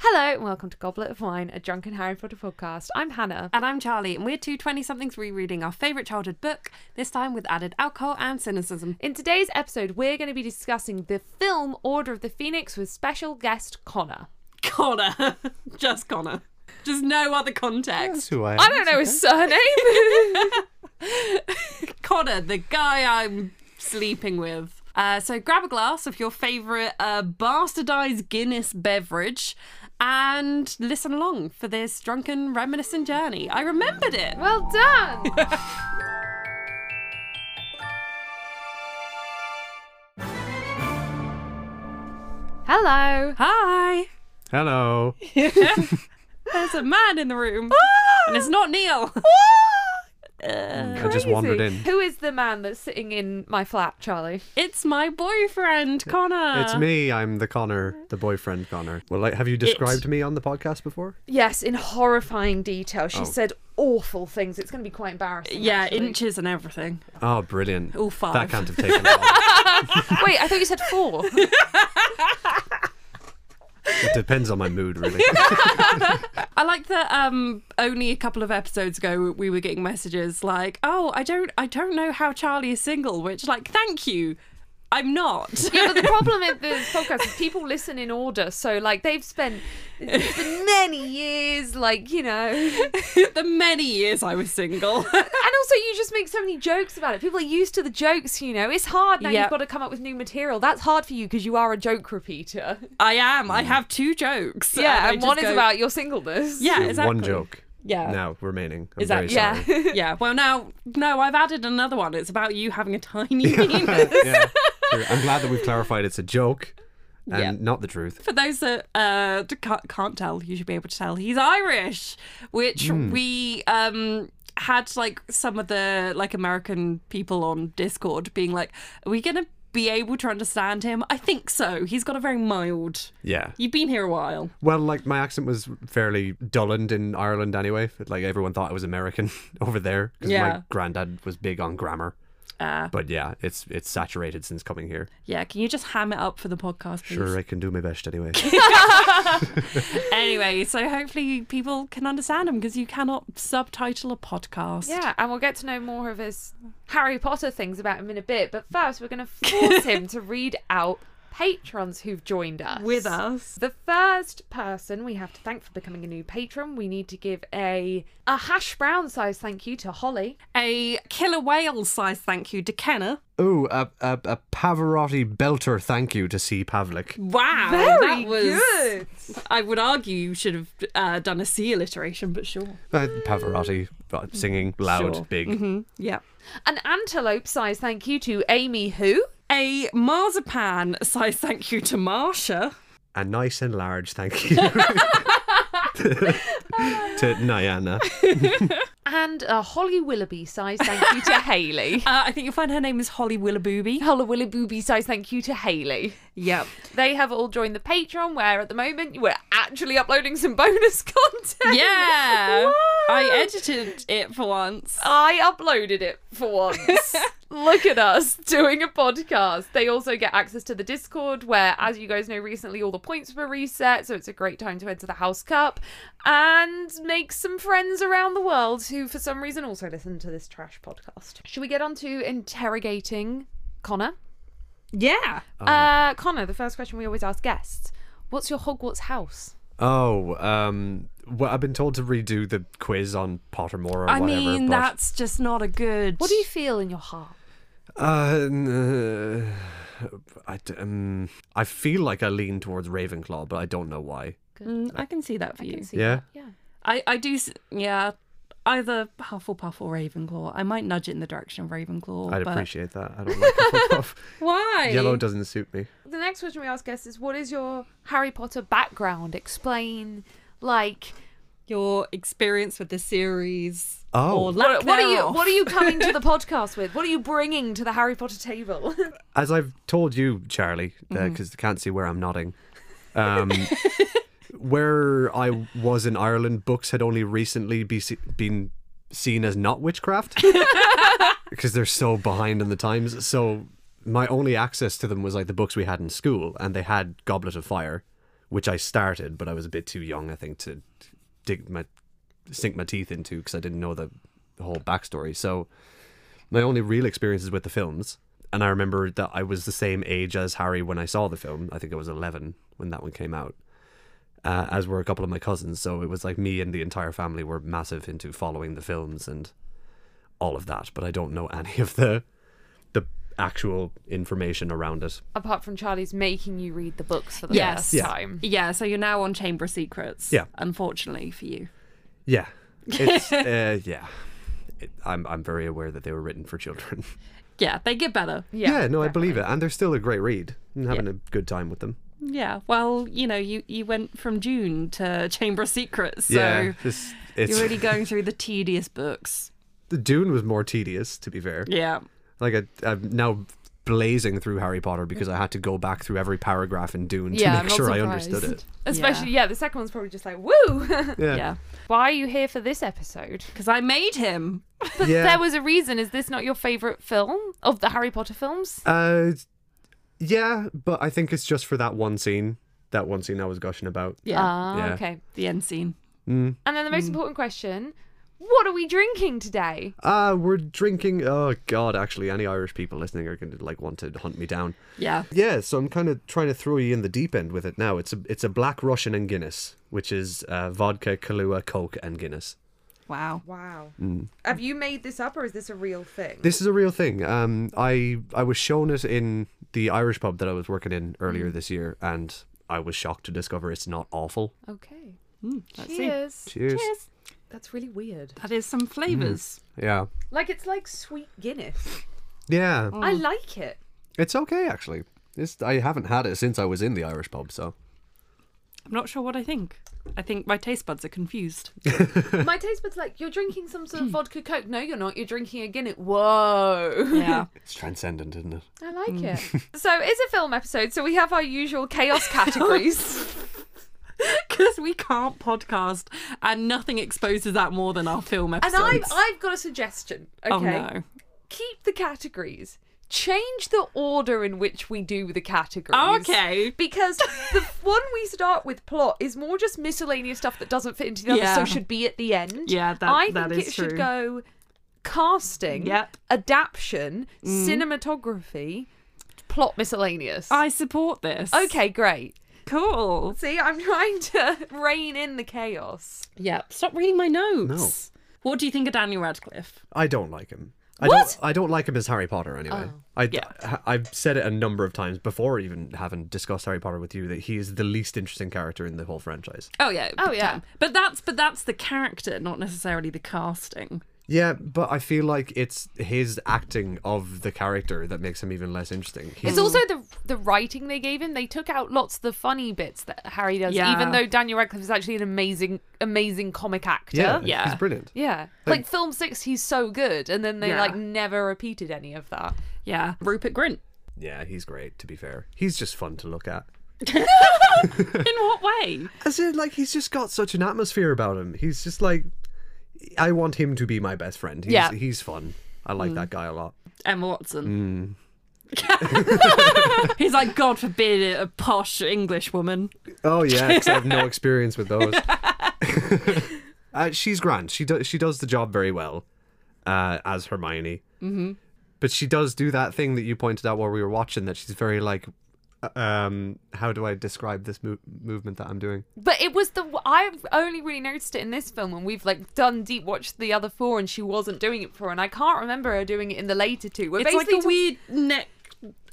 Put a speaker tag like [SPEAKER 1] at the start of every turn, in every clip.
[SPEAKER 1] Hello and welcome to Goblet of Wine, a drunken Harry Potter podcast. I'm Hannah.
[SPEAKER 2] And I'm Charlie, and we're two 20 somethings rereading our favourite childhood book, this time with added alcohol and cynicism.
[SPEAKER 1] In today's episode, we're going to be discussing the film Order of the Phoenix with special guest Connor.
[SPEAKER 2] Connor. Just Connor. Just no other context.
[SPEAKER 3] That's who I am.
[SPEAKER 1] I don't know his surname.
[SPEAKER 2] Connor, the guy I'm sleeping with. Uh, so grab a glass of your favourite uh, bastardized Guinness beverage and listen along for this drunken reminiscent journey. I remembered it.
[SPEAKER 1] well done. Hello.
[SPEAKER 2] Hi.
[SPEAKER 3] Hello.
[SPEAKER 2] There's a man in the room. And it's not Neil.
[SPEAKER 3] I just wandered in.
[SPEAKER 1] Who is the man that's sitting in my flat, Charlie?
[SPEAKER 2] It's my boyfriend, Connor.
[SPEAKER 3] It's me. I'm the Connor, the boyfriend Connor. Well, like, have you described me on the podcast before?
[SPEAKER 1] Yes, in horrifying detail. She
[SPEAKER 3] Oh.
[SPEAKER 1] said awful things. It's going to be quite embarrassing.
[SPEAKER 2] Yeah,
[SPEAKER 1] actually.
[SPEAKER 2] inches and everything.
[SPEAKER 3] Oh, brilliant.
[SPEAKER 2] All five.
[SPEAKER 3] That can't have taken long.
[SPEAKER 1] Wait, I thought you said four.
[SPEAKER 3] it depends on my mood, really.
[SPEAKER 2] I like that um only a couple of episodes ago we were getting messages like, "Oh, I don't I don't know how Charlie is single," which like, "Thank you. I'm not."
[SPEAKER 1] Yeah, but the problem with the podcast is people listen in order. So, like, they've spent it's been many years, like, you know. And
[SPEAKER 2] the many years I was single.
[SPEAKER 1] also, you just make so many jokes about it. People are used to the jokes, you know. It's hard now you've
[SPEAKER 2] Yep.
[SPEAKER 1] got to come up with new material. That's hard for you because you are a joke repeater.
[SPEAKER 2] I am.
[SPEAKER 3] Mm.
[SPEAKER 2] I have two jokes. I
[SPEAKER 1] Yeah, and
[SPEAKER 2] just
[SPEAKER 1] one is
[SPEAKER 2] go-
[SPEAKER 1] about your singleness.
[SPEAKER 2] Yeah,
[SPEAKER 3] With
[SPEAKER 2] exactly.
[SPEAKER 3] One joke.
[SPEAKER 2] Yeah.
[SPEAKER 3] Now remaining. I'm
[SPEAKER 2] Is that-
[SPEAKER 3] very
[SPEAKER 1] Yeah.
[SPEAKER 3] sorry.
[SPEAKER 2] Yeah. Well, now no, I've added another one. It's about you having a tiny penis.
[SPEAKER 3] yeah. Sure. I'm glad that we've clarified it's a joke and
[SPEAKER 2] Yeah.
[SPEAKER 3] not the truth.
[SPEAKER 2] For those that uh, d- ca- can't tell, you should be able to tell. He's Irish, which we um, had like some of the like American people on Discord being like, "Are we gonna be able to understand him?" I think so. He's got a very mild.
[SPEAKER 3] Yeah.
[SPEAKER 2] You've been here a while.
[SPEAKER 3] Well, like my accent was fairly dulland in Ireland anyway. Like everyone thought I was American over there because
[SPEAKER 2] Yeah.
[SPEAKER 3] my granddad was big on grammar.
[SPEAKER 2] Uh,
[SPEAKER 3] But yeah, it's it's saturated since coming here.
[SPEAKER 2] yeah. Can you just ham it up for the podcast, please?
[SPEAKER 3] Sure, I can do my best anyway.
[SPEAKER 2] Anyway, so hopefully people can understand him because you cannot subtitle a podcast.
[SPEAKER 1] Yeah, and we'll get to know more of his Harry Potter things about him in a bit. But first, we're going to force him to read out patrons who've joined us.
[SPEAKER 2] With us.
[SPEAKER 1] The first person we have to thank for becoming a new patron, we need to give a a hash brown size thank you to Holly.
[SPEAKER 2] A killer whale size thank you to Kenna.
[SPEAKER 3] Ooh, Oh, a, a, a Pavarotti belter thank you to C. Pavlik.
[SPEAKER 2] Wow.
[SPEAKER 1] Very
[SPEAKER 2] that was
[SPEAKER 1] good.
[SPEAKER 2] I would argue you should have uh, done a C alliteration, but sure.
[SPEAKER 3] Uh, Pavarotti uh, singing loud,
[SPEAKER 2] Sure. Mm-hmm.
[SPEAKER 3] big.
[SPEAKER 2] Yeah.
[SPEAKER 1] An antelope size thank you to Amy Who.
[SPEAKER 2] A marzipan size thank you to Marsha.
[SPEAKER 3] A nice and large thank you to Niana.
[SPEAKER 1] And a Holly Willoughby size thank you to Haley.
[SPEAKER 2] Uh, I think you'll find her name is Holly Willoughby.
[SPEAKER 1] Holly Willoughby size thank you to Haley.
[SPEAKER 2] Yep.
[SPEAKER 1] They have all joined the Patreon, where at the moment we're actually uploading some bonus content.
[SPEAKER 2] Yeah. I
[SPEAKER 1] Whoa.
[SPEAKER 2] edited it for once.
[SPEAKER 1] I uploaded it for once. Look at us doing a podcast. They also get access to the Discord, where, as you guys know, recently all the points were reset, so it's a great time to enter the House Cup and make some friends around the world who, for some reason, also listen to this trash podcast. Should we get on to interrogating Connor?
[SPEAKER 2] Yeah.
[SPEAKER 1] Uh, Connor, the first question we always ask guests What's your Hogwarts house?
[SPEAKER 3] Oh, um, well, I've been told to redo the quiz on Pottermore or
[SPEAKER 2] I
[SPEAKER 3] whatever.
[SPEAKER 2] mean,
[SPEAKER 3] but,
[SPEAKER 2] that's just not a good.
[SPEAKER 1] What do you feel in your heart?
[SPEAKER 3] Uh, n- uh, I, d- um, I feel like I lean towards Ravenclaw, but I don't know why.
[SPEAKER 2] Mm, I can see that for
[SPEAKER 1] I
[SPEAKER 2] you.
[SPEAKER 1] can see
[SPEAKER 3] Yeah.
[SPEAKER 1] that. Yeah.
[SPEAKER 2] I, I do. s- Yeah. Either Hufflepuff or Ravenclaw. I might nudge it in the direction of Ravenclaw.
[SPEAKER 3] I'd
[SPEAKER 2] but...
[SPEAKER 3] appreciate that. I don't like Hufflepuff.
[SPEAKER 2] Why?
[SPEAKER 3] Yellow doesn't suit me.
[SPEAKER 1] The next question we ask guests is what is your Harry Potter background? Explain like
[SPEAKER 2] Your experience with the series.
[SPEAKER 3] Oh.
[SPEAKER 2] Or lack
[SPEAKER 1] what, what are you
[SPEAKER 2] thereof.
[SPEAKER 1] what are you coming to the podcast with? What are you bringing to the Harry Potter table?
[SPEAKER 3] as I've told you, Charlie, because you can't see where I'm nodding. Um, where I was in Ireland, books had only recently be se- been seen as not witchcraft because they're so behind in the times. So my only access to them was like the books we had in school, and they had Goblet of Fire, which I started, but I was a bit too young, I think, to dig my sink my teeth into because I didn't know the whole backstory. So my only real experience is with the films, and I remember that I was the same age as Harry when I saw the film. I think I was eleven when that one came out. Uh, as were a couple of my cousins, so it was like me and the entire family were massive into following the films and all of that. But I don't know any of the the actual information around it.
[SPEAKER 1] Apart from Charlie's making you read the books for the
[SPEAKER 2] Yes.
[SPEAKER 1] first
[SPEAKER 2] Yeah.
[SPEAKER 1] time.
[SPEAKER 2] Yeah, so you're now on Chamber of Secrets.
[SPEAKER 3] Mm-hmm. Yeah.
[SPEAKER 2] Unfortunately for you.
[SPEAKER 3] Yeah, it's uh, yeah. It, I'm I'm very aware that they were written for children.
[SPEAKER 2] Yeah, they get better.
[SPEAKER 3] Yeah, no, I believe it, and they're still a great read. I'm having
[SPEAKER 2] Yeah.
[SPEAKER 3] a good time with them.
[SPEAKER 2] Yeah. Well, you know, you, you went from June to Chamber of Secrets, so
[SPEAKER 3] yeah, this, it's
[SPEAKER 2] you're really going through the tedious books.
[SPEAKER 3] the Dune was more tedious, to be fair.
[SPEAKER 2] Yeah.
[SPEAKER 3] Like I, I'm now blazing through Harry Potter because I had to go back through every paragraph in Dune to
[SPEAKER 1] Yeah, I'm
[SPEAKER 3] make
[SPEAKER 1] not
[SPEAKER 3] sure I
[SPEAKER 1] surprised.
[SPEAKER 3] understood it.
[SPEAKER 1] Especially, yeah. the second one's probably just like, woo!
[SPEAKER 3] Yeah,
[SPEAKER 2] Yeah.
[SPEAKER 1] Why are you here for this episode?
[SPEAKER 2] Because I made him.
[SPEAKER 1] But
[SPEAKER 3] Yeah.
[SPEAKER 1] there was a reason. Is this not your favourite film of the Harry Potter films?
[SPEAKER 3] Uh, yeah, but I think it's just for that one scene. That one scene I was gushing about.
[SPEAKER 2] Yeah.
[SPEAKER 1] Ah,
[SPEAKER 3] Yeah. Mm.
[SPEAKER 1] okay.
[SPEAKER 2] uh, the end scene.
[SPEAKER 1] And then the most important question what are we drinking today?
[SPEAKER 3] Ah, we're drinking. Oh God, actually, any Irish people listening are going to like want to hunt me down.
[SPEAKER 2] Yeah.
[SPEAKER 3] Yeah, so I'm kind of trying to throw you in the deep end with it now. It's a it's a black Russian and Guinness, which is uh, vodka, Kahlua, Coke, and Guinness.
[SPEAKER 2] Wow.
[SPEAKER 1] Wow.
[SPEAKER 2] Mm.
[SPEAKER 1] Have you made this up or is this a real thing?
[SPEAKER 3] This is a real thing. Um, I I was shown it in the Irish pub that I was working in earlier this year, and I was shocked to discover it's not awful.
[SPEAKER 1] okay.
[SPEAKER 2] Let's see.
[SPEAKER 1] Cheers.
[SPEAKER 3] Cheers.
[SPEAKER 1] That's really weird.
[SPEAKER 2] That is some flavors.
[SPEAKER 3] Yeah,
[SPEAKER 1] Like, it's like sweet Guinness.
[SPEAKER 3] yeah,
[SPEAKER 2] Oh.
[SPEAKER 1] I like it.
[SPEAKER 3] it's okay actually. It's, I haven't had it since I was in the Irish pub, so
[SPEAKER 2] I'm not sure what I think. I think my taste buds are confused.
[SPEAKER 1] My taste buds like you're drinking some sort of vodka coke. No, you're not. You're drinking a Guinness. Whoa.
[SPEAKER 2] Yeah.
[SPEAKER 3] it's transcendent, isn't it?
[SPEAKER 1] I like
[SPEAKER 2] Mm.
[SPEAKER 1] it. So it's a film episode. So we have our usual chaos categories.
[SPEAKER 2] Because we can't podcast and nothing exposes that more than our film
[SPEAKER 1] and
[SPEAKER 2] episodes.
[SPEAKER 1] I've I've got a suggestion. Okay.
[SPEAKER 2] Oh no.
[SPEAKER 1] Keep the categories. Change the order in which we do the categories.
[SPEAKER 2] Okay.
[SPEAKER 1] Because the one we start with plot is more just miscellaneous stuff that doesn't fit into the
[SPEAKER 2] Yeah.
[SPEAKER 1] other, so should be at the end.
[SPEAKER 2] Yeah, that-
[SPEAKER 1] I think
[SPEAKER 2] that is
[SPEAKER 1] it should
[SPEAKER 2] true.
[SPEAKER 1] go casting,
[SPEAKER 2] Yep.
[SPEAKER 1] adaption, cinematography, plot miscellaneous.
[SPEAKER 2] I support this.
[SPEAKER 1] okay, great.
[SPEAKER 2] Cool.
[SPEAKER 1] See, I'm trying to rein in the chaos.
[SPEAKER 2] Yeah. Stop reading my notes. What do you think of Daniel Radcliffe?
[SPEAKER 3] I don't like him. I
[SPEAKER 1] What?
[SPEAKER 3] don't I don't like him as Harry Potter anyway. I
[SPEAKER 2] Yeah.
[SPEAKER 3] I've said it a number of times before even having discussed Harry Potter with you that he is the least interesting character in the whole franchise.
[SPEAKER 2] Oh yeah.
[SPEAKER 1] Oh,
[SPEAKER 2] big
[SPEAKER 1] yeah.
[SPEAKER 2] time. But that's but that's the character, not necessarily the casting.
[SPEAKER 3] Yeah, but I feel like it's his acting of the character that makes him even less interesting. He's,
[SPEAKER 2] Mm.
[SPEAKER 1] It's also the the writing they gave him. They took out lots of the funny bits that Harry does,
[SPEAKER 2] Yeah.
[SPEAKER 1] even though Daniel Radcliffe is actually an amazing, amazing comic actor.
[SPEAKER 3] yeah,
[SPEAKER 2] Yeah.
[SPEAKER 3] he's brilliant.
[SPEAKER 1] Yeah. Like, film six, he's so good, and then they
[SPEAKER 2] Yeah.
[SPEAKER 1] like never repeated any of that.
[SPEAKER 2] Yeah. Rupert Grint.
[SPEAKER 3] Yeah, he's great to be fair. He's just fun to look at.
[SPEAKER 2] In what way?
[SPEAKER 3] As in like he's just got such an atmosphere about him. He's just like I want him to be my best friend. He's,
[SPEAKER 1] Yeah.
[SPEAKER 3] he's fun. I like that guy a lot.
[SPEAKER 2] Emma Watson. He's like, God forbid it, a posh English woman.
[SPEAKER 3] Oh yeah, because I have no experience with those. uh, she's grand. She does she does the job very well uh, as Hermione. Mm-hmm. But she does do that thing that you pointed out while we were watching. That she's very like, uh, um, how do I describe this mo- movement that I'm doing?
[SPEAKER 1] But it was the I only really noticed it in this film, and we've like done deep watched the other four, and she wasn't doing it before, and I can't remember her doing it in the later two. We're
[SPEAKER 2] It's like
[SPEAKER 1] basically
[SPEAKER 2] a
[SPEAKER 1] talking-
[SPEAKER 2] weird neck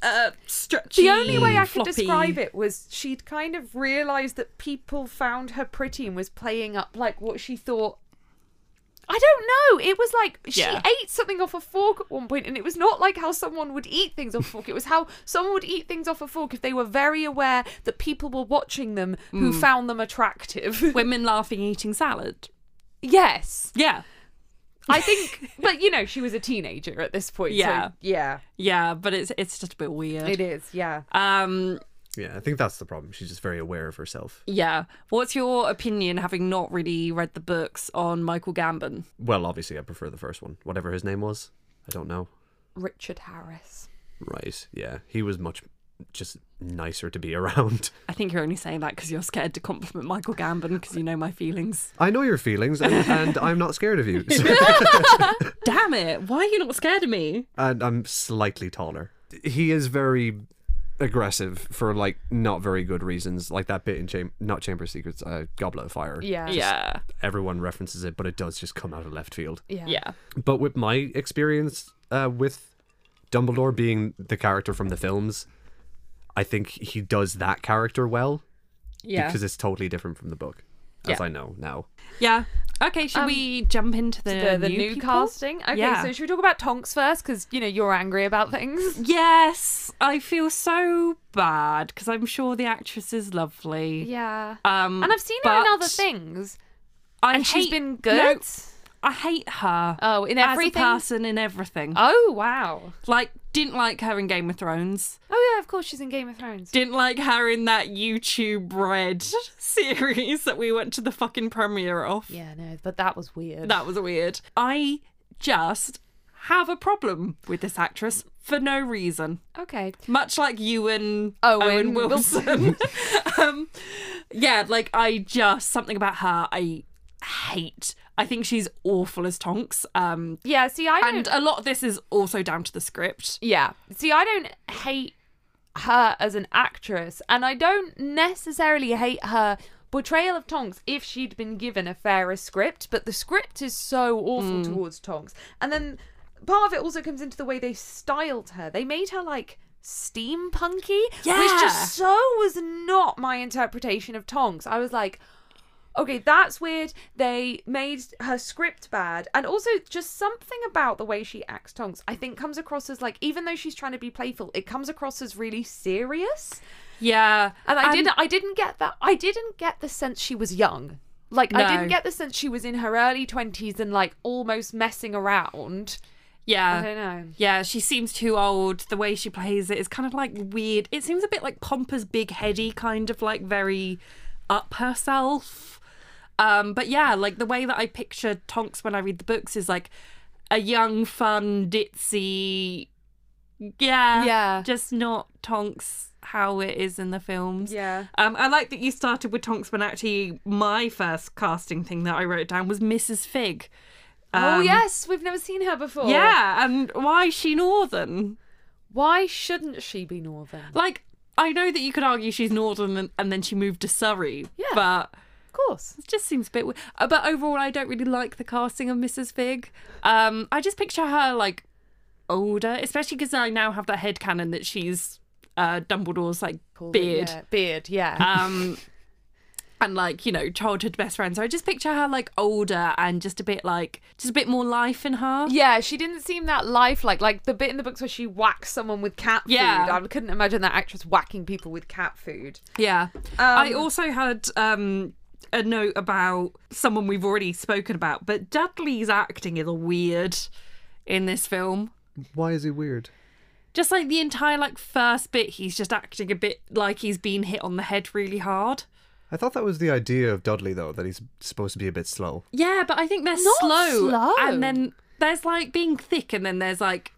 [SPEAKER 2] uh, stretchy.
[SPEAKER 1] The only way I could
[SPEAKER 2] floppy-
[SPEAKER 1] describe it was she'd kind of realized that people found her pretty and was playing up like what she thought. I don't know. It was like she
[SPEAKER 2] Yeah.
[SPEAKER 1] ate something off a fork at one point, and it was not like how someone would eat things off a fork. It was how someone would eat things off a fork if they were very aware that people were watching them who
[SPEAKER 2] Hmm.
[SPEAKER 1] found them attractive.
[SPEAKER 2] Women laughing eating salad.
[SPEAKER 1] yes.
[SPEAKER 2] Yeah.
[SPEAKER 1] I think, but you know, she was a teenager at this point. so-
[SPEAKER 2] Yeah.
[SPEAKER 1] yeah.
[SPEAKER 2] Yeah, but it's it's just a bit weird.
[SPEAKER 1] It is. Yeah.
[SPEAKER 2] um
[SPEAKER 3] Yeah, I think that's the problem. She's just very aware of herself.
[SPEAKER 2] yeah. What's your opinion having not really read the books on Michael Gambon?
[SPEAKER 3] Well, obviously, I prefer the first one, whatever his name was. I don't know.
[SPEAKER 1] Richard Harris.
[SPEAKER 3] Right? Yeah, he was much just nicer to be around.
[SPEAKER 2] I think you're only saying that because you're scared to compliment Michael Gambon because you know my feelings.
[SPEAKER 3] I know your feelings, and, and I'm not scared of you. So-
[SPEAKER 2] Damn it! Why are you not scared of me?
[SPEAKER 3] and I'm slightly taller. He is very aggressive for like not very good reasons, like that bit in Cham- not Chamber of Secrets, uh, Goblet of Fire.
[SPEAKER 1] Yeah.
[SPEAKER 2] yeah,
[SPEAKER 3] everyone references it, but it does just come out of left field.
[SPEAKER 1] Yeah.
[SPEAKER 2] yeah.
[SPEAKER 3] But with my experience uh, with Dumbledore being the character from the films, I think he does that character well
[SPEAKER 2] Yeah.
[SPEAKER 3] because it's totally different from the book, as
[SPEAKER 2] Yeah.
[SPEAKER 3] I know now.
[SPEAKER 2] Yeah. Okay, should we jump into the,
[SPEAKER 1] Um, The, the new,
[SPEAKER 2] people?
[SPEAKER 1] casting. Okay,
[SPEAKER 2] Yeah.
[SPEAKER 1] so should we talk about Tonks first? Because, you know, you're angry about things.
[SPEAKER 2] Yes, I feel so bad because I'm sure the actress is lovely.
[SPEAKER 1] Yeah.
[SPEAKER 2] Um,
[SPEAKER 1] and I've seen her in
[SPEAKER 2] but
[SPEAKER 1] other things.
[SPEAKER 2] I
[SPEAKER 1] And she's
[SPEAKER 2] hate-
[SPEAKER 1] been
[SPEAKER 2] no,
[SPEAKER 1] good.
[SPEAKER 2] I hate her.
[SPEAKER 1] Oh, in
[SPEAKER 2] as
[SPEAKER 1] everything?
[SPEAKER 2] a person in everything.
[SPEAKER 1] Oh, wow.
[SPEAKER 2] like, didn't like her in Game of Thrones.
[SPEAKER 1] Oh, yeah, of course she's in Game of Thrones.
[SPEAKER 2] Didn't like her in that YouTube Red series that we went to the fucking premiere of.
[SPEAKER 1] yeah, no, but that was weird.
[SPEAKER 2] That was weird. I just have a problem with this actress for no reason.
[SPEAKER 1] Okay.
[SPEAKER 2] much like you and
[SPEAKER 1] Owen
[SPEAKER 2] Owen, Wilson. um, yeah, like I just something about her I hate. I think she's awful as Tonks. Um,
[SPEAKER 1] Yeah, see, I don't.
[SPEAKER 2] and a lot of this is also down to the script.
[SPEAKER 1] Yeah. See, I don't hate her as an actress, and I don't necessarily hate her portrayal of Tonks if she'd been given a fairer script, but the script is so awful towards Tonks. And then part of it also comes into the way they styled her. They made her like steampunky, which
[SPEAKER 2] Yeah.
[SPEAKER 1] just so was not my interpretation of Tonks. I was like, okay, that's weird. They made her script bad. And also, just something about the way she acts Tonks, I think, comes across as like, even though she's trying to be playful, it comes across as really serious.
[SPEAKER 2] Yeah,
[SPEAKER 1] And I didn't, I didn't get that. I didn't get the sense she was young. Like, I didn't
[SPEAKER 2] No.
[SPEAKER 1] get the sense she was in her early 20s and like almost messing around. I
[SPEAKER 2] Yeah.
[SPEAKER 1] don't know.
[SPEAKER 2] Yeah, she seems too old. The way she plays it is kind of like weird. It seems a bit like pompous, big heady, kind of like very up herself. Um, but yeah, like the way that I picture Tonks when I read the books is like a young, fun, ditzy. Yeah,
[SPEAKER 1] Yeah.
[SPEAKER 2] just not Tonks how it is in the films.
[SPEAKER 1] Yeah.
[SPEAKER 2] Um, I like that you started with Tonks when actually my first casting thing that I wrote down was Mrs. Fig.
[SPEAKER 1] oh,
[SPEAKER 2] Um,
[SPEAKER 1] yes. We've never seen her before.
[SPEAKER 2] Yeah, and why is she northern?
[SPEAKER 1] Why shouldn't she be Northern?
[SPEAKER 2] Like, I know that you could argue she's northern and, and then she moved to Surrey,
[SPEAKER 1] Yeah.
[SPEAKER 2] but
[SPEAKER 1] Of course.
[SPEAKER 2] it just seems a bit weird. Uh, But overall, I don't really like the casting of Mrs. Fig. Um, I just picture her like older, especially because I now have that headcanon that she's uh, Dumbledore's like beard.
[SPEAKER 1] Yeah. Beard, yeah.
[SPEAKER 2] Um, and like you know, childhood best friend. So I just picture her like older and just a bit like just a bit more life in her.
[SPEAKER 1] Yeah, she didn't seem that lifelike. Like the bit in the books where she whacks someone with cat food.
[SPEAKER 2] Yeah.
[SPEAKER 1] I couldn't imagine that actress whacking people with cat food.
[SPEAKER 2] Yeah. I also had um, a note about someone we've already spoken about, but Dudley's acting is weird in this film.
[SPEAKER 3] Why is he weird?
[SPEAKER 2] Just like the entire like first bit, he's just acting a bit like he's been hit on the head really hard.
[SPEAKER 3] I thought that was the idea of Dudley, though, that he's supposed to be a bit slow.
[SPEAKER 2] Yeah, but I think they're
[SPEAKER 1] Not
[SPEAKER 2] slow.
[SPEAKER 1] slow.
[SPEAKER 2] And then there's like being thick, and then there's like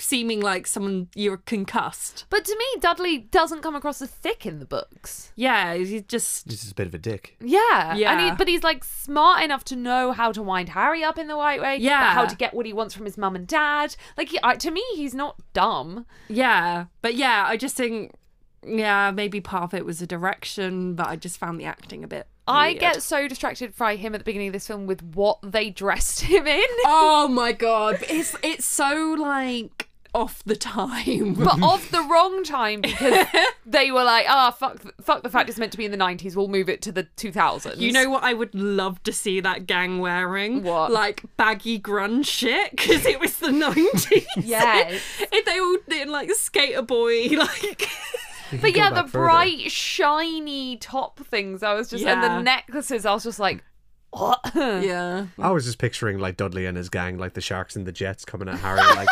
[SPEAKER 2] seeming like someone you're concussed.
[SPEAKER 1] But to me, Dudley doesn't come across as thick in the books.
[SPEAKER 2] Yeah, he's just
[SPEAKER 3] He's just a bit of a dick.
[SPEAKER 1] Yeah. And he,
[SPEAKER 2] Yeah.
[SPEAKER 1] but he's like smart enough to know how to wind Harry up in the right way.
[SPEAKER 2] Yeah.
[SPEAKER 1] How to get what he wants from his mum and dad. Like, he, I, to me, he's not dumb.
[SPEAKER 2] Yeah, but yeah, I just think yeah, maybe part of it was the direction, but I just found the acting a bit.
[SPEAKER 1] I
[SPEAKER 2] weird.
[SPEAKER 1] get so distracted by him at the beginning of this film with what they dressed him in.
[SPEAKER 2] Oh my god, it's it's so like off the time.
[SPEAKER 1] but of the wrong time because they were like, ah, fuck, fuck the fact it's meant to be in the 90s. We'll move it to the 2000s.
[SPEAKER 2] you know what I would love to see that gang wearing?
[SPEAKER 1] What?
[SPEAKER 2] Like baggy grunge shit because it was the nineties.
[SPEAKER 1] Yes.
[SPEAKER 2] if they all did like skater boy, like
[SPEAKER 1] but yeah,
[SPEAKER 3] go
[SPEAKER 1] the
[SPEAKER 3] back further.
[SPEAKER 1] bright, shiny top things. I was just, and the
[SPEAKER 2] Yeah.
[SPEAKER 1] necklaces. I was just like, what?
[SPEAKER 2] yeah.
[SPEAKER 3] I was just picturing like Dudley and his gang, like the sharks and the jets coming at Harry, like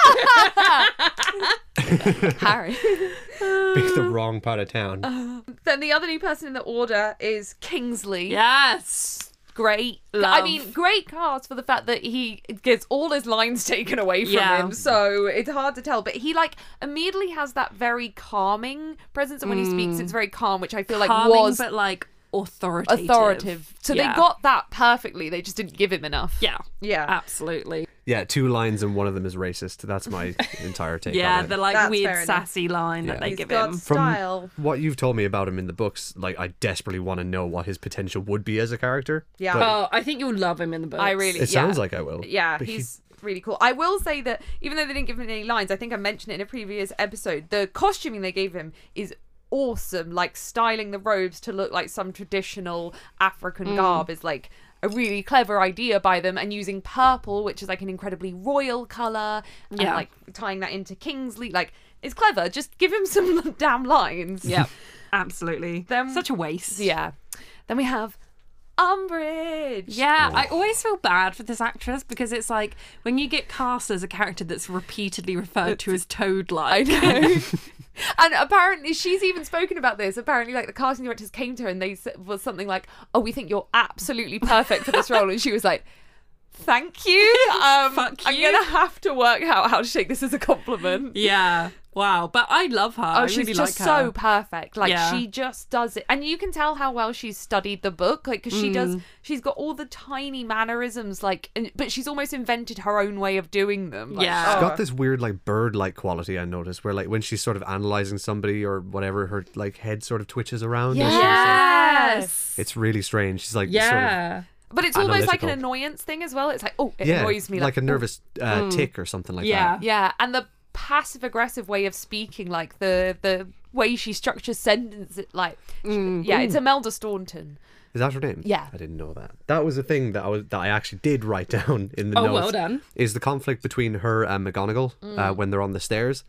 [SPEAKER 1] Harry.
[SPEAKER 3] pick the wrong
[SPEAKER 1] Uh.
[SPEAKER 3] part of town.
[SPEAKER 1] then the other new person in the order is Kingsley.
[SPEAKER 2] Yes.
[SPEAKER 1] great. I
[SPEAKER 2] Love.
[SPEAKER 1] mean, great cast for the fact that he gets all his lines taken away from
[SPEAKER 2] Yeah.
[SPEAKER 1] him, so it's hard to tell. But he like immediately has that very calming presence, and when he speaks, it's very calm, which I feel like
[SPEAKER 2] Calming,
[SPEAKER 1] was
[SPEAKER 2] but like authoritative.
[SPEAKER 1] authoritative. So
[SPEAKER 2] Yeah.
[SPEAKER 1] they got that perfectly. They just didn't give him enough.
[SPEAKER 2] Yeah.
[SPEAKER 1] yeah.
[SPEAKER 2] Absolutely.
[SPEAKER 3] Yeah, two lines and one of them is racist. That's my entire take
[SPEAKER 2] Yeah,
[SPEAKER 3] on it.
[SPEAKER 2] the like
[SPEAKER 1] That's fair
[SPEAKER 2] weird
[SPEAKER 1] enough.
[SPEAKER 2] sassy line
[SPEAKER 3] Yeah.
[SPEAKER 2] that they
[SPEAKER 1] He's
[SPEAKER 2] give
[SPEAKER 1] got
[SPEAKER 2] him.
[SPEAKER 1] style.
[SPEAKER 3] what you've told me about him in the books, like I desperately want to know what his potential would be as a character.
[SPEAKER 1] Yeah.
[SPEAKER 3] but
[SPEAKER 2] Oh, I think you'll love him in the book.
[SPEAKER 1] I really.
[SPEAKER 3] it
[SPEAKER 1] yeah.
[SPEAKER 3] sounds like I will.
[SPEAKER 1] Yeah,
[SPEAKER 3] But he-
[SPEAKER 1] he's really cool. I will say that even though they didn't give him any lines, I think I mentioned it in a previous episode. The costuming they gave him is awesome. Like styling the robes to look like some traditional African garb is like a really clever idea by them and using purple which is like an incredibly royal color and
[SPEAKER 2] Yeah.
[SPEAKER 1] like tying that into kingsley like it's clever just give him some damn lines
[SPEAKER 2] Yeah. Absolutely.
[SPEAKER 1] Them-
[SPEAKER 2] Such a waste.
[SPEAKER 1] yeah then we have umbridge
[SPEAKER 2] Yeah, I always feel bad for this actress because it's like when you get cast as a character that's repeatedly referred to as toad like.
[SPEAKER 1] and apparently, she's even spoken about this. Apparently, like the casting directors came to her and they said, was something like, "Oh, we think you're absolutely perfect for this role," and she was like. Thank you. Um,
[SPEAKER 2] Fuck
[SPEAKER 1] I'm
[SPEAKER 2] you.
[SPEAKER 1] gonna have to work out how to take this as a compliment.
[SPEAKER 2] Yeah. Wow. But I love her.
[SPEAKER 1] Oh,
[SPEAKER 2] I
[SPEAKER 1] she's
[SPEAKER 2] really
[SPEAKER 1] just
[SPEAKER 2] like her.
[SPEAKER 1] so perfect. Like
[SPEAKER 2] Yeah.
[SPEAKER 1] she just does it, and you can tell how well she's studied the book. Like because she
[SPEAKER 2] Mm.
[SPEAKER 1] does, she's got all the tiny mannerisms. Like, and, but she's almost invented her own way of doing them. Like,
[SPEAKER 2] Yeah. She's
[SPEAKER 1] oh.
[SPEAKER 3] got this weird like bird-like quality I noticed, where like when she's sort of analyzing somebody or whatever, her like head sort of twitches around. as she's, like-
[SPEAKER 2] Yes.
[SPEAKER 3] it's really strange. She's like sort of
[SPEAKER 2] Yeah.
[SPEAKER 1] But it's almost like an
[SPEAKER 3] Analytical.
[SPEAKER 1] annoyance thing as well. It's like, oh, it
[SPEAKER 3] yeah,
[SPEAKER 1] annoys me.
[SPEAKER 3] like, a
[SPEAKER 1] "Oh."
[SPEAKER 3] nervous uh, tick or something like
[SPEAKER 2] Yeah.
[SPEAKER 3] that.
[SPEAKER 1] Yeah, and the passive aggressive way of speaking, like the the way she structures sentences, like yeah, it's Imelda Staunton.
[SPEAKER 3] Is that her name?
[SPEAKER 1] Yeah.
[SPEAKER 3] I didn't know that. That was a thing that I was that I actually did write down in the
[SPEAKER 2] Oh,
[SPEAKER 3] notes.
[SPEAKER 2] well done.
[SPEAKER 3] Is the conflict between her and McGonagall uh,
[SPEAKER 1] Mm.
[SPEAKER 3] when they're on the stairs?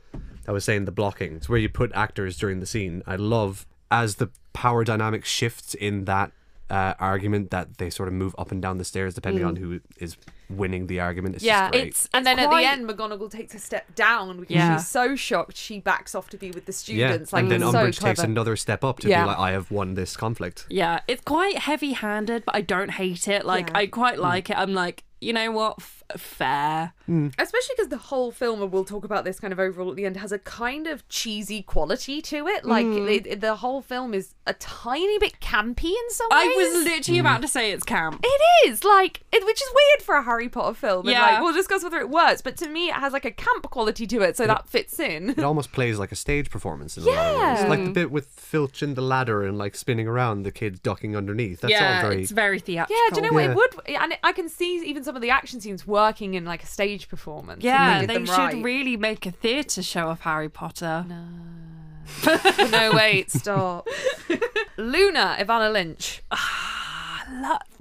[SPEAKER 3] I was saying the blocking. It's where you put actors during the scene. I love as the power dynamic shifts in that uh, argument that they sort of move up and down the stairs depending on who is winning the argument. It's
[SPEAKER 1] Mm. Yeah,
[SPEAKER 3] just great.
[SPEAKER 2] It's
[SPEAKER 1] And then
[SPEAKER 2] quite-
[SPEAKER 1] at the end, McGonagall takes a step down because
[SPEAKER 2] Yeah.
[SPEAKER 1] she's so shocked she backs off to be with the
[SPEAKER 3] yeah,
[SPEAKER 1] students. Like
[SPEAKER 3] and then
[SPEAKER 1] it's
[SPEAKER 3] Umbridge
[SPEAKER 1] so
[SPEAKER 3] takes
[SPEAKER 1] clever.
[SPEAKER 3] another step up to
[SPEAKER 1] Yeah.
[SPEAKER 3] be like, "I have won this conflict."
[SPEAKER 2] Yeah, it's quite heavy handed, but I don't hate it. Like,
[SPEAKER 1] Yeah.
[SPEAKER 2] I quite like it. I'm like, you know what? F- fair.
[SPEAKER 1] especially because the whole film and we'll talk about this kind of overall at the end has a kind of cheesy quality to it like it, it- the whole film is a tiny bit campy in some ways
[SPEAKER 2] I was literally about to say it's camp.
[SPEAKER 1] it is like it, which is weird for a harry potter film and like
[SPEAKER 2] Yeah.
[SPEAKER 1] we'll discuss whether it works but to me it has like a camp quality to it so that fits in
[SPEAKER 3] it almost plays like a stage performance in a lot of ways.
[SPEAKER 1] Yeah.
[SPEAKER 3] Like the bit with Filch and the ladder and like spinning around, the kids ducking underneath. That's
[SPEAKER 2] yeah,
[SPEAKER 3] all very.
[SPEAKER 2] it's very theatrical.
[SPEAKER 1] yeah do you know what
[SPEAKER 3] Yeah.
[SPEAKER 1] it would and it, i can see even some of the action scenes working in like a stage performance
[SPEAKER 2] Yeah,
[SPEAKER 1] did
[SPEAKER 2] they
[SPEAKER 1] them
[SPEAKER 2] should
[SPEAKER 1] right.
[SPEAKER 2] really make a theatre show of Harry Potter.
[SPEAKER 1] no wait stop luna ivana lynch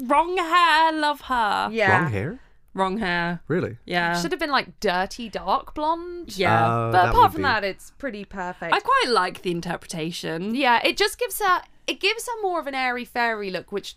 [SPEAKER 2] Wrong hair, love her.
[SPEAKER 1] yeah
[SPEAKER 3] Long hair?
[SPEAKER 2] Wrong hair.
[SPEAKER 3] Really?
[SPEAKER 2] Yeah.
[SPEAKER 1] should have been like dirty dark blonde
[SPEAKER 2] yeah.
[SPEAKER 1] but
[SPEAKER 3] Uh, that
[SPEAKER 1] apart
[SPEAKER 3] would
[SPEAKER 1] from
[SPEAKER 3] be-
[SPEAKER 1] that, it's pretty perfect.
[SPEAKER 2] I quite like the interpretation.
[SPEAKER 1] yeah, it just gives her it gives her more of an airy fairy look, which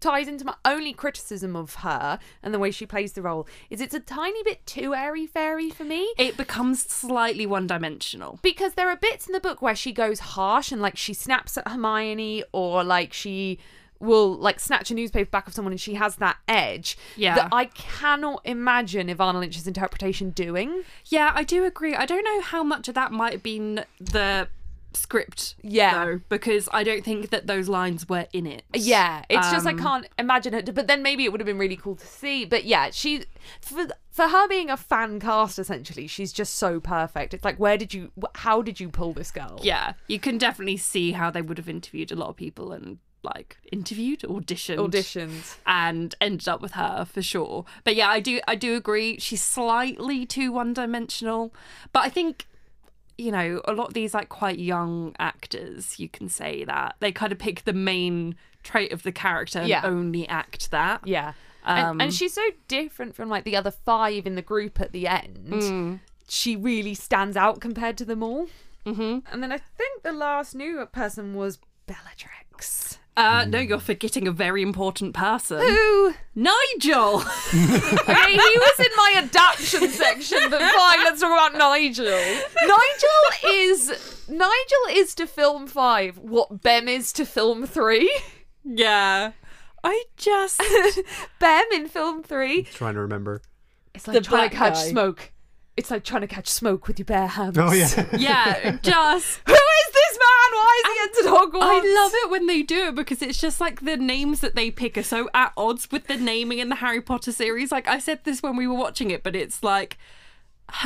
[SPEAKER 1] ties into my only criticism of her and the way she plays the role is it's a tiny bit too airy fairy for me.
[SPEAKER 2] It becomes slightly one dimensional.
[SPEAKER 1] because there are bits in the book where she goes harsh and like she snaps at Hermione or like she will like snatch a newspaper back of someone and she has that edge
[SPEAKER 2] Yeah.
[SPEAKER 1] that I cannot imagine Ivana Lynch's interpretation doing.
[SPEAKER 2] Yeah, I do agree. I don't know how much of that might have been the script.
[SPEAKER 1] Yeah.
[SPEAKER 2] Though, because I don't think that those lines were in it.
[SPEAKER 1] Yeah, it's just
[SPEAKER 2] Um,
[SPEAKER 1] I can't imagine it. But then maybe it would have been really cool to see. But yeah, she for for her being a fan cast essentially, she's just so perfect. It's like where did you wh- how did you pull this girl?
[SPEAKER 2] Yeah. You can definitely see how they would have interviewed a lot of people and like interviewed, auditioned.
[SPEAKER 1] auditions.
[SPEAKER 2] and ended up with her for sure. But yeah, I do I do agree she's slightly too one-dimensional, but I think you know, a lot of these like quite young actors, you can say that they kind of pick the main trait of the character and
[SPEAKER 1] Yeah.
[SPEAKER 2] only act that.
[SPEAKER 1] Yeah.
[SPEAKER 2] Um,
[SPEAKER 1] and, and she's so different from like the other five in the group at the end.
[SPEAKER 2] Mm.
[SPEAKER 1] She really stands out compared to them all. Mm-hmm. And then I think the last new person was Bellatrix.
[SPEAKER 2] Uh no, you're forgetting a very important person.
[SPEAKER 1] Who?
[SPEAKER 2] Nigel.
[SPEAKER 1] Okay, he was in my adaptation section, but fine, let's talk about Nigel. Nigel is Nigel is to film five what Bem is to film three.
[SPEAKER 2] yeah. I just
[SPEAKER 1] Bem in film three.
[SPEAKER 3] Trying to remember.
[SPEAKER 1] It's like
[SPEAKER 4] The
[SPEAKER 1] trying to
[SPEAKER 4] black
[SPEAKER 1] catch
[SPEAKER 4] guy.
[SPEAKER 1] smoke. It's like trying to catch smoke with your bare hands.
[SPEAKER 3] Oh yeah.
[SPEAKER 2] yeah, just
[SPEAKER 1] Who is this man? Why is he entered Hogwarts?
[SPEAKER 2] I love it when they do it because it's just like the names that they pick are so at odds with the naming in the Harry Potter series. Like I said this when we were watching it, but it's like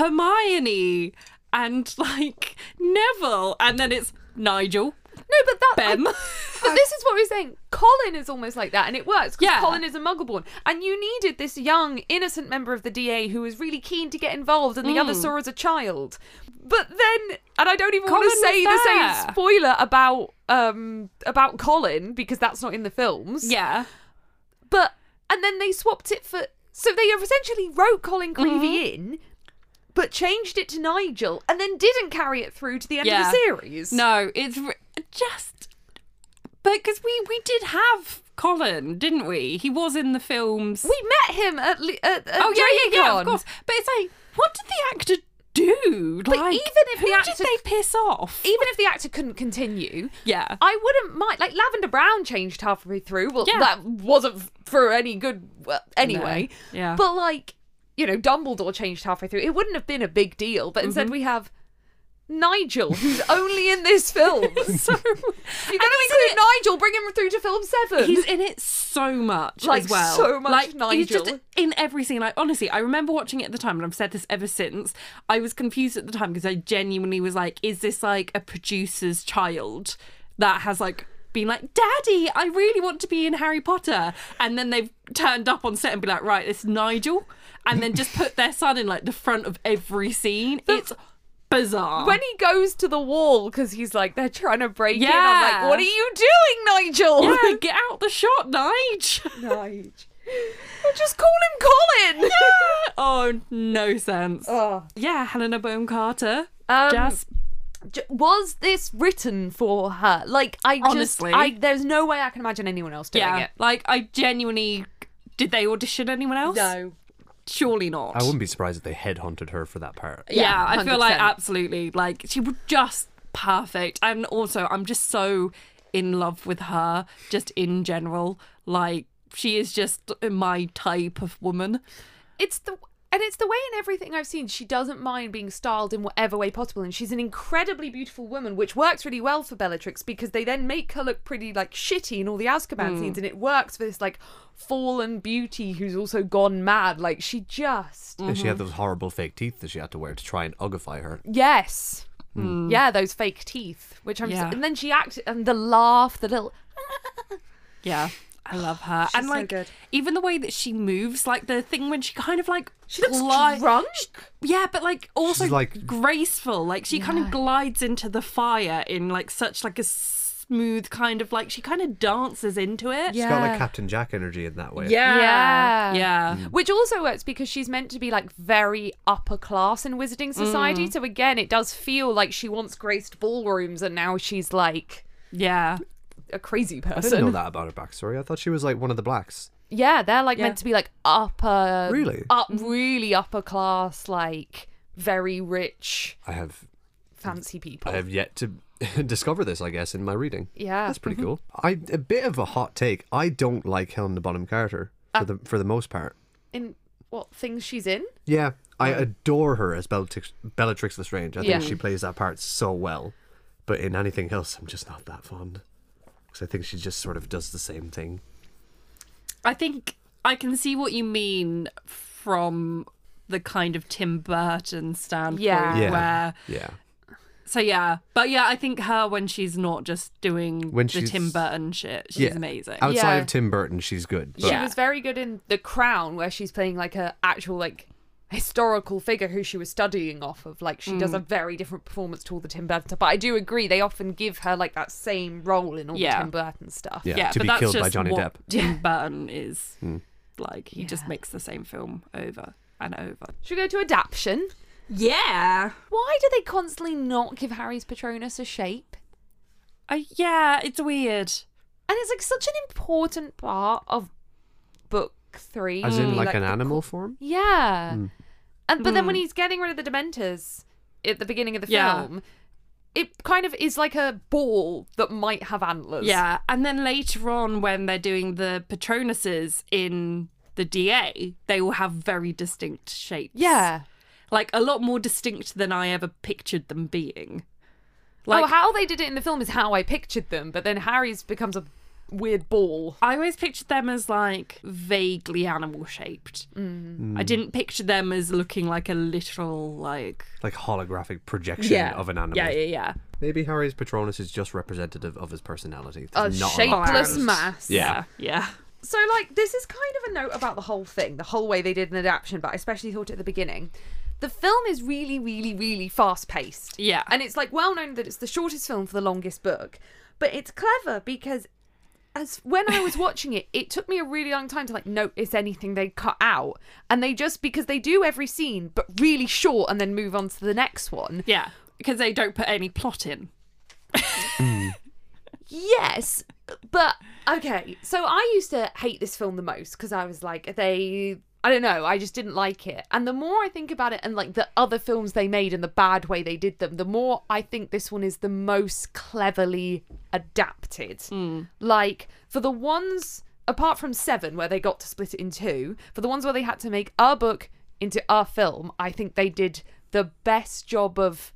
[SPEAKER 2] Hermione and like Neville, and then it's Nigel,
[SPEAKER 1] No, but that I-
[SPEAKER 2] Bem.
[SPEAKER 1] But this is what we're saying. Colin is almost like that, and it works because
[SPEAKER 2] Yeah.
[SPEAKER 1] Colin is a muggleborn, and you needed this young, innocent member of the DA who was really keen to get involved, and the other
[SPEAKER 2] Mm.
[SPEAKER 1] saw as a child. But then, and I don't even want
[SPEAKER 2] Colin
[SPEAKER 1] to say
[SPEAKER 2] was
[SPEAKER 1] the
[SPEAKER 2] there.
[SPEAKER 1] same spoiler about um about Colin because that's not in the films.
[SPEAKER 2] yeah.
[SPEAKER 1] But and then they swapped it for so they essentially wrote Colin Creevy
[SPEAKER 2] Mm-hmm.
[SPEAKER 1] in, but changed it to Nigel, and then didn't carry it through to the end
[SPEAKER 2] Yeah.
[SPEAKER 1] of the series.
[SPEAKER 2] No, it's r just because we we did have Colin, didn't we? He was in the films.
[SPEAKER 1] We met him at, le- at, at
[SPEAKER 2] oh yeah, yeah, yeah,
[SPEAKER 1] DragonCon.
[SPEAKER 2] of course. But it's like, what did the actor do?
[SPEAKER 1] But
[SPEAKER 2] like,
[SPEAKER 1] even if
[SPEAKER 2] who
[SPEAKER 1] the e actor-
[SPEAKER 2] did they piss off?
[SPEAKER 1] even if the actor couldn't continue,
[SPEAKER 2] yeah,
[SPEAKER 1] I wouldn't mind. Like Lavender Brown changed halfway through. Well,
[SPEAKER 2] Yeah.
[SPEAKER 1] that wasn't f- for any good well, anyway.
[SPEAKER 2] No. Yeah.
[SPEAKER 1] But like, you know, Dumbledore changed halfway through. It wouldn't have been a big deal. But instead,
[SPEAKER 2] Mm-hmm.
[SPEAKER 1] we have Nigel, who's only in this film. so if you're going to include Nigel, bring him through to film seven.
[SPEAKER 2] He's in it so much
[SPEAKER 1] Like,
[SPEAKER 2] as well.
[SPEAKER 1] so much
[SPEAKER 2] like, He's just
[SPEAKER 1] Nigel.
[SPEAKER 2] in every scene. Like honestly, I remember watching it at the time, and I've said this ever since. I was confused at the time because I genuinely was like, "Is this like a producer's child that has like?" Been like, Daddy, I really want to be in Harry Potter, and then they've turned up on set and be like, right, it's Nigel, and then just put their son in like the front of every scene. It's bizarre.
[SPEAKER 1] when he goes to the wall because he's like they're trying to break in. I'm
[SPEAKER 2] Yeah.
[SPEAKER 1] like, what are you doing, Nigel?
[SPEAKER 2] yeah, get out the shot, Nige.
[SPEAKER 1] Nigel. Just call him Colin.
[SPEAKER 2] oh, no sense.
[SPEAKER 1] Oh.
[SPEAKER 2] Yeah, Helena Bonham Carter.
[SPEAKER 1] Um,
[SPEAKER 2] Just
[SPEAKER 1] J- was this written for her? Like, I just,
[SPEAKER 2] Honestly.
[SPEAKER 1] I there's no way I can imagine anyone else doing
[SPEAKER 2] yeah,
[SPEAKER 1] it.
[SPEAKER 2] like I genuinely did they audition anyone else? surely not.
[SPEAKER 3] I wouldn't be surprised if they headhunted her for that part.
[SPEAKER 2] yeah,
[SPEAKER 1] Yeah,
[SPEAKER 2] I feel like
[SPEAKER 1] 100%.
[SPEAKER 2] absolutely like she was just perfect, and also I'm just so in love with her, just in general. Like she is just my type of woman.
[SPEAKER 1] it's the and it's the way in everything I've seen she doesn't mind being styled in whatever way possible, and she's an incredibly beautiful woman, which works really well for Bellatrix because they then make her look pretty like shitty in all the
[SPEAKER 2] Hmm.
[SPEAKER 1] Azkaban scenes, and it works for this like fallen beauty who's also gone mad. Like she just
[SPEAKER 3] And she had those horrible fake teeth that she had to wear to try and uggify her.
[SPEAKER 1] yes, yeah, those fake teeth, which I'm
[SPEAKER 2] Yeah.
[SPEAKER 1] and then she acted and the laugh, the little
[SPEAKER 2] Yeah. I love her. and
[SPEAKER 1] so
[SPEAKER 2] like
[SPEAKER 1] good.
[SPEAKER 2] even the way that she moves, like the thing when she kind of like
[SPEAKER 1] she looks
[SPEAKER 2] gli-
[SPEAKER 1] drunk.
[SPEAKER 2] Yeah, but like also
[SPEAKER 3] She's, like-
[SPEAKER 2] graceful. Like she kind of glides into the fire in like such like a smooth kind of like she kind of dances into it.
[SPEAKER 3] She's got like Captain Jack energy in that way.
[SPEAKER 1] Yeah.
[SPEAKER 2] Yeah.
[SPEAKER 1] Mm. Which also works because she's meant to be like very upper class in Wizarding Society. So again, it does feel like she once graced ballrooms and now she's like
[SPEAKER 2] Yeah.
[SPEAKER 1] a crazy
[SPEAKER 3] I didn't know
[SPEAKER 1] person.
[SPEAKER 3] that about her backstory. I thought she was like one of the blacks.
[SPEAKER 1] Yeah, they're like
[SPEAKER 2] Yeah.
[SPEAKER 1] meant to be like upper,
[SPEAKER 3] Really?
[SPEAKER 1] up, really upper class, like very rich,
[SPEAKER 3] I have
[SPEAKER 1] fancy people.
[SPEAKER 3] I have yet to discover this, I guess, in my reading.
[SPEAKER 1] Yeah. mm-hmm.
[SPEAKER 3] that's pretty cool. I a bit of a hot take. I don't like Helena Bonham Carter
[SPEAKER 1] Ah.
[SPEAKER 3] for the for the most part.
[SPEAKER 1] in what things she's in?
[SPEAKER 3] Yeah, I adore her as Bellatrix, Bellatrix Lestrange. I think
[SPEAKER 1] Mm-hmm. Yeah.
[SPEAKER 3] she plays that part so well. But in anything else, I'm just not that fond because I think she just sort of does the same thing.
[SPEAKER 2] I think I can see what you mean from the kind of Tim Burton standpoint
[SPEAKER 1] Yeah.
[SPEAKER 3] Yeah,
[SPEAKER 2] where
[SPEAKER 3] yeah.
[SPEAKER 2] so yeah. But yeah, I think her when she's not just doing
[SPEAKER 3] When
[SPEAKER 2] the Tim
[SPEAKER 3] she's-
[SPEAKER 2] Burton shit, she's
[SPEAKER 3] yeah.
[SPEAKER 2] amazing.
[SPEAKER 3] Outside
[SPEAKER 1] Yeah.
[SPEAKER 3] of Tim Burton, she's good. But
[SPEAKER 1] She was very good in The Crown, where she's playing like a actual like historical figure who she was studying off of. Like she
[SPEAKER 3] Mm.
[SPEAKER 1] does a very different performance to all the Tim Burton stuff. But I do agree they often give her like that same role in all
[SPEAKER 2] Yeah.
[SPEAKER 1] the Tim Burton stuff.
[SPEAKER 3] yeah,
[SPEAKER 2] yeah,
[SPEAKER 3] to
[SPEAKER 2] but
[SPEAKER 3] be
[SPEAKER 2] that's
[SPEAKER 3] killed
[SPEAKER 2] just
[SPEAKER 3] by Johnny
[SPEAKER 2] what
[SPEAKER 3] Depp. Hmm.
[SPEAKER 2] Tim Burton is like he just
[SPEAKER 1] Yeah.
[SPEAKER 2] makes the same film over and over.
[SPEAKER 1] Should we go to adaption?
[SPEAKER 2] Yeah.
[SPEAKER 1] Why do they constantly not give Harry's Patronus a shape?
[SPEAKER 2] I, Uh, yeah, it's weird.
[SPEAKER 1] And it's like such an important part of book three.
[SPEAKER 3] As
[SPEAKER 1] to
[SPEAKER 3] in
[SPEAKER 1] be,
[SPEAKER 3] like, an
[SPEAKER 1] the
[SPEAKER 3] animal form.
[SPEAKER 1] Yeah. And but then when he's getting rid of the Dementors at the beginning of the
[SPEAKER 2] Hmm. Yeah.
[SPEAKER 1] film, it kind of is like a ball that might have antlers.
[SPEAKER 2] Yeah, and then later on, when they're doing the Patronuses in the DA, they all have very distinct shapes.
[SPEAKER 1] Yeah.
[SPEAKER 2] like a lot more distinct than I ever pictured them being.
[SPEAKER 1] Like,
[SPEAKER 2] Like-
[SPEAKER 1] oh, how they did it in the film is how I pictured them, but then Harry's becomes a weird ball.
[SPEAKER 2] I always pictured them as like vaguely animal shaped.
[SPEAKER 1] Mm.
[SPEAKER 3] Hmm.
[SPEAKER 2] I didn't picture them as looking like a literal like
[SPEAKER 3] Like holographic projection
[SPEAKER 2] yeah
[SPEAKER 3] of an animal.
[SPEAKER 2] Yeah, yeah, yeah.
[SPEAKER 3] Maybe Harry's Patronus is just representative of his personality.
[SPEAKER 1] A
[SPEAKER 3] There's not lot of
[SPEAKER 1] shapeless
[SPEAKER 2] Bland.
[SPEAKER 1] mass.
[SPEAKER 3] Yeah.
[SPEAKER 2] yeah.
[SPEAKER 1] So, like, this is kind of a note about the whole thing, the whole way they did an adaptation, but I especially thought at the beginning. The film is really, really, really fast paced.
[SPEAKER 2] Yeah.
[SPEAKER 1] And it's like well known that it's the shortest film for the longest book, but it's clever because as when I was watching it, it took me a really long time to like notice anything they cut out. And they just because they do every scene but really short and then move on to the next one.
[SPEAKER 2] Yeah, because they don't put any plot in.
[SPEAKER 1] Yes, but okay. So I used to hate this film the most because I was like, they. I don't know. I just didn't like it. And the more I think about it and like the other films they made and the bad way they did them, the more I think this one is the most cleverly adapted. Like, for the ones, apart from Seven, where they got to split it in two, for the ones where they had to make our book into our film, I think they did the best job of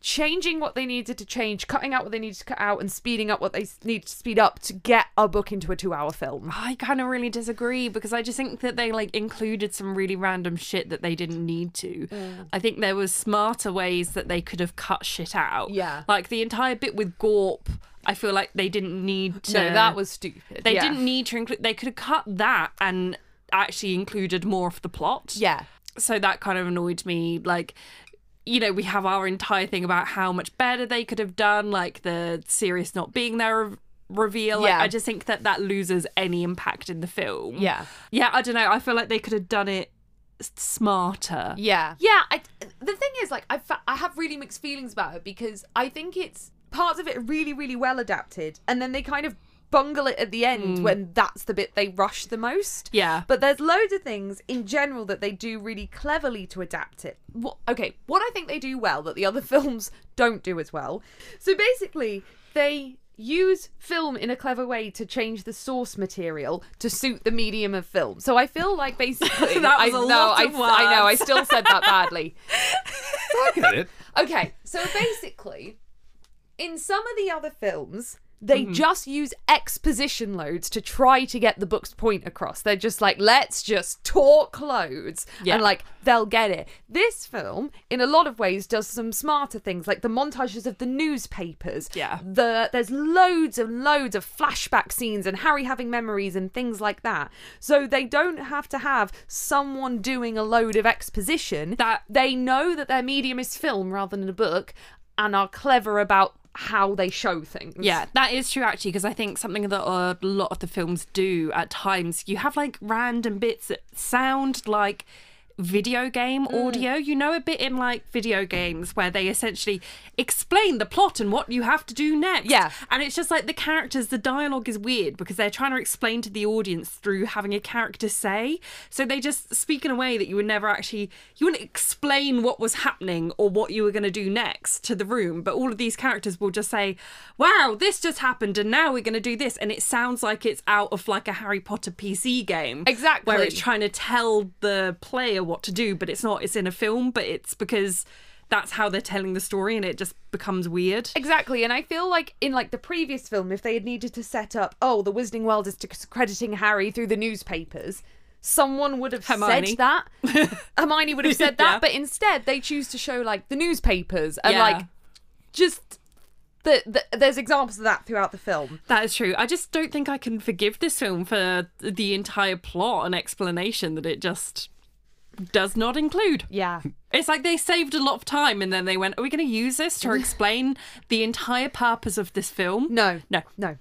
[SPEAKER 1] changing what they needed to change, cutting out what they needed to cut out, and speeding up what they s- need to speed up to get a book into a two-hour film.
[SPEAKER 2] I kind of really disagree because I just think that they like included some really random shit that they didn't need to. I think there was smarter ways that they could have cut shit out.
[SPEAKER 1] Yeah.
[SPEAKER 2] like the entire bit with Gorp. I feel like they didn't need to.
[SPEAKER 1] No, that was stupid.
[SPEAKER 2] They
[SPEAKER 1] Yeah.
[SPEAKER 2] didn't need to include. They could have cut that and actually included more of the plot.
[SPEAKER 1] Yeah.
[SPEAKER 2] So that kind of annoyed me. Like, you know, we have our entire thing about how much better they could have done, like the Sirius not being there re- reveal. Like,
[SPEAKER 1] Yeah.
[SPEAKER 2] I just think that that loses any impact in the film.
[SPEAKER 1] Yeah.
[SPEAKER 2] Yeah, I don't know. I feel like they could have done it s- smarter.
[SPEAKER 1] Yeah. Yeah. I, the thing is, like, I, fa- I have really mixed feelings about it because I think it's parts of it are really, really well adapted, and then they kind of bungle it at the end when that's the bit they rush the most.
[SPEAKER 2] Yeah.
[SPEAKER 1] But there's loads of things in general that they do really cleverly to adapt it. What, okay, what I think they do well that the other films don't do as well. So basically, they use film in a clever way to change the source material to suit the medium of film. So I feel like basically
[SPEAKER 2] That
[SPEAKER 1] I
[SPEAKER 2] was a
[SPEAKER 1] know
[SPEAKER 2] lot
[SPEAKER 1] I,
[SPEAKER 2] of
[SPEAKER 1] I know I
[SPEAKER 2] words.
[SPEAKER 1] still said that badly.
[SPEAKER 3] I get it.
[SPEAKER 1] Okay, so basically, in some of the other films, they
[SPEAKER 2] Mm-hmm.
[SPEAKER 1] just use exposition loads to try to get the book's point across. They're just like, let's just talk loads
[SPEAKER 2] Yeah.
[SPEAKER 1] and like they'll get it. This film, in a lot of ways, does some smarter things like the montages of the newspapers.
[SPEAKER 2] Yeah.
[SPEAKER 1] The there's loads and loads of flashback scenes and Harry having memories and things like that. So they don't have to have someone doing a load of exposition
[SPEAKER 2] That-
[SPEAKER 1] they know that their medium is film rather than a book and are clever about how they show things.
[SPEAKER 2] Yeah, that is true actually, because I think something that a lot of the films do at times, you have like random bits that sound like video game audio. You know, a bit in like video games where they essentially explain the plot and what you have to do next.
[SPEAKER 1] Yeah.
[SPEAKER 2] And it's just like the characters, the dialogue is weird because they're trying to explain to the audience through having a character say. So they just speak in a way that you would never actually, you wouldn't explain what was happening or what you were going to do next to the room. But all of these characters will just say, wow, this just happened and now we're going to do this. And it sounds like it's out of like a Harry Potter PC game.
[SPEAKER 1] Exactly.
[SPEAKER 2] Where it's trying to tell the player what to do, but it's not, it's in a film, but it's because. That's how they're telling the story, and it just becomes weird.
[SPEAKER 1] Exactly, and I feel like in like the previous film, if they had needed to set up, oh, the Wizarding World is discrediting Harry through the newspapers, someone would have
[SPEAKER 2] Hermione.
[SPEAKER 1] said that. Hermione would have said that,
[SPEAKER 2] Yeah.
[SPEAKER 1] but instead they choose to show like the newspapers and
[SPEAKER 2] Yeah.
[SPEAKER 1] like just the, the there's examples of that throughout the film.
[SPEAKER 2] That is true. I just don't think I can forgive this film for the entire plot and explanation that it just does not include.
[SPEAKER 1] Yeah,
[SPEAKER 2] It's like they saved a lot of time and then they went, Are we going to use this to explain the entire purpose of this film?
[SPEAKER 1] no,
[SPEAKER 2] No.
[SPEAKER 1] no.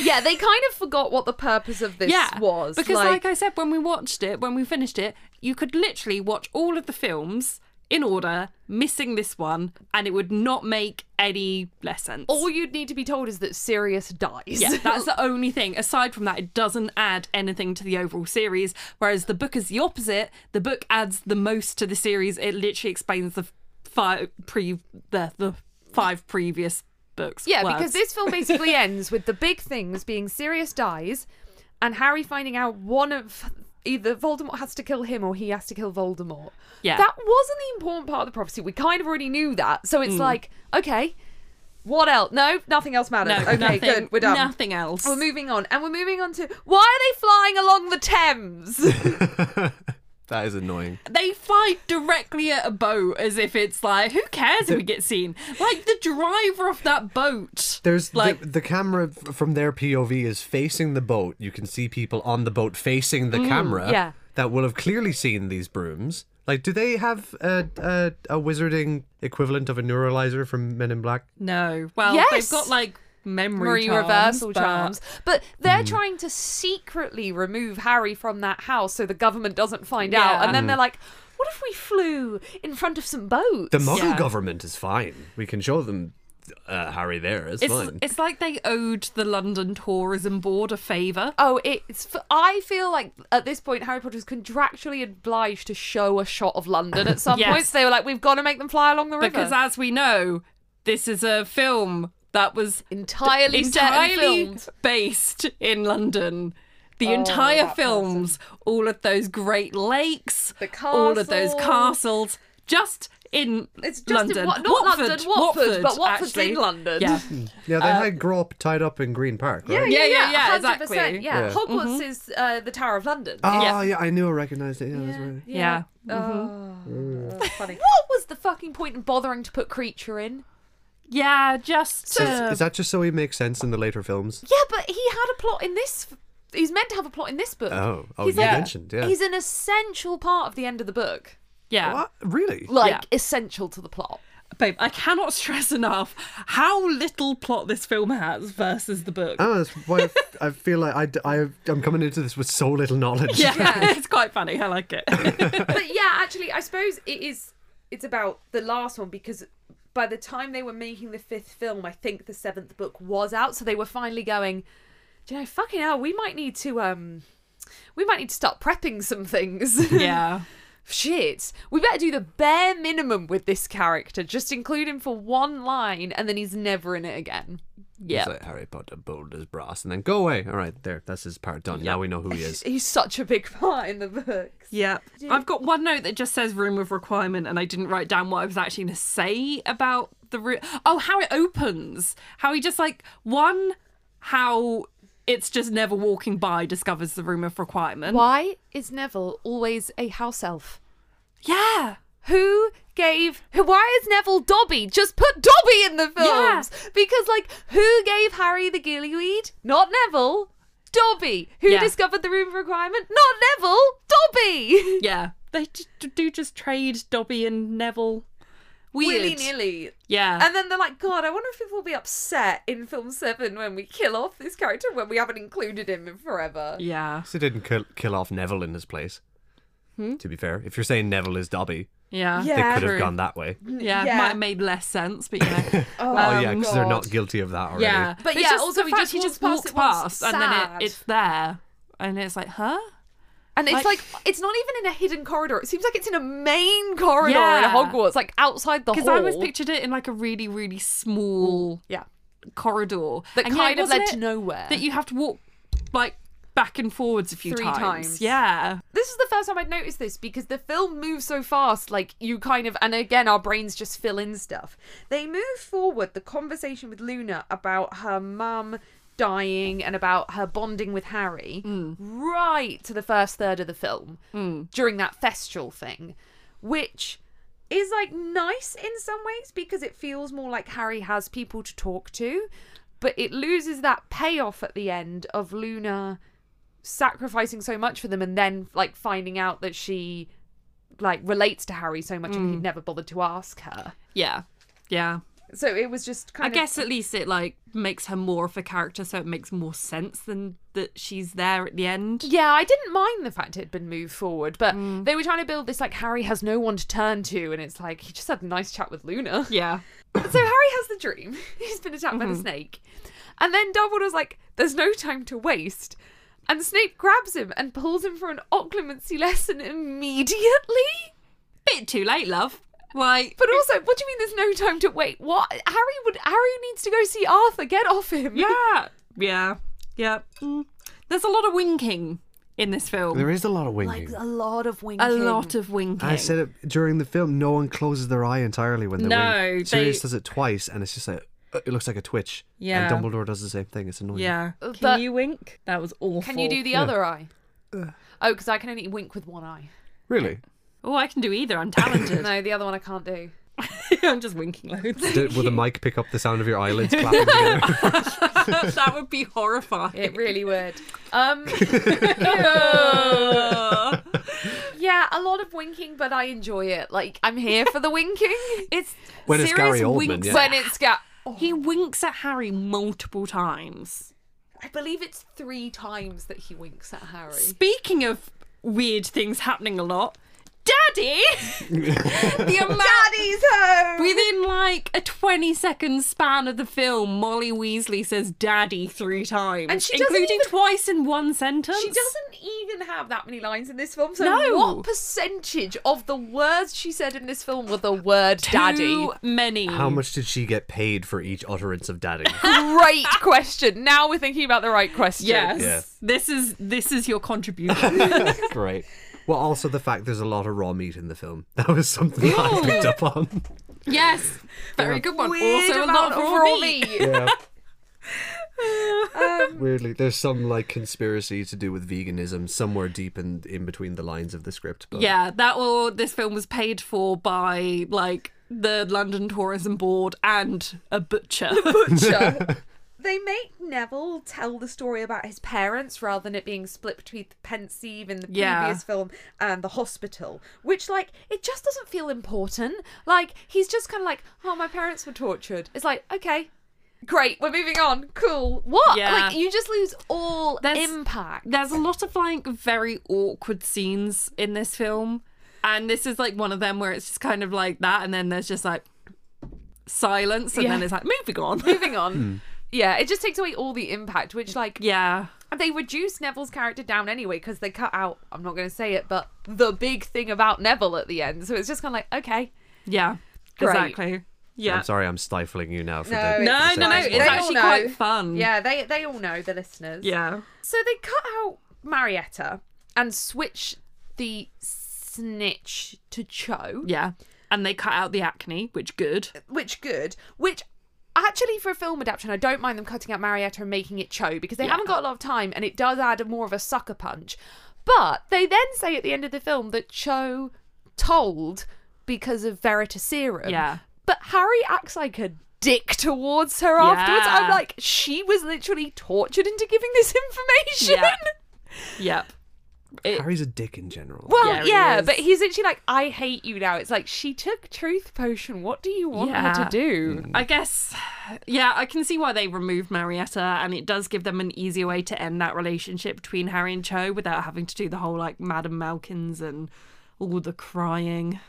[SPEAKER 1] yeah, they kind of forgot what the purpose of this
[SPEAKER 2] Yeah.
[SPEAKER 1] was
[SPEAKER 2] Because, like... I said, when we watched it, when we finished it, you could literally watch all of the films in order, missing this one, and it would not make any less sense.
[SPEAKER 1] all you'd need to be told is that Sirius dies.
[SPEAKER 2] Yeah, that's the only thing. Aside from that, it doesn't add anything to the overall series. Whereas the book is the opposite. The book adds the most to the series. It literally explains the five pre the the five previous books.
[SPEAKER 1] Yeah,
[SPEAKER 2] worth.
[SPEAKER 1] because this film basically ends with the big things being Sirius dies, and Harry finding out one of either Voldemort has to kill him or he has to kill Voldemort.
[SPEAKER 2] Yeah.
[SPEAKER 1] that wasn't the important part of the prophecy. We kind of already knew that, so it's
[SPEAKER 2] Mm.
[SPEAKER 1] like okay, what else? No, nothing else matters.
[SPEAKER 2] no,
[SPEAKER 1] okay,
[SPEAKER 2] nothing,
[SPEAKER 1] good, we're done.
[SPEAKER 2] Nothing else.
[SPEAKER 1] We're moving on, and we're moving on to why are they flying along the Thames?
[SPEAKER 3] That is annoying.
[SPEAKER 2] they fly directly at a boat as if it's like, who cares if we get seen? Like the driver of that boat.
[SPEAKER 3] There's
[SPEAKER 2] like
[SPEAKER 3] the, the camera f- from their POV is facing the boat. You can see people on the boat facing
[SPEAKER 2] Mm,
[SPEAKER 3] the camera.
[SPEAKER 1] yeah.
[SPEAKER 3] That will have clearly seen these brooms. Like, do they have a, a, a wizarding equivalent of a neuralizer from Men in Black?
[SPEAKER 2] no. Well,
[SPEAKER 1] Yes.
[SPEAKER 2] they've got like
[SPEAKER 1] memory
[SPEAKER 2] memory charms,
[SPEAKER 1] reversal
[SPEAKER 2] but-
[SPEAKER 1] charms. But they're trying to secretly remove Harry from that house so the government doesn't find out.
[SPEAKER 2] Yeah.
[SPEAKER 1] And then they're like, what if we flew in front of some boats?
[SPEAKER 3] The Muggle
[SPEAKER 2] Yeah.
[SPEAKER 3] government is fine. We can show them uh, Harry there. It's,
[SPEAKER 2] It's,
[SPEAKER 3] fine.
[SPEAKER 2] it's like they owed the London Tourism Board a favour.
[SPEAKER 1] Oh, it's. f- I feel like at this point Harry Potter is contractually obliged to show a shot of London at some
[SPEAKER 2] Yes.
[SPEAKER 1] point. So they were like, "We've got to make them fly along the river."
[SPEAKER 2] Because as we know, this is a film that was
[SPEAKER 1] entirely, set and
[SPEAKER 2] entirely
[SPEAKER 1] filmed. Oh,
[SPEAKER 2] based in London. The entire films, all of those Great Lakes,
[SPEAKER 1] The
[SPEAKER 2] all of those
[SPEAKER 1] castle.
[SPEAKER 2] castles, just in
[SPEAKER 1] It's just in
[SPEAKER 2] London,
[SPEAKER 1] Wa- not
[SPEAKER 2] Watford,
[SPEAKER 1] London, Watford, but Watford's
[SPEAKER 2] actually.
[SPEAKER 1] in London.
[SPEAKER 2] Yeah,
[SPEAKER 3] yeah, they had Grop tied up in Green Park, right?
[SPEAKER 2] uh, yeah, yeah, yeah, Mm-hmm.
[SPEAKER 1] 100%,
[SPEAKER 2] exactly.
[SPEAKER 1] Yeah,
[SPEAKER 3] Yeah.
[SPEAKER 1] Hogwarts is uh, the Tower of London.
[SPEAKER 3] Oh,
[SPEAKER 2] Yeah.
[SPEAKER 3] yeah. I knew I recognized it. Yeah, that's right.
[SPEAKER 2] Yeah.
[SPEAKER 3] Mm.
[SPEAKER 1] Oh, funny. What was the fucking point in bothering to put creature in?
[SPEAKER 2] yeah, just
[SPEAKER 3] So
[SPEAKER 2] uh,
[SPEAKER 3] is, is that just so he makes sense in the later films?
[SPEAKER 1] Yeah, but he had a plot in this. He's meant to have a plot in this book.
[SPEAKER 3] Oh, oh,
[SPEAKER 1] he's
[SPEAKER 3] you
[SPEAKER 1] like,
[SPEAKER 3] mentioned, yeah.
[SPEAKER 1] He's an essential part of the end of the book.
[SPEAKER 2] yeah.
[SPEAKER 3] What? Really?
[SPEAKER 1] Like,
[SPEAKER 2] Yeah.
[SPEAKER 1] essential to the plot.
[SPEAKER 2] Babe, I cannot stress enough how little plot this film has versus the book.
[SPEAKER 3] Oh, that's why I f- I feel like I, d- I, am coming into this with so little knowledge.
[SPEAKER 2] yeah, it's quite funny. I like it.
[SPEAKER 1] but yeah, actually, I suppose it is. It's about the last one because by the time they were making the fifth film, I think the seventh book was out, so they were finally going. Do you know, fucking hell, we might need to um, we might need to start prepping some things.
[SPEAKER 2] yeah.
[SPEAKER 1] Shit, we better do the bare minimum with this character. Just include him for one line, and then he's never in it again.
[SPEAKER 3] It's
[SPEAKER 2] Yeah.
[SPEAKER 3] like Harry Potter, bold as brass, and then go away. All right, there, that's his part done. Now we know who he is.
[SPEAKER 1] He's such a big part in the books.
[SPEAKER 2] Yep. I've got one note that just says room of requirement, and I didn't write down what I was actually going to say about the room. Oh, how it opens. How he just like, one, how it's just never walking by discovers the room of requirement.
[SPEAKER 1] Why is Neville always a house elf?
[SPEAKER 2] Yeah.
[SPEAKER 1] Who gave? Who? Why is Neville Dobby? Just put Dobby in the films because, like, who gave Harry the gillyweed? Not Neville. Dobby. Who
[SPEAKER 2] Yeah.
[SPEAKER 1] discovered the room requirement? Not Neville. Dobby.
[SPEAKER 2] Yeah. They j- d- do just trade Dobby and Neville. Weird.
[SPEAKER 1] Willy nilly.
[SPEAKER 2] Yeah.
[SPEAKER 1] And then they're like, God, I wonder if people will be upset in film seven when we kill off this character when we haven't included him in forever.
[SPEAKER 2] yeah.
[SPEAKER 3] So didn't kill, kill off Neville in his place. To be fair, if you're saying Neville is Dobby,
[SPEAKER 2] Hmm? Yeah. Um,
[SPEAKER 1] Yeah.
[SPEAKER 3] they could have
[SPEAKER 2] True.
[SPEAKER 3] gone that way.
[SPEAKER 2] Yeah.
[SPEAKER 1] Yeah.
[SPEAKER 2] Might have made less sense, but yeah.
[SPEAKER 1] Oh,
[SPEAKER 3] oh yeah, because they're not
[SPEAKER 1] God.
[SPEAKER 3] guilty of that already.
[SPEAKER 2] yeah.
[SPEAKER 1] But
[SPEAKER 2] It's
[SPEAKER 1] yeah,
[SPEAKER 2] just
[SPEAKER 1] also the
[SPEAKER 2] the fact
[SPEAKER 1] fact he just walked past
[SPEAKER 2] and then
[SPEAKER 1] sad.
[SPEAKER 2] it, it's there. And it's like, huh?
[SPEAKER 1] And it's like,
[SPEAKER 2] Like-
[SPEAKER 1] it's not even in a hidden corridor. It seems like it's in a main corridor in
[SPEAKER 2] Yeah.
[SPEAKER 1] Hogwarts, like outside the hall.
[SPEAKER 2] Because I always pictured it in like a really, really small
[SPEAKER 1] yeah,
[SPEAKER 2] corridor
[SPEAKER 1] that
[SPEAKER 2] And yeah,
[SPEAKER 1] kind of
[SPEAKER 2] wasn't
[SPEAKER 1] led
[SPEAKER 2] it
[SPEAKER 1] to nowhere.
[SPEAKER 2] That you have to walk like back and forwards a few
[SPEAKER 1] Three
[SPEAKER 2] times.
[SPEAKER 1] times.
[SPEAKER 2] Yeah,
[SPEAKER 1] this is the first time I'd noticed this because the film moves so fast, like you kind of, and again, our brains just fill in stuff. They move forward the conversation with Luna about her mum dying and about her bonding with Harry right to the first third of the film during that festival thing, which is like nice in some ways because it feels more like Harry has people to talk to, but it loses that payoff at the end of Luna sacrificing so much for them and then like finding out that she like relates to Harry so much and he'd never bothered to ask her.
[SPEAKER 2] yeah, yeah.
[SPEAKER 1] So it was just
[SPEAKER 2] I
[SPEAKER 1] kind of
[SPEAKER 2] guess at least it like makes her more of a character, so it makes more sense than that she's there at the end.
[SPEAKER 1] yeah, I didn't mind the fact it had been moved forward, but they were trying to build this like Harry has no one to turn to, and it's like he just had a nice chat with Luna.
[SPEAKER 2] Yeah,
[SPEAKER 1] so Harry has the dream. He's been attacked by the snake. And then Dumbledore's like, there's no time to waste. And Snape grabs him and pulls him for an occlumency lesson immediately.
[SPEAKER 2] bit too late, love. Like,
[SPEAKER 1] But also, what do you mean there's no time to wait? What Harry would Harry needs to go see Arthur. Get off him.
[SPEAKER 2] yeah, yeah, yeah. Mm. There's a lot of winking in this film.
[SPEAKER 3] There is a lot of
[SPEAKER 1] Like
[SPEAKER 3] winking.
[SPEAKER 1] a lot of winking.
[SPEAKER 2] a lot of winking.
[SPEAKER 3] I said it during the film. No one closes their eye entirely when they
[SPEAKER 2] No,
[SPEAKER 3] wink.
[SPEAKER 2] they-
[SPEAKER 3] Sirius does it twice, and it's just like uh, it looks like a twitch.
[SPEAKER 2] Yeah.
[SPEAKER 3] And Dumbledore does the same thing. It's annoying.
[SPEAKER 2] Yeah.
[SPEAKER 1] Uh,
[SPEAKER 2] Can
[SPEAKER 1] but-
[SPEAKER 2] you wink? That was awful.
[SPEAKER 1] Can you do the other eye? Oh, because I can only wink with one eye.
[SPEAKER 3] Really?
[SPEAKER 2] Oh, I can do either. I'm talented.
[SPEAKER 1] No, the other one I can't do.
[SPEAKER 2] I'm just winking loads.
[SPEAKER 3] Did, will the mic pick up the sound of your eyelids clapping together?
[SPEAKER 2] that would be horrifying.
[SPEAKER 1] It really would. Um,
[SPEAKER 2] Uh,
[SPEAKER 1] yeah, a lot of winking, but I enjoy it. Like I'm here for the winking.
[SPEAKER 2] it's
[SPEAKER 3] When it's
[SPEAKER 2] Sirius
[SPEAKER 3] Gary Oldman,
[SPEAKER 2] winks
[SPEAKER 3] yeah.
[SPEAKER 2] at-
[SPEAKER 1] When it's got,
[SPEAKER 2] he winks at Harry multiple times.
[SPEAKER 1] I believe it's three times that he winks at Harry.
[SPEAKER 2] Speaking of weird things happening a lot, Daddy, the amount
[SPEAKER 1] Daddy's home.
[SPEAKER 2] within like a twenty-second span of the film, Molly Weasley says "Daddy" three times,
[SPEAKER 1] And she doesn't
[SPEAKER 2] including
[SPEAKER 1] even-
[SPEAKER 2] twice in one sentence.
[SPEAKER 1] She doesn't even have that many lines in this film. So
[SPEAKER 2] No.
[SPEAKER 1] what percentage of the words she said in this film were the word daddy?
[SPEAKER 2] Too many.
[SPEAKER 3] How much did she get paid for each utterance of daddy?
[SPEAKER 1] Great question. Now we're thinking about the right question.
[SPEAKER 2] Yes.
[SPEAKER 3] Yeah.
[SPEAKER 2] This is this is your contribution.
[SPEAKER 3] Great. Well, also the fact there's a lot of raw meat in the film. That was something I picked up on.
[SPEAKER 2] yes. Very good one.
[SPEAKER 1] Weird
[SPEAKER 2] also a lot
[SPEAKER 1] amount
[SPEAKER 2] of
[SPEAKER 1] of
[SPEAKER 2] raw meat.
[SPEAKER 3] Yeah.
[SPEAKER 2] Um,
[SPEAKER 3] Weirdly, there's some like conspiracy to do with veganism somewhere deep in in between the lines of the script. But
[SPEAKER 2] Yeah, that or this film was paid for by like the London Tourism Board and a butcher.
[SPEAKER 1] Sure. They make Neville tell the story about his parents rather than it being split between the pensieve in the
[SPEAKER 2] Yeah.
[SPEAKER 1] previous film and the hospital, which, like, it just doesn't feel important. Like, he's just kind of like, oh, my parents were tortured. It's like, okay, great, we're moving on. Cool. What?
[SPEAKER 2] Yeah.
[SPEAKER 1] Like, you just lose all
[SPEAKER 2] There's-
[SPEAKER 1] impact.
[SPEAKER 2] There's a lot of like very awkward scenes in this film, and this is like one of them where it's just kind of like that, and then there's just like silence, and then
[SPEAKER 1] Yeah.
[SPEAKER 2] it's like moving on.
[SPEAKER 1] Moving on. Yeah, it just takes away all the impact, which, like,
[SPEAKER 2] yeah.
[SPEAKER 1] they reduce Neville's character down anyway because they cut out, I'm not going to say it, but the big thing about Neville at the end. So it's just kind of like, okay.
[SPEAKER 2] Yeah.
[SPEAKER 1] Great.
[SPEAKER 2] Exactly. Yeah.
[SPEAKER 3] I'm sorry, I'm stifling you now. For
[SPEAKER 1] No,
[SPEAKER 3] the,
[SPEAKER 1] it's
[SPEAKER 2] No,
[SPEAKER 1] Sorry.
[SPEAKER 2] no, no.
[SPEAKER 1] They
[SPEAKER 2] It's
[SPEAKER 1] all
[SPEAKER 2] actually
[SPEAKER 1] know.
[SPEAKER 2] quite fun.
[SPEAKER 1] Yeah, they they all know the listeners.
[SPEAKER 2] Yeah.
[SPEAKER 1] So they cut out Marietta and switch the snitch to Cho,
[SPEAKER 2] Yeah. And they cut out the acne, which good.
[SPEAKER 1] which good, which actually for a film adaptation I don't mind them cutting out Marietta and making it Cho because they haven't got a lot of time and it does add more of a sucker punch. But they then say at the end of the film that Cho told because of Veritaserum.
[SPEAKER 2] Yeah.
[SPEAKER 1] But Harry acts like a dick towards her afterwards.
[SPEAKER 2] Yeah.
[SPEAKER 1] I'm like, she was literally tortured into giving this information.
[SPEAKER 2] Yeah. Yep.
[SPEAKER 3] Harry's a dick in general.
[SPEAKER 1] Well,
[SPEAKER 2] Yeah,
[SPEAKER 1] yeah,
[SPEAKER 2] he is.
[SPEAKER 1] but he's literally like, I hate you now. It's like, she took truth potion. What do you want her
[SPEAKER 2] Yeah. Mm.
[SPEAKER 1] to do?
[SPEAKER 2] I guess, yeah, I can see why they removed Marietta, and it does give them an easier way to end that relationship between Harry and Cho without having to do the whole like Madame Malkins and all the crying.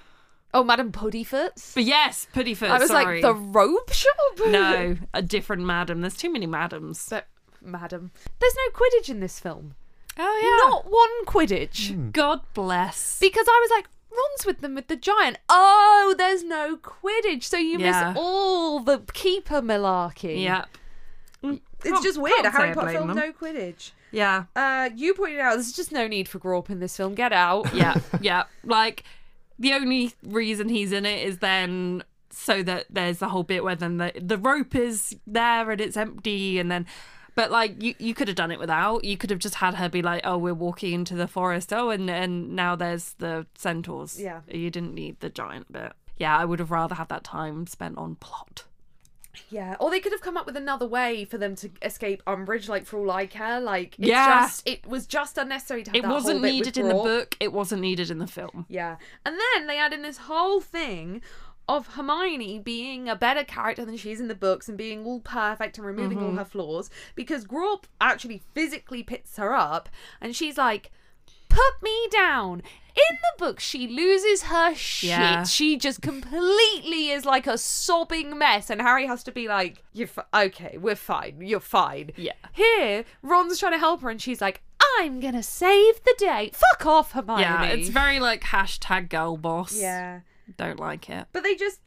[SPEAKER 1] Oh, Madam Puddyfoots?
[SPEAKER 2] But yes, Puddyfoot.
[SPEAKER 1] I was like,
[SPEAKER 2] sorry.
[SPEAKER 1] the robe shop?
[SPEAKER 2] no, a different Madam. There's too many Madams.
[SPEAKER 1] But, Madam, there's no Quidditch in this film.
[SPEAKER 2] Oh
[SPEAKER 1] Not one Quidditch.
[SPEAKER 2] yeah. God bless.
[SPEAKER 1] Because I was like, Ron's with them with the giant. Oh, there's no Quidditch. So you
[SPEAKER 2] Yeah.
[SPEAKER 1] miss all the keeper malarkey.
[SPEAKER 2] Yep.
[SPEAKER 1] Mm, It's
[SPEAKER 2] Can't-
[SPEAKER 1] just weird. A
[SPEAKER 2] can't say I
[SPEAKER 1] Harry Potter
[SPEAKER 2] blame
[SPEAKER 1] film,
[SPEAKER 2] them.
[SPEAKER 1] no Quidditch.
[SPEAKER 2] Yeah.
[SPEAKER 1] Uh, you pointed out there's just no need for Grawp in this film. Get out.
[SPEAKER 2] yeah, yeah. Like the only reason he's in it is then so that there's the whole bit where then the the rope is there and it's empty and then but like you, you could have done it without. You could have just had her be like, "Oh, we're walking into the forest. Oh, and and now there's the centaurs."
[SPEAKER 1] Yeah.
[SPEAKER 2] you didn't need the giant bit. Yeah, I would have rather had that time spent on plot.
[SPEAKER 1] Yeah, or they could have come up with another way for them to escape Umbridge. Like for all I care, like it's
[SPEAKER 2] Yeah.
[SPEAKER 1] just it was just unnecessary to have
[SPEAKER 2] It
[SPEAKER 1] that whole
[SPEAKER 2] wasn't
[SPEAKER 1] bit with
[SPEAKER 2] needed in the
[SPEAKER 1] Grawp.
[SPEAKER 2] book. It wasn't needed in the film.
[SPEAKER 1] Yeah, and then they add in this whole thing of Hermione being a better character than she is in the books and being all perfect and removing
[SPEAKER 2] Mm-hmm.
[SPEAKER 1] all her flaws because Grawp actually physically picks her up, and she's like, "Put me down." In the book, she loses her shit.
[SPEAKER 2] Yeah.
[SPEAKER 1] She just completely is like a sobbing mess, and Harry has to be like, "You're f- okay. We're fine. You're fine."
[SPEAKER 2] Yeah.
[SPEAKER 1] Here, Ron's trying to help her, and she's like, "I'm gonna save the day. Fuck off, Hermione."
[SPEAKER 2] Yeah, it's very like hashtag girl boss.
[SPEAKER 1] Yeah.
[SPEAKER 2] Don't like it.
[SPEAKER 1] But they just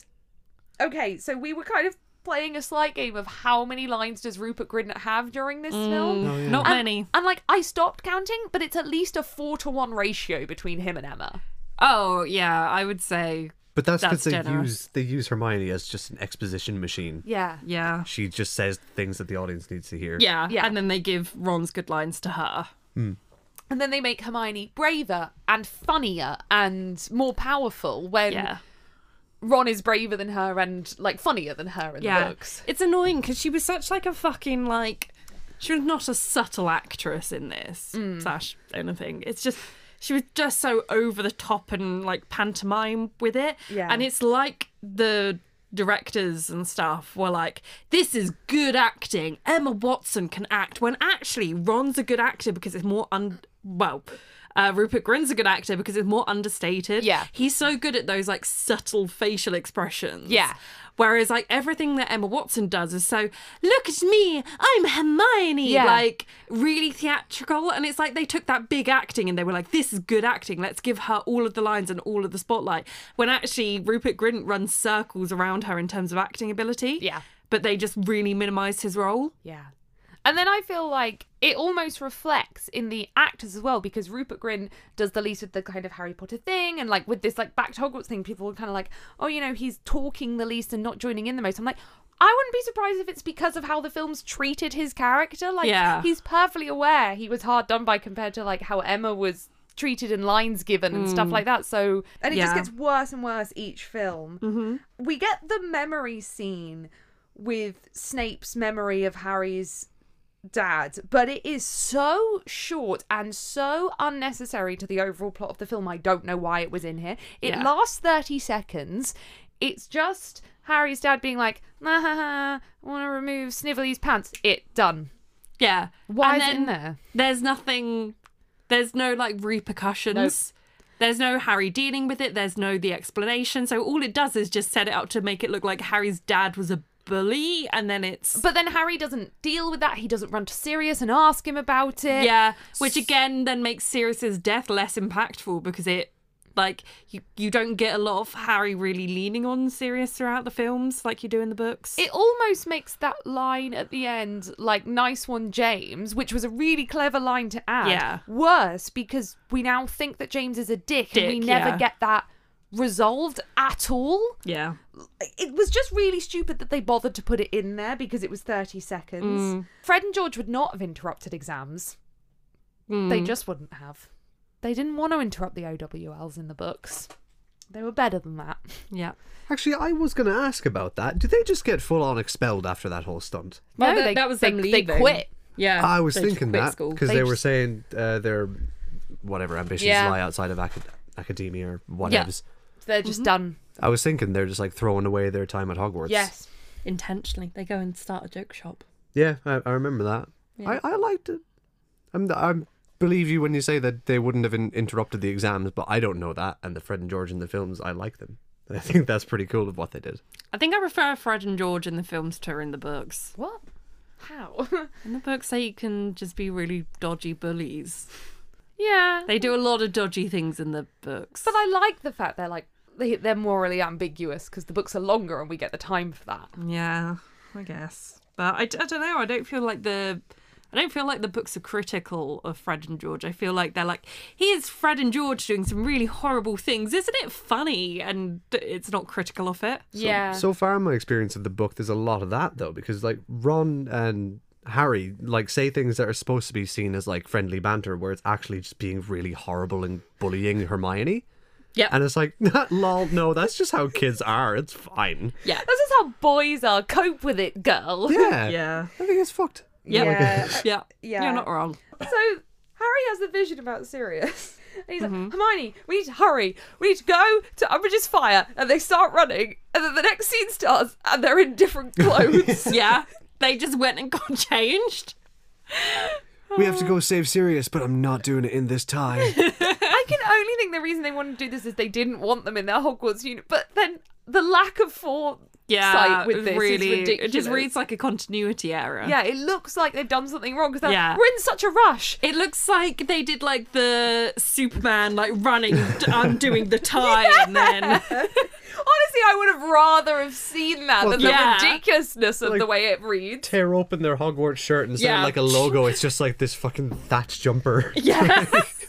[SPEAKER 1] okay. So we were kind of playing a slight game of how many lines does Rupert Grint have during this film?
[SPEAKER 3] Oh, yeah.
[SPEAKER 2] Not
[SPEAKER 1] And-
[SPEAKER 2] many.
[SPEAKER 1] And like I stopped counting, but it's at least a four to one ratio between him and Emma.
[SPEAKER 2] Oh yeah, I would say
[SPEAKER 3] But that's
[SPEAKER 2] That's
[SPEAKER 3] because they
[SPEAKER 2] generous.
[SPEAKER 3] use they use Hermione as just an exposition machine.
[SPEAKER 1] Yeah.
[SPEAKER 2] yeah.
[SPEAKER 3] She just says things that the audience needs to hear.
[SPEAKER 2] Yeah,
[SPEAKER 1] Yeah.
[SPEAKER 2] and then they give Ron's good lines to her.
[SPEAKER 1] And then they make Hermione braver and funnier and more powerful when
[SPEAKER 2] Yeah.
[SPEAKER 1] Ron is braver than her and like funnier than her in the books.
[SPEAKER 2] It's annoying because she was such like a fucking like she was not a subtle actress in this
[SPEAKER 1] Mm.
[SPEAKER 2] slash anything. It's just she was just so over the top and like pantomime with it.
[SPEAKER 1] Yeah.
[SPEAKER 2] And it's like the directors and stuff were like, this is good acting. Emma Watson can act when actually Ron's a good actor because it's more un well. Uh, Rupert Grin's a good actor because it's more understated.
[SPEAKER 1] Yeah.
[SPEAKER 2] He's so good at those like subtle facial expressions.
[SPEAKER 1] Yeah.
[SPEAKER 2] Whereas like everything that Emma Watson does is so look at me, I'm Hermione,
[SPEAKER 1] Yeah.
[SPEAKER 2] like really theatrical, and it's like they took that big acting and they were like, this is good acting. Let's give her all of the lines and all of the spotlight. When actually Rupert Grint runs circles around her in terms of acting ability.
[SPEAKER 1] Yeah.
[SPEAKER 2] But they just really minimised his role.
[SPEAKER 1] Yeah. And then I feel like it almost reflects in the actors as well because Rupert Grint does the least with the kind of Harry Potter thing and like with this like back to Hogwarts thing, people were kind of like, oh, you know, he's talking the least and not joining in the most. I'm like, I wouldn't be surprised if it's because of how the films treated his character. Like,
[SPEAKER 2] Yeah.
[SPEAKER 1] he's perfectly aware he was hard done by compared to like how Emma was treated and lines given and stuff like that. So, and it just
[SPEAKER 2] Mm. Yeah. Mm-hmm.
[SPEAKER 1] gets worse and worse each film. We get the memory scene with Snape's memory of Harry's dad, but it is so short and so unnecessary to the overall plot of the film. I don't know why it was in here. It
[SPEAKER 2] Yeah.
[SPEAKER 1] lasts 30 seconds. It's just Harry's dad being like, nah, ha, ha, I want to remove Snively's pants. It done.
[SPEAKER 2] Yeah.
[SPEAKER 1] Why
[SPEAKER 2] And
[SPEAKER 1] is it in
[SPEAKER 2] then
[SPEAKER 1] there?
[SPEAKER 2] There's nothing there's no like repercussions. There's no Harry dealing with it. There's no the explanation. So all it does is just set it up to make it look like Harry's dad was a bully, and then it's
[SPEAKER 1] But then Harry doesn't deal with that. He doesn't run to Sirius and ask him about it.
[SPEAKER 2] yeah, which again then makes Sirius's death less impactful because it like you you don't get a lot of Harry really leaning on Sirius throughout the films like you do in the books.
[SPEAKER 1] It almost makes that line at the end, like "nice one, James," which was a really clever line to add.
[SPEAKER 2] Yeah.
[SPEAKER 1] Worse because we now think that James is a dick, and we
[SPEAKER 2] Dick,
[SPEAKER 1] never
[SPEAKER 2] yeah.
[SPEAKER 1] get that resolved at all.
[SPEAKER 2] yeah.
[SPEAKER 1] It was just really stupid that they bothered to put it in there because it was thirty seconds. Fred and George would not have interrupted exams. They just wouldn't have. They didn't want to interrupt the OWLs in the books. They were better than that.
[SPEAKER 2] Yeah.
[SPEAKER 3] Actually, I was going to ask about that. Did they just get full on expelled after that whole stunt?
[SPEAKER 2] Well,
[SPEAKER 1] no,
[SPEAKER 2] that-
[SPEAKER 1] they,
[SPEAKER 2] that was
[SPEAKER 1] they,
[SPEAKER 2] them
[SPEAKER 1] They
[SPEAKER 2] leaving.
[SPEAKER 1] quit.
[SPEAKER 2] Yeah.
[SPEAKER 3] I was
[SPEAKER 2] They just
[SPEAKER 3] thinking
[SPEAKER 2] quit
[SPEAKER 3] that
[SPEAKER 2] school.
[SPEAKER 3] because
[SPEAKER 1] They
[SPEAKER 3] they, were
[SPEAKER 1] just-
[SPEAKER 3] saying uh, their whatever ambitions
[SPEAKER 1] Yeah.
[SPEAKER 3] lie outside of acad- academia or whatevs.
[SPEAKER 1] They're just done.
[SPEAKER 3] I was thinking they're just like throwing away their time at Hogwarts.
[SPEAKER 1] Yes.
[SPEAKER 2] intentionally. They go and start a joke shop.
[SPEAKER 3] Yeah, I, I remember that. I, I liked it. I'm, I believe you when you say that they wouldn't have in, interrupted the exams, but I don't know that. And the Fred and George in the films, I like them. I think that's pretty cool of what they did.
[SPEAKER 2] I think I prefer Fred and George in the films to in the books.
[SPEAKER 1] What? How?
[SPEAKER 2] In the books, they can just be really dodgy bullies.
[SPEAKER 1] yeah.
[SPEAKER 2] They do a lot of dodgy things in the books.
[SPEAKER 1] But I like the fact they're like they- they're morally ambiguous because the books are longer and we get the time for that.
[SPEAKER 2] Yeah, I guess. But I, don't know. I don't feel like the. I don't feel like the books are critical of Fred and George. I feel like they're like, here's Fred and George doing some really horrible things. Isn't it funny? And it's not critical of it.
[SPEAKER 3] So,
[SPEAKER 1] Uh.
[SPEAKER 3] So far, in my experience of the book, there's a lot of that though, because like Ron and Harry like say things that are supposed to be seen as like friendly banter, where it's actually just being really horrible and bullying Hermione.
[SPEAKER 2] Yeah.
[SPEAKER 3] And it's like, lol, no, that's just how kids are. It's fine.
[SPEAKER 2] Yeah.
[SPEAKER 1] This is how boys are. Cope with it, girl.
[SPEAKER 3] Yeah.
[SPEAKER 2] Yeah.
[SPEAKER 3] I think it's fucked.
[SPEAKER 2] Yeah.
[SPEAKER 1] Yeah.
[SPEAKER 2] Yeah.
[SPEAKER 1] Yeah.
[SPEAKER 2] You're not wrong.
[SPEAKER 1] So Harry has the vision about Sirius. And he's
[SPEAKER 2] Mm-hmm.
[SPEAKER 1] like, Hermione, we need to hurry. We need to go to Umbridge's fire. And they start running. And then the next scene starts and they're in different clothes.
[SPEAKER 2] Yeah. They just went and got changed.
[SPEAKER 3] We have to go save Sirius, but I'm not doing it in this tie.
[SPEAKER 1] I can only think the reason they want to do this is they didn't want them in their Hogwarts unit. But then the lack of foresight
[SPEAKER 2] Yeah.
[SPEAKER 1] with this
[SPEAKER 2] really.
[SPEAKER 1] is ridiculous.
[SPEAKER 2] It just reads like a continuity error.
[SPEAKER 1] Yeah, it looks like they've done something wrong because
[SPEAKER 2] Yeah.
[SPEAKER 1] we're in such a rush.
[SPEAKER 2] It looks like they did um, like the Superman like running, d- undoing the tie, and then
[SPEAKER 1] Honestly, I would have rather have seen that
[SPEAKER 3] Well,
[SPEAKER 1] than
[SPEAKER 2] yeah.
[SPEAKER 1] the ridiculousness of
[SPEAKER 3] Like-
[SPEAKER 1] the way it reads.
[SPEAKER 3] Tear open their Hogwarts shirt and instead of
[SPEAKER 2] Yeah.
[SPEAKER 3] like a logo, it's just like this fucking thatch jumper.
[SPEAKER 1] Yes.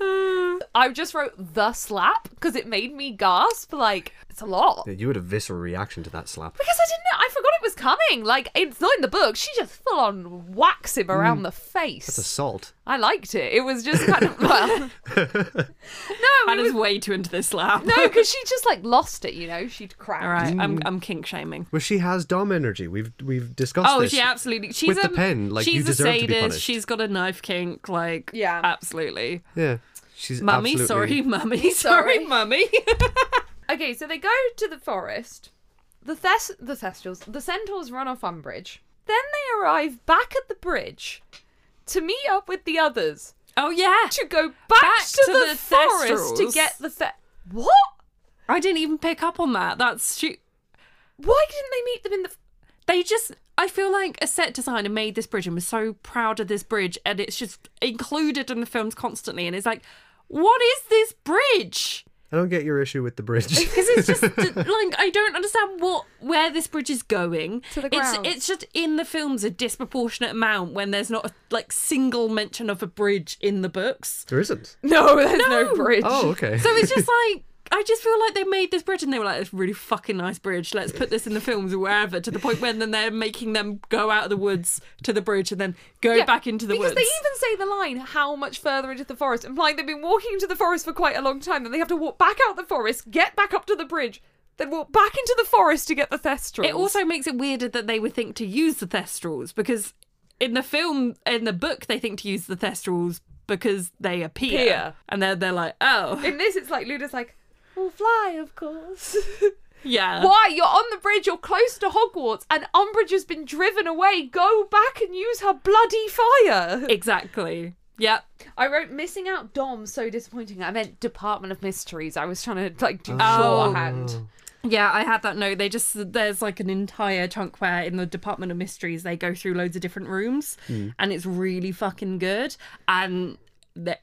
[SPEAKER 1] I just wrote the slap because it made me gasp. Like it's a lot.
[SPEAKER 3] Yeah, you had a visceral reaction to that slap.
[SPEAKER 1] Because I didn't know, I forgot it was coming. Like, it's not in the book. She just full on whacks him around
[SPEAKER 3] Hmm.
[SPEAKER 1] the face.
[SPEAKER 3] Assault.
[SPEAKER 1] I liked it. It was just kind of, well. no, it
[SPEAKER 2] Hannah's
[SPEAKER 1] was,
[SPEAKER 2] way too into this slap.
[SPEAKER 1] no, because she just, like, lost it, you know? She'd cracked.
[SPEAKER 2] All right, I'm
[SPEAKER 3] Mm.
[SPEAKER 2] I'm kink shaming.
[SPEAKER 3] Well, she has dom energy. We've we've discussed
[SPEAKER 2] Oh,
[SPEAKER 3] this.
[SPEAKER 2] she absolutely. She's
[SPEAKER 3] with
[SPEAKER 2] a
[SPEAKER 3] the pen, like,
[SPEAKER 2] she's
[SPEAKER 3] you deserve
[SPEAKER 2] a
[SPEAKER 3] to be
[SPEAKER 2] sadist.
[SPEAKER 3] punished.
[SPEAKER 2] She's got a knife kink. Like
[SPEAKER 1] Yeah.
[SPEAKER 2] absolutely.
[SPEAKER 3] yeah. She's
[SPEAKER 2] Mummy,
[SPEAKER 3] absolutely-
[SPEAKER 2] sorry, mummy, sorry,
[SPEAKER 1] sorry.
[SPEAKER 2] mummy.
[SPEAKER 1] Okay, so they go to the forest. The Thes- the Thestials, the centaurs run off Umbridge. Then they arrive back at the bridge to meet up with the others
[SPEAKER 2] oh yeah,
[SPEAKER 1] to go back,
[SPEAKER 2] Back
[SPEAKER 1] to,
[SPEAKER 2] to
[SPEAKER 1] the,
[SPEAKER 2] the
[SPEAKER 1] forest to
[SPEAKER 2] Thestrals.
[SPEAKER 1] get the the what?
[SPEAKER 2] I didn't even pick up on that. That's she.
[SPEAKER 1] Why didn't they meet them in the?
[SPEAKER 2] They just. I feel like a set designer made this bridge and was so proud of this bridge, and it's just included in the films constantly. And it's like, what is this bridge?
[SPEAKER 3] I don't get your issue with the bridge.
[SPEAKER 2] Because it's just like I don't understand what where this bridge is going.
[SPEAKER 1] To the ground.
[SPEAKER 2] It's it's just in the films a disproportionate amount when there's not a like single mention of a bridge in the books.
[SPEAKER 3] there isn't.
[SPEAKER 1] No, there's no, bridge.
[SPEAKER 3] Oh, okay.
[SPEAKER 2] So it's just like I just feel like they made this bridge and they were like, "It's a really fucking nice bridge. Let's put this in the films or wherever." To the point when then they're making them go out of the woods to the bridge and then go
[SPEAKER 1] Yeah,
[SPEAKER 2] back into the
[SPEAKER 1] because
[SPEAKER 2] woods.
[SPEAKER 1] they even say the line how much further into the forest implying they've been walking into the forest for quite a long time then they have to walk back out the forest get back up to the bridge then walk back into the forest to get the thestrals
[SPEAKER 2] It also makes it weirder that they would think to use the Thestrals because in the film, in the book, they think to use the Thestrals because they appear.
[SPEAKER 1] Appear.
[SPEAKER 2] And they're, they're like, oh,
[SPEAKER 1] in this it's like luda's like we'll fly of course
[SPEAKER 2] yeah.
[SPEAKER 1] why you're on the bridge you're close to hogwarts and umbridge has been driven away go back and use her bloody fire
[SPEAKER 2] Exactly. Yep.
[SPEAKER 1] i wrote missing out dom so disappointing i meant department of mysteries i was trying to like do
[SPEAKER 2] Oh.
[SPEAKER 1] shorthand
[SPEAKER 2] Yeah, I had that note. They just, there's like an entire chunk where in the Department of Mysteries, they go through loads of different rooms
[SPEAKER 3] Mm.
[SPEAKER 2] and it's really fucking good. And they,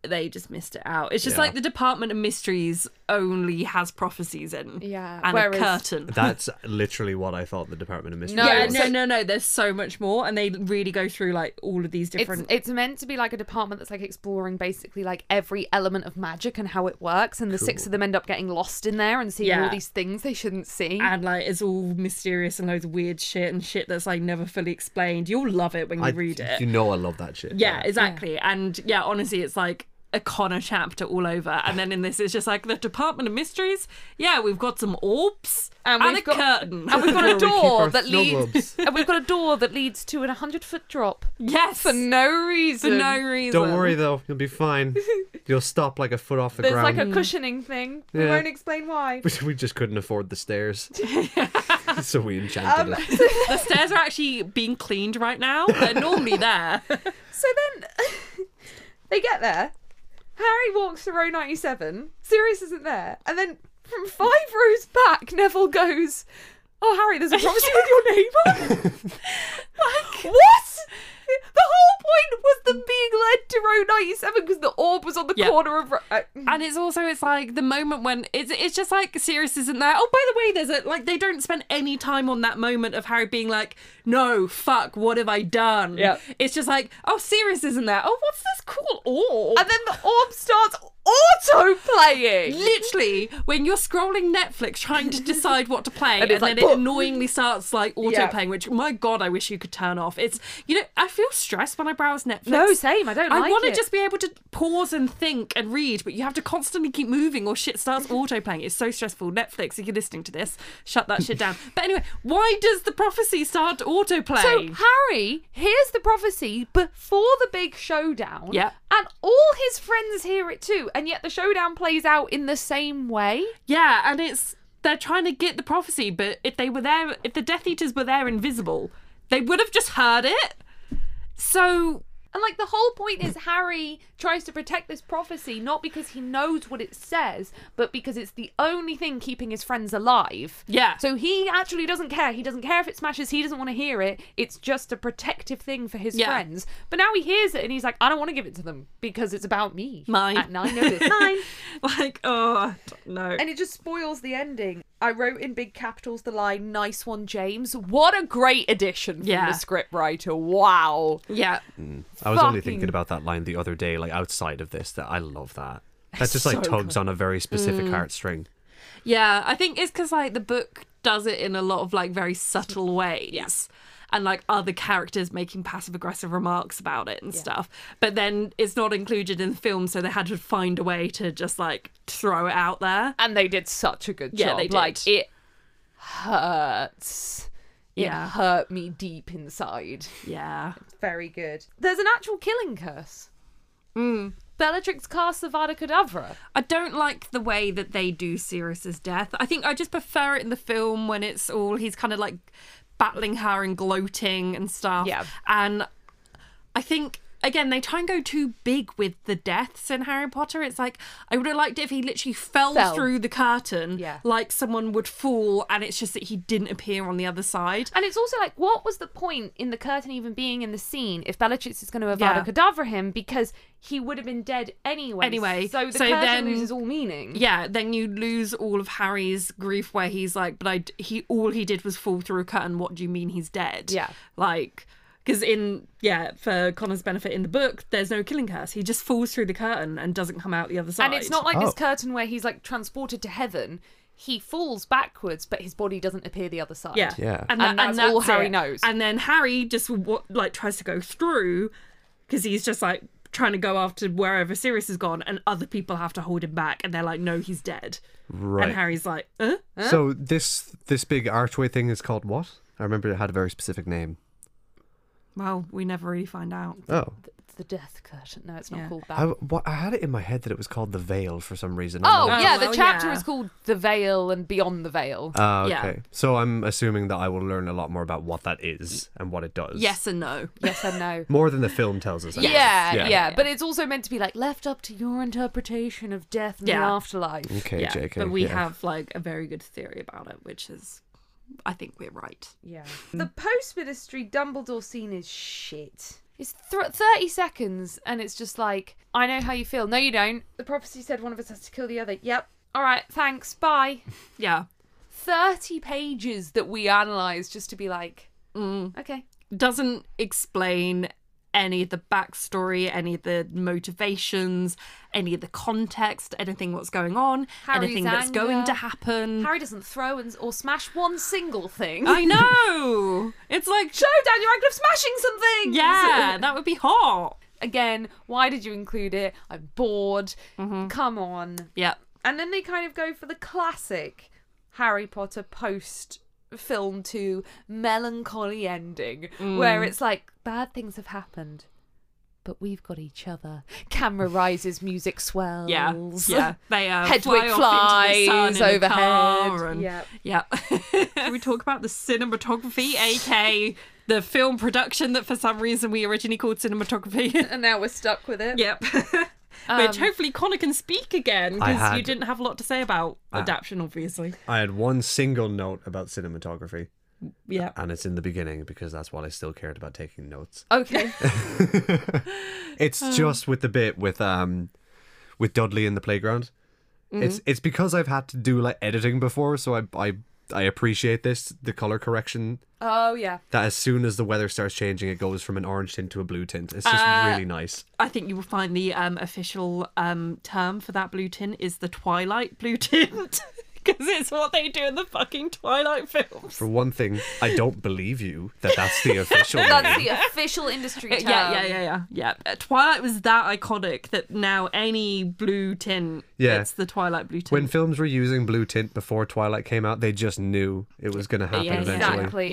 [SPEAKER 2] they just missed it out. It's just
[SPEAKER 3] Yeah.
[SPEAKER 2] like the Department of Mysteries only has prophecies in.
[SPEAKER 1] Yeah,
[SPEAKER 2] And
[SPEAKER 1] whereas- Oh,
[SPEAKER 2] a curtain.
[SPEAKER 3] That's literally what I thought the Department of Mystery
[SPEAKER 1] No,
[SPEAKER 2] Yeah,
[SPEAKER 3] was.
[SPEAKER 2] no, no, no. There's so much more, and they really go through like all of these
[SPEAKER 1] It's,
[SPEAKER 2] different.
[SPEAKER 1] it's meant to be like a department that's like exploring basically like every element of magic and how it works, and the six of them end up getting lost in there and seeing all
[SPEAKER 2] Yeah.
[SPEAKER 1] these things they shouldn't see.
[SPEAKER 2] and like it's all mysterious and loads of weird shit and shit that's like never fully explained. You'll love it when you
[SPEAKER 3] I
[SPEAKER 2] read it.
[SPEAKER 3] You know I love that shit.
[SPEAKER 2] yeah, exactly. And yeah, honestly, it's like a Connor chapter all over. And then in this, it's just like the Department of Mysteries. Yeah, we've got some orbs
[SPEAKER 1] And
[SPEAKER 2] and,
[SPEAKER 1] we've
[SPEAKER 2] a
[SPEAKER 1] got-
[SPEAKER 2] curtain.
[SPEAKER 1] and we've got
[SPEAKER 3] Where
[SPEAKER 1] a
[SPEAKER 3] we keep
[SPEAKER 1] door
[SPEAKER 3] our
[SPEAKER 1] that
[SPEAKER 3] snow
[SPEAKER 1] leads,
[SPEAKER 3] globes.
[SPEAKER 1] and we've got a door that leads to an hundred foot drop
[SPEAKER 2] yes,
[SPEAKER 1] for no
[SPEAKER 2] for
[SPEAKER 1] reason.
[SPEAKER 2] no reason.
[SPEAKER 3] Don't worry though, you'll be fine. You'll stop like a foot off the
[SPEAKER 1] There's
[SPEAKER 3] ground.
[SPEAKER 1] like a cushioning thing. We
[SPEAKER 3] Yeah.
[SPEAKER 1] won't explain why.
[SPEAKER 3] we just couldn't afford the stairs, so we
[SPEAKER 2] Um,
[SPEAKER 3] enchanted it.
[SPEAKER 2] The stairs are actually being cleaned right now. They're normally there.
[SPEAKER 1] So then they get there. Harry walks to row 97. Sirius isn't there. And then from five rows back, Neville goes, Oh, Harry, there's a prophecy with your neighbour? like, what? The whole point was them being led to row 97 because the orb was on the
[SPEAKER 2] Yeah.
[SPEAKER 1] corner of. Ro- uh,
[SPEAKER 2] And it's also it's like the moment when it's it's just like Sirius isn't there. Oh, by the way, there's a like they don't spend any time on that moment of Harry being like, no, fuck, what have I done?
[SPEAKER 1] Yeah.
[SPEAKER 2] It's just like, oh, Sirius isn't there. Oh, what's this cool orb?
[SPEAKER 1] and then the orb starts auto playing.
[SPEAKER 2] Literally, when you're scrolling Netflix trying to decide what to play, and,
[SPEAKER 1] it's
[SPEAKER 2] then
[SPEAKER 1] like,
[SPEAKER 2] it
[SPEAKER 1] "Boop."
[SPEAKER 2] annoyingly starts like auto
[SPEAKER 1] Yeah.
[SPEAKER 2] playing, which my god, I wish you could turn off. It's you know, I feel stressed when I browse Netflix.
[SPEAKER 1] No, same. I don't
[SPEAKER 2] I
[SPEAKER 1] like
[SPEAKER 2] want
[SPEAKER 1] it.
[SPEAKER 2] to just be able to pause and think and read, but you have to constantly keep moving or shit starts autoplaying. It's so stressful. Netflix, if you're listening to this, shut that shit down. But anyway, why does the prophecy start autoplay?
[SPEAKER 1] So Harry hears the prophecy before the big showdown.
[SPEAKER 2] Yep.
[SPEAKER 1] And all his friends hear it too, and yet the showdown plays out in the same way.
[SPEAKER 2] yeah, and it's they're trying to get the prophecy, but if they were there, if the Death Eaters were there invisible, they would have just heard it. So
[SPEAKER 1] And like the whole point is Harry tries to protect this prophecy not because he knows what it says, but because it's the only thing keeping his friends alive.
[SPEAKER 2] Yeah.
[SPEAKER 1] So he actually doesn't care. He doesn't care if it smashes, he doesn't want to hear it. It's just a protective thing for his
[SPEAKER 2] Yeah.
[SPEAKER 1] friends. But now he hears it and he's like, I don't want to give it to them because it's about me.
[SPEAKER 2] Mine.
[SPEAKER 1] At nine, no, it's mine.
[SPEAKER 2] like, oh I don't know.
[SPEAKER 1] and it just spoils the ending. I wrote in big capitals the line "Nice one, James." What a great addition from
[SPEAKER 2] Yeah.
[SPEAKER 1] the scriptwriter. Wow.
[SPEAKER 2] Yeah.
[SPEAKER 3] I was only
[SPEAKER 1] Fucking-
[SPEAKER 3] thinking about that line the other day, like outside of this, that I love that. That just
[SPEAKER 1] so
[SPEAKER 3] like tugs on a very specific
[SPEAKER 2] Mm.
[SPEAKER 3] heartstring.
[SPEAKER 2] Yeah, I think it's because like the book does it in a lot of like very subtle ways. And like other characters making passive aggressive remarks about it and stuff. But then it's not included in the film, so they had to find a way to just like throw it out there.
[SPEAKER 1] And they did such a good
[SPEAKER 2] Yeah,
[SPEAKER 1] job.
[SPEAKER 2] they did.
[SPEAKER 1] Like it hurts. It
[SPEAKER 2] Yeah.
[SPEAKER 1] hurt me deep inside.
[SPEAKER 2] Yeah.
[SPEAKER 1] Very good. Mm. There's an actual killing curse. Bellatrix casts Avada Kedavra.
[SPEAKER 2] I don't like the way that they do Sirius's death. I think I just prefer it in the film when it's all he's kind of like battling her and gloating and stuff.
[SPEAKER 1] Yeah.
[SPEAKER 2] And I think again they try and go too big with the deaths in Harry Potter. It's like I would have liked it if he literally fell,
[SPEAKER 1] Fell.
[SPEAKER 2] through the curtain
[SPEAKER 1] Yeah.
[SPEAKER 2] like someone would fall and it's just that he didn't appear on the other side.
[SPEAKER 1] And it's also like, what was the point in the curtain even being in the scene if Bellatrix is going to Avada
[SPEAKER 2] Yeah.
[SPEAKER 1] Kedavra him because he would have been dead anyway.
[SPEAKER 2] Anyway,
[SPEAKER 1] so the
[SPEAKER 2] so
[SPEAKER 1] curtain
[SPEAKER 2] then-
[SPEAKER 1] loses all meaning.
[SPEAKER 2] yeah then you lose all of harry's grief where he's like but i d- he all he did was fall through a curtain what do you mean he's dead
[SPEAKER 1] Yeah.
[SPEAKER 2] like because in yeah for connor's benefit in the book there's no killing curse he just falls through the curtain and doesn't come out the other side
[SPEAKER 1] And it's not like this
[SPEAKER 3] Oh.
[SPEAKER 1] curtain where he's like transported to heaven. He falls backwards, but his body doesn't appear the other side.
[SPEAKER 2] yeah
[SPEAKER 3] Yeah.
[SPEAKER 1] And that's all Harry
[SPEAKER 2] it.
[SPEAKER 1] knows.
[SPEAKER 2] and then harry just wa- like tries to go through because he's just like trying to go after wherever sirius has gone and other people have to hold him back and they're like no he's dead
[SPEAKER 3] Right.
[SPEAKER 2] and harry's like "Uh?" huh?
[SPEAKER 3] So this this big archway thing is called what? I remember it had a very specific name.
[SPEAKER 2] well we never really find out
[SPEAKER 3] Oh.
[SPEAKER 1] It's the death curtain. No, it's not
[SPEAKER 2] Yeah.
[SPEAKER 1] called that.
[SPEAKER 3] I, what, I had it in my head that it was called the veil for some reason. I
[SPEAKER 1] Oh,
[SPEAKER 3] don't know.
[SPEAKER 1] yeah,
[SPEAKER 2] well,
[SPEAKER 1] the chapter
[SPEAKER 2] yeah.
[SPEAKER 1] is called The Veil and Beyond the Veil.
[SPEAKER 3] Ah,
[SPEAKER 2] Yeah.
[SPEAKER 3] okay. So I'm assuming that I will learn a lot more about what that is and what it does.
[SPEAKER 2] yes and no
[SPEAKER 1] yes and no.
[SPEAKER 3] More than the film tells us. I
[SPEAKER 1] Yeah,
[SPEAKER 3] guess.
[SPEAKER 1] yeah,
[SPEAKER 3] Yeah.
[SPEAKER 1] but it's also meant to be like left up to your interpretation of death and the
[SPEAKER 2] Yeah.
[SPEAKER 1] afterlife.
[SPEAKER 3] Okay,
[SPEAKER 2] yeah,
[SPEAKER 3] JK.
[SPEAKER 2] but we
[SPEAKER 3] yeah.
[SPEAKER 2] have like a very good theory about it, which is, I think we're right.
[SPEAKER 1] Yeah. The post ministry Dumbledore scene is shit. It's thr 30 seconds and it's just like, I know how you feel. No, you don't. The prophecy said one of us has to kill the other. Yep. All right, thanks. Bye.
[SPEAKER 2] Yeah,
[SPEAKER 1] 30 pages that we analyze just to be like, okay.
[SPEAKER 2] doesn't explain any of the backstory, any of the motivations, any of the context, anything what's going on,
[SPEAKER 1] Harry's
[SPEAKER 2] anything that's
[SPEAKER 1] anger.
[SPEAKER 2] going to happen.
[SPEAKER 1] Harry doesn't throw and, or smash one single thing.
[SPEAKER 2] I know. it's like,
[SPEAKER 1] Show Daniel Radcliffe smashing some things!
[SPEAKER 2] yeah, that would be hot.
[SPEAKER 1] Again, why did you include it? I'm bored.
[SPEAKER 2] Mm-hmm.
[SPEAKER 1] Come on.
[SPEAKER 2] Yeah.
[SPEAKER 1] And then they kind of go for the classic Harry Potter post film to melancholy ending,
[SPEAKER 2] Mm.
[SPEAKER 1] where it's like bad things have happened, but we've got each other. Camera rises, music swells.
[SPEAKER 2] Yeah, yeah. They uh,
[SPEAKER 1] Hedwig
[SPEAKER 2] fly off into
[SPEAKER 1] flies
[SPEAKER 2] the sun in a
[SPEAKER 1] overhead.
[SPEAKER 2] car and-
[SPEAKER 1] Yep.
[SPEAKER 2] yeah. Can we talk about the cinematography, aka the film production that for some reason we originally called cinematography?
[SPEAKER 1] And now we're stuck with it.
[SPEAKER 2] yep. Um, Which hopefully Connor can speak again
[SPEAKER 3] I
[SPEAKER 2] because you
[SPEAKER 3] had-
[SPEAKER 2] didn't have a lot to say about adaptation, obviously.
[SPEAKER 3] I had one single note about cinematography,
[SPEAKER 2] Yeah.
[SPEAKER 3] and it's in the beginning because that's what I still cared about taking notes.
[SPEAKER 1] Okay.
[SPEAKER 3] It's
[SPEAKER 1] Oh.
[SPEAKER 3] just with the bit with um with Dudley in the playground.
[SPEAKER 1] Mm-hmm.
[SPEAKER 3] It's it's because I've had to do like editing before, so I I I appreciate this the color correction
[SPEAKER 1] oh, yeah.
[SPEAKER 3] that as soon as the weather starts changing, it goes from an orange tint to a blue tint. It's just
[SPEAKER 1] Uh,
[SPEAKER 3] really nice.
[SPEAKER 2] I think you will find the um, official um, term for that blue tint is the Twilight blue tint. Because it's what they do in the fucking Twilight films.
[SPEAKER 3] For one thing, I don't believe you that that's the official
[SPEAKER 1] That's
[SPEAKER 3] name.
[SPEAKER 1] the official industry term.
[SPEAKER 2] Uh, Yeah, yeah, yeah, yeah, yeah. Uh, Twilight was that iconic that now any blue tint,
[SPEAKER 3] Yeah.
[SPEAKER 2] it's the Twilight blue tint.
[SPEAKER 3] When films were using blue tint before Twilight came out, they just knew it was going to happen
[SPEAKER 2] Yeah,
[SPEAKER 3] eventually.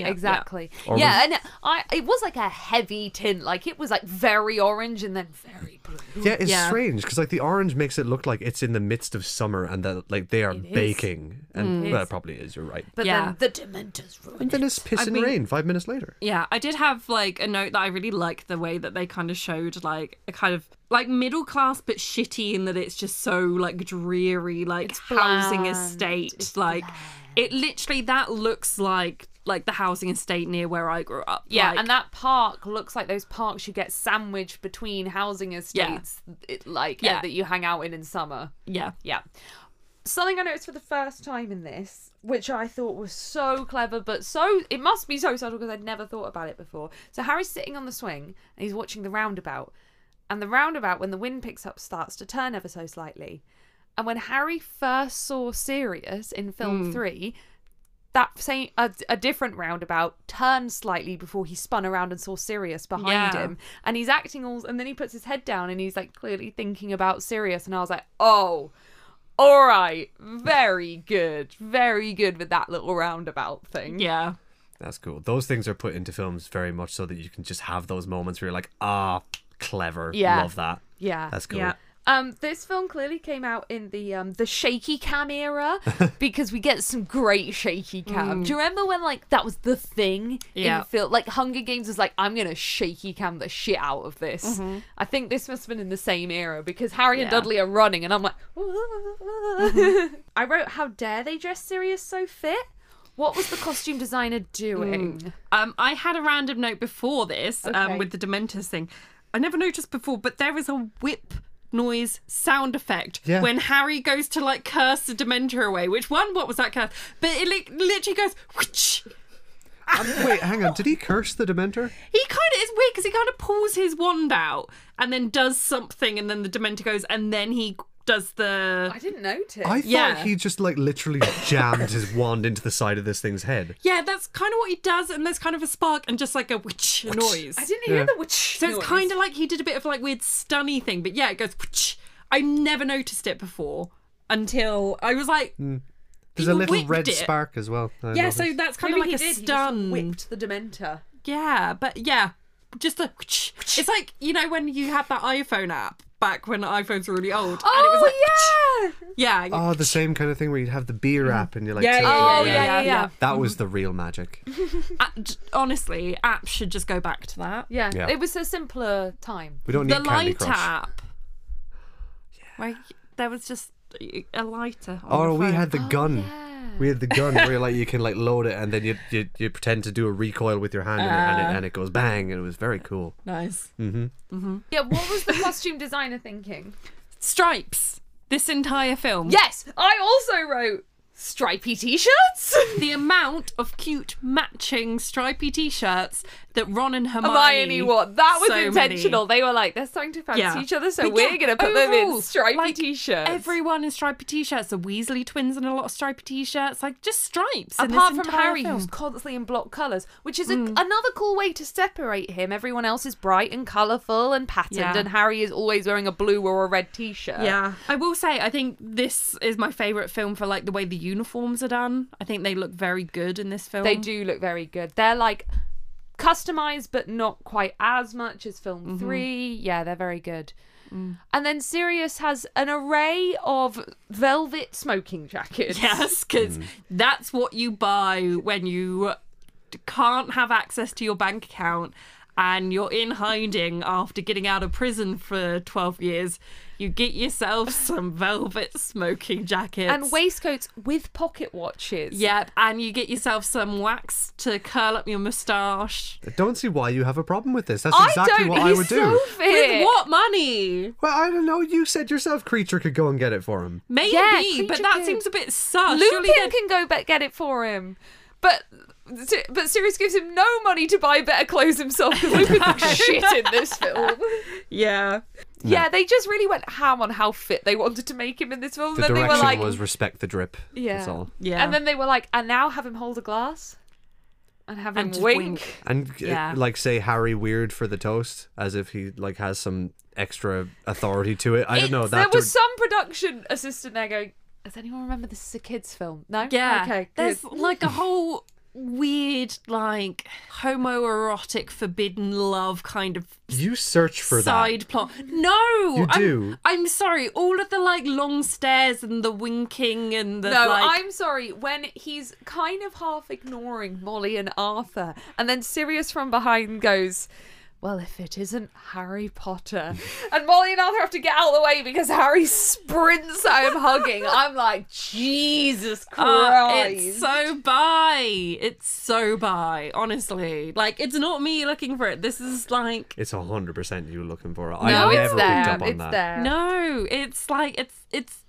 [SPEAKER 1] Exactly,
[SPEAKER 2] Yeah,
[SPEAKER 1] exactly. Yeah,
[SPEAKER 3] Or
[SPEAKER 1] and I it was like a heavy tint, like it was like very orange and then very blue.
[SPEAKER 3] Yeah, it's
[SPEAKER 2] Yeah.
[SPEAKER 3] strange because like the orange makes it look like it's in the midst of summer and that like they are
[SPEAKER 1] is.
[SPEAKER 3] baking,
[SPEAKER 1] It
[SPEAKER 3] and
[SPEAKER 2] Mm.
[SPEAKER 3] that
[SPEAKER 1] is.
[SPEAKER 3] probably is. You're right.
[SPEAKER 1] But
[SPEAKER 2] Yeah.
[SPEAKER 1] then the Dementors ruined
[SPEAKER 3] And
[SPEAKER 1] it.
[SPEAKER 3] then it's pissing
[SPEAKER 2] mean-
[SPEAKER 3] rain five minutes later.
[SPEAKER 2] yeah, I did have like a note that I really like the way that they kind of showed like a kind of like middle class but shitty in that it's just so like dreary, like housing
[SPEAKER 1] bland.
[SPEAKER 2] estate. like it literally that looks like like the housing estate near where I grew up.
[SPEAKER 1] Yeah,
[SPEAKER 2] Like,
[SPEAKER 1] and that park looks like those parks you get sandwiched between housing estates, it, like uh,
[SPEAKER 2] Yeah.
[SPEAKER 1] that you hang out in in summer.
[SPEAKER 2] yeah.
[SPEAKER 1] Yeah. Something I noticed for the first time in this, which I thought was so clever, but so it must be so subtle because I'd never thought about it before. So Harry's sitting on the swing and he's watching the roundabout, and the roundabout, when the wind picks up, starts to turn ever so slightly. And when Harry first saw Sirius in film three, that same a, a different roundabout turned slightly before he spun around and saw Sirius behind
[SPEAKER 2] Yeah.
[SPEAKER 1] him, and he's acting all. And then he puts his head down and he's like clearly thinking about Sirius, and I was like, oh. All right, very good, very good with that little roundabout thing.
[SPEAKER 2] Yeah.
[SPEAKER 3] That's cool. Those things are put into films very much so that you can just have those moments where you're like, ah, clever.
[SPEAKER 1] Yeah.
[SPEAKER 3] Love that.
[SPEAKER 1] yeah.
[SPEAKER 3] That's cool.
[SPEAKER 2] Yeah.
[SPEAKER 1] Um, this film clearly came out in the um the shaky cam era because we get some great shaky cam. Do you remember when like that was the thing
[SPEAKER 2] Mm. Yeah.
[SPEAKER 1] in film? Like Hunger Games was like, I'm gonna shaky cam the shit out of this. I think this must have been in the same era because Harry and
[SPEAKER 2] Mm-hmm. Yeah. Mm-hmm.
[SPEAKER 1] Dudley are running and I'm like, I wrote, how dare they dress Sirius so fit? What was the costume designer doing?
[SPEAKER 2] Um, I had a random note before this
[SPEAKER 1] Okay.
[SPEAKER 2] um, with the Dementors thing. I never noticed before, but there is a whip noise sound effect
[SPEAKER 3] Yeah.
[SPEAKER 2] when Harry goes to like curse the Dementor away. Which one? What was that curse? But it li- literally goes. Whoosh!
[SPEAKER 3] Wait, hang on. Did he curse the Dementor?
[SPEAKER 2] He kind of it's weird because he kind of pulls his wand out and then does something, and then the Dementor goes, and then he does the.
[SPEAKER 1] I didn't notice.
[SPEAKER 3] I thought
[SPEAKER 2] Yeah.
[SPEAKER 3] he just like literally jammed his wand into the side of this thing's head.
[SPEAKER 2] Yeah, that's kind of what he does, and there's kind of a spark and just like a whoosh noise.
[SPEAKER 1] I didn't hear
[SPEAKER 3] Yeah.
[SPEAKER 1] the witch.
[SPEAKER 2] So it's kind of like he did a bit of like weird stunny thing, but yeah, it goes. whoosh. I never noticed it before until I was like,
[SPEAKER 3] Hmm. There's a
[SPEAKER 2] He
[SPEAKER 3] little
[SPEAKER 2] whipped
[SPEAKER 3] red
[SPEAKER 2] it.
[SPEAKER 3] spark as well. I
[SPEAKER 2] yeah.
[SPEAKER 3] noticed.
[SPEAKER 2] So that's kind
[SPEAKER 1] Maybe
[SPEAKER 2] of
[SPEAKER 1] he
[SPEAKER 2] like
[SPEAKER 1] did,
[SPEAKER 2] a
[SPEAKER 1] he just
[SPEAKER 2] stun.
[SPEAKER 1] whipped the Dementor.
[SPEAKER 2] Yeah, but yeah, just the. whoosh. It's like you know when you had that iPhone app back when iPhones were really old. and it was like,
[SPEAKER 1] Oh yeah.
[SPEAKER 2] yeah,
[SPEAKER 3] Oh, the same kind of thing where you'd have the beer app and you're like,
[SPEAKER 2] Mm. Yeah,
[SPEAKER 3] tilt
[SPEAKER 2] yeah,
[SPEAKER 1] Oh
[SPEAKER 3] it
[SPEAKER 1] yeah, yeah,
[SPEAKER 3] around.
[SPEAKER 1] yeah.
[SPEAKER 2] yeah, yeah.
[SPEAKER 3] That was the real magic.
[SPEAKER 2] A- j- honestly, apps should just go back to that.
[SPEAKER 1] Yeah.
[SPEAKER 3] Yeah.
[SPEAKER 1] It was a simpler time.
[SPEAKER 3] We don't need
[SPEAKER 2] The
[SPEAKER 3] Candy
[SPEAKER 2] light
[SPEAKER 3] Crush.
[SPEAKER 2] app. Where y- there was just a lighter. On
[SPEAKER 3] Or
[SPEAKER 2] the
[SPEAKER 3] Oh, we
[SPEAKER 2] phone.
[SPEAKER 3] had the gun.
[SPEAKER 1] Oh, yeah.
[SPEAKER 3] We had the gun where like you can like load it and then you you, you pretend to do a recoil with your hand and, it, and,
[SPEAKER 1] Uh.
[SPEAKER 3] it, and it goes bang and it was very cool.
[SPEAKER 2] nice
[SPEAKER 1] Yeah, what was the costume designer thinking?
[SPEAKER 2] stripes. This entire film.
[SPEAKER 1] Yes, I also wrote stripy t-shirts.
[SPEAKER 2] the amount of cute matching stripy t-shirts that Ron and Hermione.
[SPEAKER 1] Hermione, what? That was
[SPEAKER 2] so many.
[SPEAKER 1] intentional. They were like, they're starting to fancy
[SPEAKER 2] Yeah.
[SPEAKER 1] each other, so
[SPEAKER 2] But
[SPEAKER 1] we're
[SPEAKER 2] yeah,
[SPEAKER 1] gonna put them in
[SPEAKER 2] overall,
[SPEAKER 1] stripy
[SPEAKER 2] like,
[SPEAKER 1] t-shirts.
[SPEAKER 2] Everyone in stripy t-shirts. The Weasley twins in a lot of stripy t-shirts. Like just stripes. in this
[SPEAKER 1] Apart from
[SPEAKER 2] entire
[SPEAKER 1] Harry,
[SPEAKER 2] film. Mm.
[SPEAKER 1] who's constantly in block colours, which is a, another cool way to separate him. Everyone else is bright and colourful and patterned,
[SPEAKER 2] Yeah.
[SPEAKER 1] and Harry is always wearing a blue or a red t-shirt.
[SPEAKER 2] Yeah, I will say I think this is my favorite film for like the way the uniforms are done. I think they look very good in this film.
[SPEAKER 1] They do look very good. They're like customized, but not quite as much as film
[SPEAKER 2] Mm-hmm.
[SPEAKER 1] three. Yeah, they're very good.
[SPEAKER 2] Mm.
[SPEAKER 1] And then Sirius has an array of velvet smoking jackets.
[SPEAKER 2] Yes, because that's what you buy when you can't have access to your bank account and you're in hiding after getting out of prison for 12 years. You get yourself some velvet smoking jackets.
[SPEAKER 1] And waistcoats with pocket watches.
[SPEAKER 2] Yep, and you get yourself some wax to curl up your moustache.
[SPEAKER 3] I don't see why you have a problem with this. That's
[SPEAKER 1] I
[SPEAKER 3] exactly
[SPEAKER 1] don't.
[SPEAKER 3] what
[SPEAKER 1] he's
[SPEAKER 3] I would
[SPEAKER 1] so
[SPEAKER 3] do.
[SPEAKER 1] fit.
[SPEAKER 2] With what money?
[SPEAKER 3] Well, I don't know. You said yourself, creature could go and get it for him.
[SPEAKER 2] Maybe,
[SPEAKER 1] Yeah,
[SPEAKER 2] but
[SPEAKER 1] creature
[SPEAKER 2] that
[SPEAKER 1] could.
[SPEAKER 2] seems a bit sus. Uh, Surely
[SPEAKER 1] Lupin
[SPEAKER 2] they'd-
[SPEAKER 1] can go back get it for him, but. Si- But Sirius gives him no money to buy better clothes himself because Lupin looks shit in this film.
[SPEAKER 2] Yeah.
[SPEAKER 1] Yeah, they just really went ham on how fit they wanted to make him in this film.
[SPEAKER 3] The
[SPEAKER 1] then they
[SPEAKER 3] direction
[SPEAKER 1] were like,
[SPEAKER 3] was respect the drip. That's all.
[SPEAKER 2] Yeah.
[SPEAKER 1] And then they were like, and now have him hold a glass and have him
[SPEAKER 2] And just
[SPEAKER 1] wink.
[SPEAKER 2] wink.
[SPEAKER 3] And uh,
[SPEAKER 2] Yeah.
[SPEAKER 3] like say Harry weird for the toast, as if he like has some extra authority to it. I don't know.
[SPEAKER 1] there
[SPEAKER 3] That
[SPEAKER 1] was
[SPEAKER 3] dir-
[SPEAKER 1] some production assistant there going, does anyone remember this is a kid's film? No?
[SPEAKER 2] Yeah.
[SPEAKER 1] Okay.
[SPEAKER 2] There's
[SPEAKER 1] good.
[SPEAKER 2] like a whole weird, like homoerotic, forbidden love kind of
[SPEAKER 3] you search for
[SPEAKER 2] side plot. No,
[SPEAKER 3] You
[SPEAKER 2] I'm-
[SPEAKER 3] do.
[SPEAKER 2] I'm, sorry. All of the like long stares and the winking and the
[SPEAKER 1] No,
[SPEAKER 2] like.
[SPEAKER 1] I'm sorry. When he's kind of half ignoring Molly and Arthur, and then Sirius from behind goes, Well, if it isn't Harry Potter. and Molly and Arthur have to get out of the way because Harry sprints at him hugging. I'm like, Jesus
[SPEAKER 2] Uh,
[SPEAKER 1] Christ.
[SPEAKER 2] it's so bi. It's so bi. Honestly, like it's not me looking for it. This is like
[SPEAKER 3] that. It's hundred percent you looking for
[SPEAKER 1] no,
[SPEAKER 3] it. I never
[SPEAKER 1] it's there.
[SPEAKER 3] picked up on
[SPEAKER 1] it's
[SPEAKER 3] that.
[SPEAKER 1] there.
[SPEAKER 2] no. It's like it's it's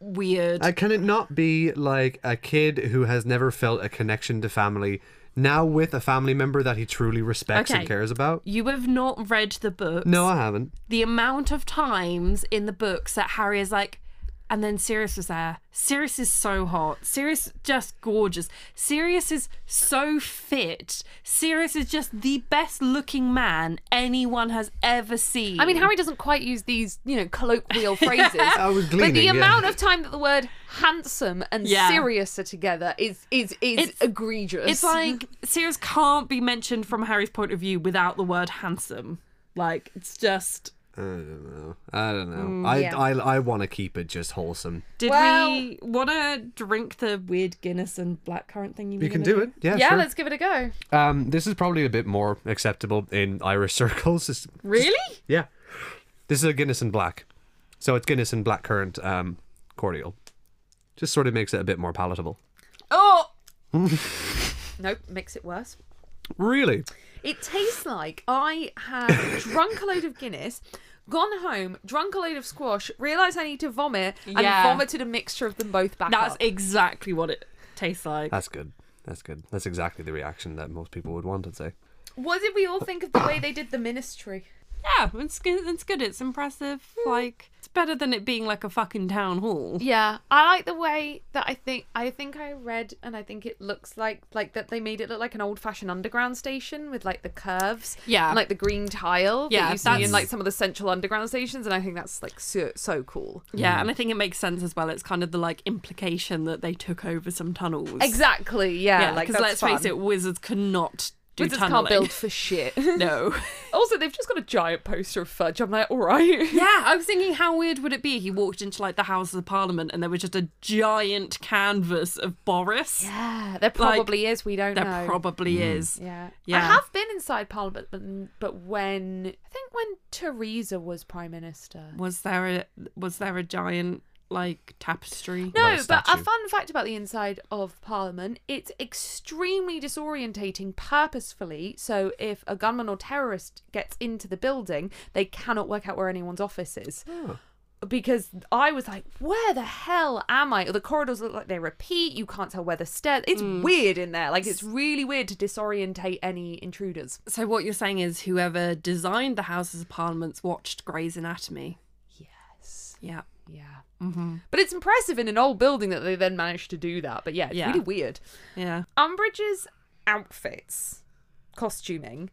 [SPEAKER 2] weird.
[SPEAKER 3] Uh, can it not be like a kid who has never felt a connection to family now with a family member that he truly respects
[SPEAKER 2] Okay.
[SPEAKER 3] and cares about?
[SPEAKER 2] you have not read the books.
[SPEAKER 3] No, I haven't.
[SPEAKER 2] The amount of times in the books that Harry is like, and then Sirius was there. Sirius is so hot. Sirius just gorgeous. Sirius is so fit. Sirius is just the best looking man anyone has ever seen.
[SPEAKER 1] I mean, Harry doesn't quite use these, you know, colloquial phrases.
[SPEAKER 3] I was
[SPEAKER 1] But
[SPEAKER 3] gleaning.
[SPEAKER 1] the
[SPEAKER 3] yeah.
[SPEAKER 1] amount of time that the word handsome and
[SPEAKER 2] Yeah.
[SPEAKER 1] serious are together is is is
[SPEAKER 2] It's-
[SPEAKER 1] egregious.
[SPEAKER 2] It's like Sirius can't be mentioned from Harry's point of view without the word handsome. Like it's just
[SPEAKER 3] I don't know. I don't know. I,
[SPEAKER 1] yeah.
[SPEAKER 3] I I want to keep it just wholesome.
[SPEAKER 2] did
[SPEAKER 1] Well-
[SPEAKER 2] we want to drink the weird Guinness and blackcurrant thing? You, were
[SPEAKER 3] You can
[SPEAKER 2] gonna
[SPEAKER 3] do it. Yeah,
[SPEAKER 1] yeah,
[SPEAKER 3] sure.
[SPEAKER 1] let's give it a go.
[SPEAKER 3] Um, this is probably a bit more acceptable in Irish circles. It's-
[SPEAKER 2] Really?
[SPEAKER 3] yeah, this is a Guinness and black, so it's Guinness and black currant um, cordial. Just sort of makes it a bit more palatable.
[SPEAKER 2] Oh,
[SPEAKER 1] Nope, makes it worse.
[SPEAKER 3] Really?
[SPEAKER 1] It tastes like I have drunk a load of Guinness, gone home, drunk a load of squash, realised I need to vomit, and
[SPEAKER 2] Yeah.
[SPEAKER 1] vomited a mixture of them both back
[SPEAKER 2] that's
[SPEAKER 1] up.
[SPEAKER 2] exactly what it tastes like.
[SPEAKER 3] That's good. That's good. That's exactly the reaction that most people would want. I'd say.
[SPEAKER 1] What did we all think of the way they did the ministry?
[SPEAKER 2] Yeah, it's good. It's good. It's impressive. Like it's better than it being like a fucking town hall.
[SPEAKER 1] Yeah, I like the way that I think I think I read and I think it looks like like that they made it look like an old fashioned underground station with like the curves,
[SPEAKER 2] Yeah.
[SPEAKER 1] and, like the green tile
[SPEAKER 2] Yeah,
[SPEAKER 1] that you see in
[SPEAKER 2] that's-
[SPEAKER 1] like some of the central underground stations, and I think that's like so, so cool.
[SPEAKER 2] Yeah, and I think it makes sense as well. It's kind of the like implication that they took over some tunnels.
[SPEAKER 1] Exactly, yeah,
[SPEAKER 2] Yeah,
[SPEAKER 1] like
[SPEAKER 2] because
[SPEAKER 1] that's
[SPEAKER 2] let's
[SPEAKER 1] fun.
[SPEAKER 2] face it, wizards cannot do
[SPEAKER 1] Wizards
[SPEAKER 2] tunneling.
[SPEAKER 1] can't build for shit.
[SPEAKER 2] No.
[SPEAKER 1] also, they've just got a giant poster of fudge. I'm like, all right.
[SPEAKER 2] Yeah, I was thinking, how weird would it be? if He walked into like the Houses of Parliament, and there was just a giant canvas of Boris.
[SPEAKER 1] Yeah, there
[SPEAKER 2] Like,
[SPEAKER 1] probably is. We don't
[SPEAKER 2] there
[SPEAKER 1] know.
[SPEAKER 2] probably is.
[SPEAKER 1] Yeah. I
[SPEAKER 2] Yeah.
[SPEAKER 1] have been inside Parliament, but, but when I think when Theresa was Prime Minister.
[SPEAKER 2] Was there a was there a giant like tapestry?
[SPEAKER 1] No,
[SPEAKER 3] Like a
[SPEAKER 1] but a
[SPEAKER 3] statue.
[SPEAKER 1] fun fact about the inside of Parliament, it's extremely disorientating purposefully. So if a gunman or terrorist gets into the building, they cannot work out where anyone's office is. Because I was like, where the hell am I? Or the corridors look like they repeat. You can't tell where the stairs. It's weird in there. Like it's really weird to disorientate any intruders.
[SPEAKER 2] So what you're saying is, whoever designed the Houses of Parliament watched Grey's Anatomy.
[SPEAKER 1] Yes.
[SPEAKER 2] Yeah.
[SPEAKER 1] Yeah. But it's impressive in an old building that they then managed to do that. But yeah, it's
[SPEAKER 2] Yeah.
[SPEAKER 1] really weird.
[SPEAKER 2] Yeah.
[SPEAKER 1] Umbridge's outfits, costuming.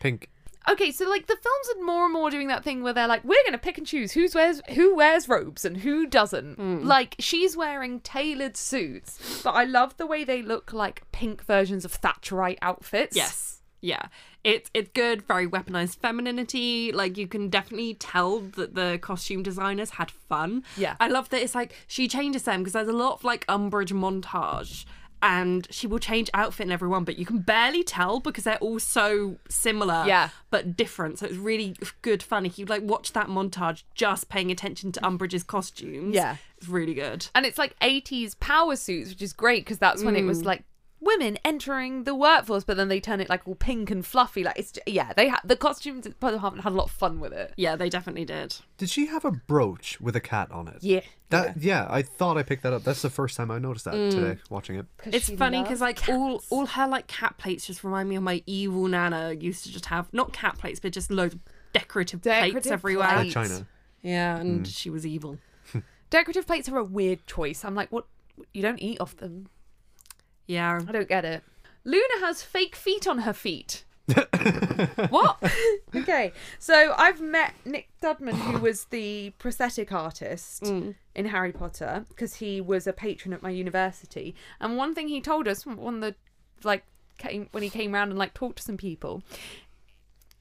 [SPEAKER 3] Pink.
[SPEAKER 1] Okay, so like the films are more and more doing that thing where they're like, we're gonna pick and choose who's wears who wears robes and who doesn't. Like she's wearing tailored suits, but I love the way they look like pink versions of Thatcherite outfits.
[SPEAKER 2] Yes. Yeah. It's it's good, very weaponized femininity. Like you can definitely tell that the costume designers had fun.
[SPEAKER 1] Yeah.
[SPEAKER 2] I love that it's like she changes them because there's a lot of like umbrage montage and she will change outfit in everyone, but you can barely tell because they're all so similar
[SPEAKER 1] Yeah.
[SPEAKER 2] but different. So it's really good fun. If you like watch that montage just paying attention to Umbridge's costumes.
[SPEAKER 1] Yeah.
[SPEAKER 2] It's really good.
[SPEAKER 1] And it's like 80s power suits, which is great because that's when it was like women entering the workforce, but then they turn it like all pink and fluffy. Like it's yeah, they ha- the costumes at Pearl Harbor had a lot of fun with it.
[SPEAKER 2] Yeah, they definitely did.
[SPEAKER 3] Did she have a brooch with a cat on it?
[SPEAKER 1] Yeah. Mm.
[SPEAKER 3] That yeah, I thought I picked that up. That's the first time I noticed that today watching it.
[SPEAKER 2] It's funny because like all all her like cat plates just remind me of my evil nana used to just have not cat plates but just loads of decorative, plates
[SPEAKER 1] Decorative
[SPEAKER 2] everywhere.
[SPEAKER 3] Or
[SPEAKER 1] plates. Right.
[SPEAKER 3] China.
[SPEAKER 2] Yeah, and she was evil.
[SPEAKER 1] Decorative plates are a weird choice. I'm like, what? You don't eat off them.
[SPEAKER 2] Yeah.
[SPEAKER 1] I don't get it. Luna has fake feet on her feet.
[SPEAKER 2] what?
[SPEAKER 1] Okay, so I've met Nick Dudman, who was the prosthetic artist in Harry Potter, because he was a patron at my university. And one thing he told us when the like came when he came round and like talked to some people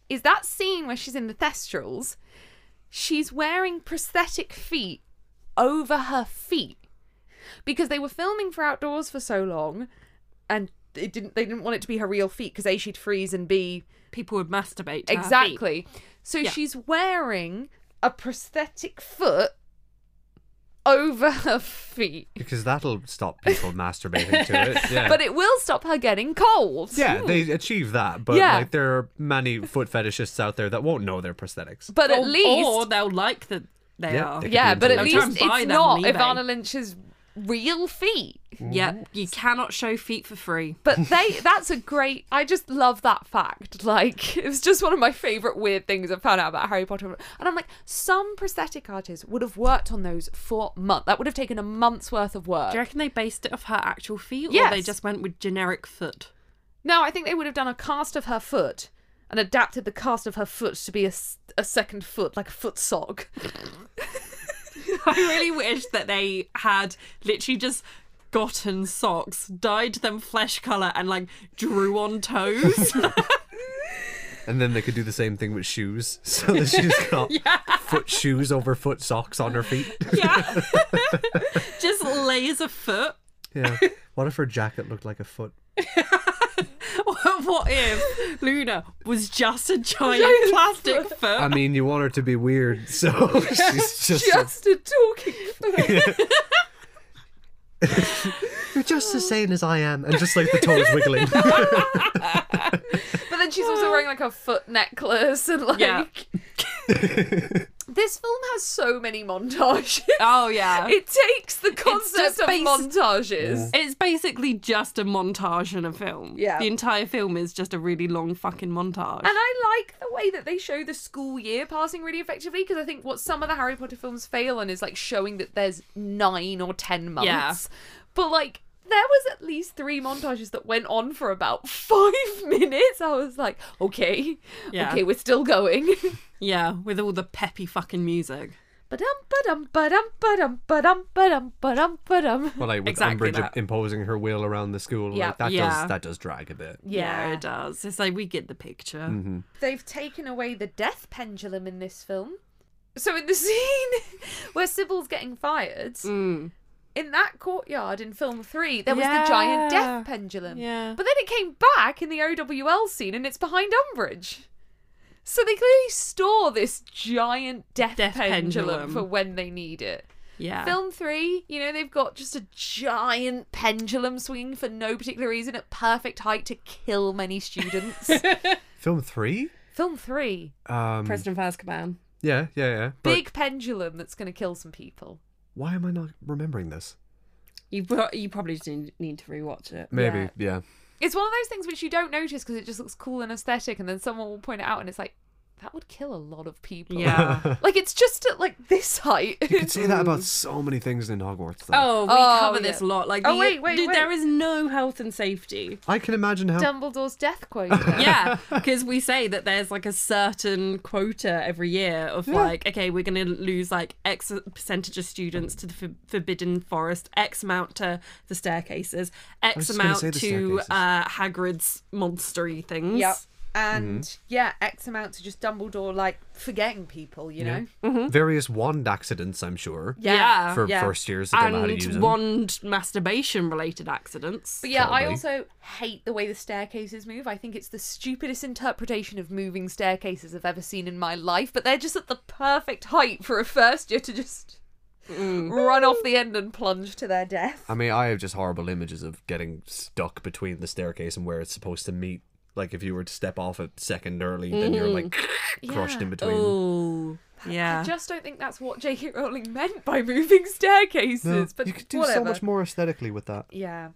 [SPEAKER 1] is that scene where she's in the Thestrals, she's wearing prosthetic feet over her feet because they were filming for outdoors for so long, and it didn't they didn't want it to be her real feet because a she'd freeze and b
[SPEAKER 2] People would masturbate. to her feet.
[SPEAKER 1] Exactly. So she's wearing a prosthetic foot over her feet,
[SPEAKER 3] Because that'll stop people masturbating to it. Yeah.
[SPEAKER 1] but it will stop her getting cold.
[SPEAKER 3] yeah, they achieve that, but
[SPEAKER 1] Yeah.
[SPEAKER 3] like there are many foot fetishists out there that won't know their prosthetics.
[SPEAKER 1] But at
[SPEAKER 2] Or-
[SPEAKER 1] least
[SPEAKER 2] or they'll like the They
[SPEAKER 3] Yeah,
[SPEAKER 2] are.
[SPEAKER 3] they-
[SPEAKER 1] Yeah, but at
[SPEAKER 3] Don't
[SPEAKER 2] try
[SPEAKER 1] least
[SPEAKER 2] and buy
[SPEAKER 1] it's
[SPEAKER 2] them
[SPEAKER 1] not
[SPEAKER 2] on eBay.
[SPEAKER 1] Ivana Lynch's real feet.
[SPEAKER 2] Yeah, you cannot show feet for free.
[SPEAKER 1] But they that's a great I just love that fact. Like it was just one of my favorite weird things I found out about Harry Potter. And I'm like, some prosthetic artists would have worked on those for months. That would have taken a month's worth of work.
[SPEAKER 2] Do you reckon they based it off her actual feet, or they
[SPEAKER 1] Yes.
[SPEAKER 2] just went with generic foot?
[SPEAKER 1] No, I think they would have done a cast of her foot and adapted the cast of her foot to be a, s- a second foot, like a foot sock.
[SPEAKER 2] I really wish that they had literally just gotten socks, dyed them flesh color, and like drew on toes.
[SPEAKER 3] And then they could do the same thing with shoes. So that she's got foot shoes over foot socks on her feet.
[SPEAKER 2] yeah, just laser foot.
[SPEAKER 3] Yeah. What if her jacket looked like a foot?
[SPEAKER 2] what if Luna was just a giant, plastic foot?
[SPEAKER 3] I mean, you want her to be weird, so she's just.
[SPEAKER 1] Just a talking foot.
[SPEAKER 3] You're just as sane as I am. And just like the toes wiggling.
[SPEAKER 1] But then she's also wearing like a foot necklace and like
[SPEAKER 2] Yeah.
[SPEAKER 1] This film has so many montages.
[SPEAKER 2] oh yeah.
[SPEAKER 1] It takes the concept
[SPEAKER 2] just
[SPEAKER 1] of
[SPEAKER 2] basi-
[SPEAKER 1] montages.
[SPEAKER 2] It's basically just a montage in a film.
[SPEAKER 1] Yeah.
[SPEAKER 2] The entire film is just a really long fucking montage.
[SPEAKER 1] And I like the way that they show the school year passing really effectively because I think what some of the Harry Potter films fail on is like showing that there's nine or ten months.
[SPEAKER 2] Yeah.
[SPEAKER 1] But like there was at least three montages that went on for about five minutes. I was like, okay,
[SPEAKER 2] Yeah.
[SPEAKER 1] okay, we're still going.
[SPEAKER 2] yeah, with all the peppy fucking music.
[SPEAKER 1] Ba-dum, ba-dum, ba-dum, ba-dum, ba-dum, ba-dum, ba-dum, ba-dum.
[SPEAKER 3] Well, like with
[SPEAKER 2] Exactly
[SPEAKER 3] Umbridge
[SPEAKER 2] that.
[SPEAKER 3] imposing her will around the school,
[SPEAKER 1] Yeah.
[SPEAKER 3] like that
[SPEAKER 2] Yeah.
[SPEAKER 3] does that does drag a bit.
[SPEAKER 1] Yeah.
[SPEAKER 2] it does. It's like we get the picture.
[SPEAKER 3] Mm-hmm.
[SPEAKER 1] They've taken away the death pendulum in this film. So in the scene where Sybil's getting fired,
[SPEAKER 2] Mm.
[SPEAKER 1] in that courtyard in film three, there was the giant
[SPEAKER 2] Yeah.
[SPEAKER 1] death pendulum.
[SPEAKER 2] Yeah.
[SPEAKER 1] But then it came back in the OWL scene and it's behind Umbridge. So they clearly store this giant death,
[SPEAKER 2] Death
[SPEAKER 1] pendulum,
[SPEAKER 2] pendulum.
[SPEAKER 1] for when they need it.
[SPEAKER 2] Yeah.
[SPEAKER 1] Film three, you know, they've got just a giant pendulum swinging for no particular reason at perfect height to kill many students.
[SPEAKER 3] Film three?
[SPEAKER 1] film three,
[SPEAKER 3] Um,
[SPEAKER 2] President of Azkaban.
[SPEAKER 3] yeah, yeah, yeah. But
[SPEAKER 1] big pendulum that's going to kill some people.
[SPEAKER 3] why am I not remembering this?
[SPEAKER 2] You pro- you probably just need, need to rewatch it.
[SPEAKER 3] Maybe, yeah.
[SPEAKER 1] It's one of those things which you don't notice because it just looks cool and aesthetic, and then someone will point it out, and it's like that would kill a lot of people.
[SPEAKER 2] Yeah.
[SPEAKER 1] like it's just at like this height.
[SPEAKER 3] You could say that about so many things in Hogwarts. Though.
[SPEAKER 2] Oh, we
[SPEAKER 1] Oh,
[SPEAKER 2] cover
[SPEAKER 1] yeah.
[SPEAKER 2] this a lot. Like,
[SPEAKER 1] Oh,
[SPEAKER 2] the-
[SPEAKER 1] wait, wait,
[SPEAKER 2] dude,
[SPEAKER 1] wait.
[SPEAKER 2] there is no health and safety.
[SPEAKER 3] I can imagine how.
[SPEAKER 1] Dumbledore's death quota.
[SPEAKER 2] yeah, because we say that there's like a certain quota every year of like, okay, we're going to lose like X percentage of students to the for- Forbidden Forest, X amount to the staircases, X
[SPEAKER 3] just gonna
[SPEAKER 2] amount
[SPEAKER 3] say the
[SPEAKER 2] to
[SPEAKER 3] staircases.
[SPEAKER 2] uh, Hagrid's monstery things.
[SPEAKER 1] Yep. And yeah, X amount to just Dumbledore like forgetting people, you know?
[SPEAKER 3] Various wand accidents, I'm sure.
[SPEAKER 2] Hmm? Yeah.
[SPEAKER 3] For
[SPEAKER 1] yeah.
[SPEAKER 3] first years that don't know how to
[SPEAKER 2] And
[SPEAKER 3] use them.
[SPEAKER 2] wand masturbation related accidents.
[SPEAKER 1] But yeah, I
[SPEAKER 3] Probably.
[SPEAKER 1] also hate the way the staircases move. I think it's the stupidest interpretation of moving staircases I've ever seen in my life, but they're just at the perfect height for a first year to just
[SPEAKER 3] Mm.
[SPEAKER 1] run off the end and plunge to their death.
[SPEAKER 3] I mean, I have just horrible images of getting stuck between the staircase and where it's supposed to meet. Like if you were to step off a second early, then you're like crushed in between.
[SPEAKER 2] Mm. Oh,
[SPEAKER 1] I
[SPEAKER 3] Ah.
[SPEAKER 2] yeah.
[SPEAKER 1] just don't think that's what J.K. Rowling meant by moving staircases,
[SPEAKER 3] No,
[SPEAKER 1] but
[SPEAKER 3] you could do
[SPEAKER 1] whatever.
[SPEAKER 3] so much more Mm. aesthetically with that.
[SPEAKER 1] Yeah.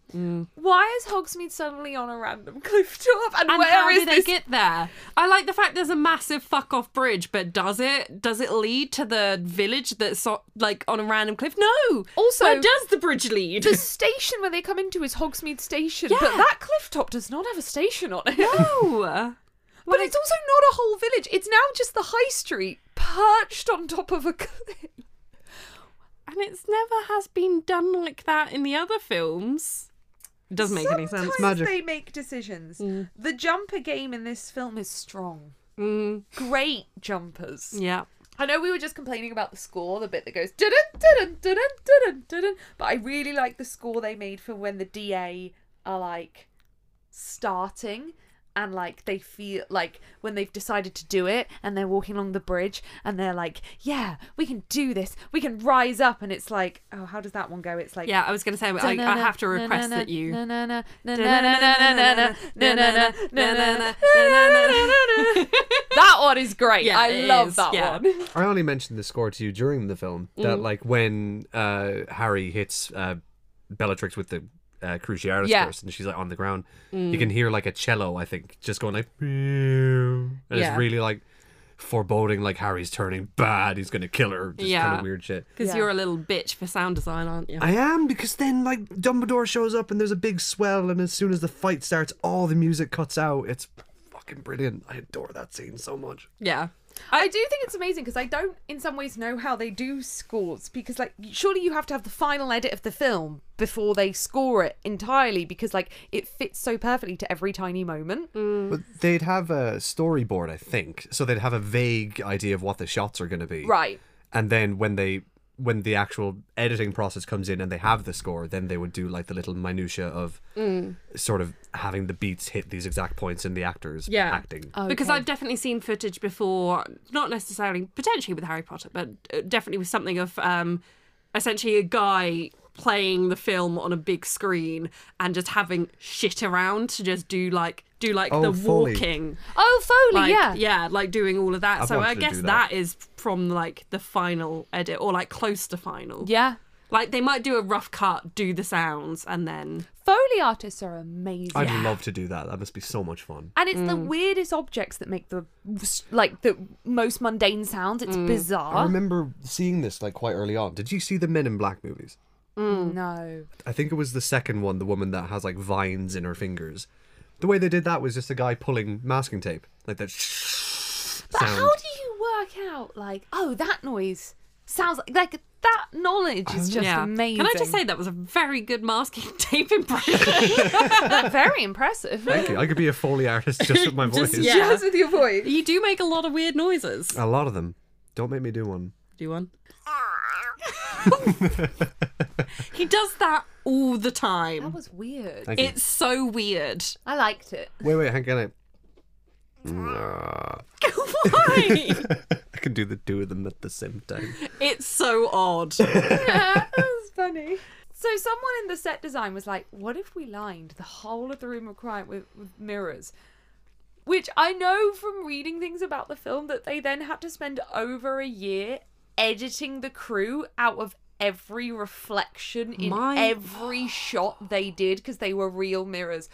[SPEAKER 1] Why is Hogsmeade suddenly on a random clifftop? And,
[SPEAKER 2] And
[SPEAKER 1] where
[SPEAKER 2] how
[SPEAKER 1] is
[SPEAKER 2] do they
[SPEAKER 1] this?
[SPEAKER 2] get there? I like the fact there's a massive fuck off bridge, but does it does it lead to the village that's so, like on a random cliff? No.
[SPEAKER 1] Also-
[SPEAKER 2] where does the bridge lead?
[SPEAKER 1] the station where they come into is Hogsmeade Station, but
[SPEAKER 2] Yeah.
[SPEAKER 1] that clifftop does not have a station on it.
[SPEAKER 2] no.
[SPEAKER 1] But it's also not a whole village. It's now just the high street perched on top of a cliff.
[SPEAKER 2] And it's never has been done like that in the other films. It doesn't make any sense. Mm.
[SPEAKER 3] magic.
[SPEAKER 1] they make decisions. The jumper game in this film is strong.
[SPEAKER 2] Mm.
[SPEAKER 1] Great jumpers.
[SPEAKER 2] Yeah.
[SPEAKER 1] I know we were just complaining about the score, the bit that goes dun dun dun dun dun dun, but I really like the score they made for when the DA are like starting and like they feel like when they've decided to do it and they're walking along the bridge and they're like yeah we can do this we can rise up and it's like oh how does that one go it's like
[SPEAKER 2] Yeah, I was gonna say I, I have to request that you.
[SPEAKER 1] that one is great.
[SPEAKER 2] Yeah,
[SPEAKER 1] I
[SPEAKER 2] it
[SPEAKER 1] love
[SPEAKER 2] is,
[SPEAKER 1] that
[SPEAKER 2] yeah.
[SPEAKER 1] one.
[SPEAKER 3] I only mentioned the score to you during the film
[SPEAKER 1] Mm.
[SPEAKER 3] that like when uh, Harry hits uh, Bellatrix with the uh, cruciatus
[SPEAKER 1] Yeah. Mm.
[SPEAKER 3] curse and she's like on the ground, you can hear like a cello. I think just going like, "Meow." and
[SPEAKER 1] Yeah.
[SPEAKER 3] it's really like foreboding like Harry's turning bad. He's gonna kill her. Just kind
[SPEAKER 2] Yeah.
[SPEAKER 3] of weird shit.
[SPEAKER 2] Because
[SPEAKER 1] Yeah.
[SPEAKER 2] you're a little bitch for sound design, aren't you?
[SPEAKER 3] I am because then like Dumbledore shows up and there's a big swell and as soon as the fight starts, all the music cuts out. It's fucking brilliant. I adore that scene so much.
[SPEAKER 2] yeah.
[SPEAKER 1] I do think it's amazing because I don't, in some ways, know how they do scores because, like, surely you have to have the final edit of the film before they score it entirely because, like, it fits so perfectly to every tiny moment.
[SPEAKER 3] But they'd have a storyboard, I think, so they'd have a vague idea of what the shots are going to be.
[SPEAKER 1] Right.
[SPEAKER 3] And then when they when the actual editing process comes in and they have the score, then they would do like the little minutia of sort of having the beats hit these exact points and the actors
[SPEAKER 2] Yeah. Uh,
[SPEAKER 3] acting.
[SPEAKER 2] Because
[SPEAKER 1] Okay.
[SPEAKER 2] I've definitely seen footage before, not necessarily potentially with Harry Potter, but uh, definitely with something of um, essentially a guy playing the film on a big screen and just having shit around to just do like do like
[SPEAKER 3] Oh,
[SPEAKER 2] the
[SPEAKER 3] Foley.
[SPEAKER 2] walking,
[SPEAKER 1] Oh, Foley,
[SPEAKER 2] like
[SPEAKER 1] yeah.
[SPEAKER 2] like doing all of that.
[SPEAKER 3] I've
[SPEAKER 2] so
[SPEAKER 3] wanted
[SPEAKER 2] I
[SPEAKER 3] to
[SPEAKER 2] guess
[SPEAKER 3] do that.
[SPEAKER 2] that is from like the final edit or like close to final.
[SPEAKER 1] Yeah.
[SPEAKER 2] Like they might do a rough cut, do the sounds, and then
[SPEAKER 1] Foley artists are amazing.
[SPEAKER 3] I'd love to do that. That must be so much fun.
[SPEAKER 1] and it's the weirdest objects that make the like the most mundane sounds. It's
[SPEAKER 3] I
[SPEAKER 1] bizarre.
[SPEAKER 3] remember seeing this like quite early on. Did you see the Men in Black movies?
[SPEAKER 1] Mm. No.
[SPEAKER 3] I think it was the second one, the woman that has like vines in her fingers. The way they did that was just a guy pulling masking tape, like that.
[SPEAKER 1] But
[SPEAKER 3] sound.
[SPEAKER 1] how do you work out like, oh, that noise sounds like like that knowledge is just
[SPEAKER 2] yeah.
[SPEAKER 1] amazing.
[SPEAKER 2] Can I just say that was a very good masking tape impression?
[SPEAKER 1] that very impressive?
[SPEAKER 3] Thank you. I could be a Foley artist just with my voice.
[SPEAKER 2] Just- yeah.
[SPEAKER 1] Just with your voice.
[SPEAKER 2] You do make a lot of weird noises.
[SPEAKER 3] A lot of them. Don't make me do one.
[SPEAKER 2] Do one. he does that all the
[SPEAKER 1] That
[SPEAKER 2] time.
[SPEAKER 1] was weird.
[SPEAKER 3] Thank
[SPEAKER 2] It's so weird.
[SPEAKER 1] I liked it.
[SPEAKER 3] you. Wait, wait, hang on. I...
[SPEAKER 2] Why?
[SPEAKER 3] I can do the two of them at the same time.
[SPEAKER 2] it's so odd.
[SPEAKER 1] that was funny. So someone in the set design was like, "What if we lined the whole of the room of quiet with, with mirrors?" Which I know from reading things about the film that they then had to spend over a year editing the crew out of every reflection in
[SPEAKER 2] My-
[SPEAKER 1] every shot they did because they were real mirrors.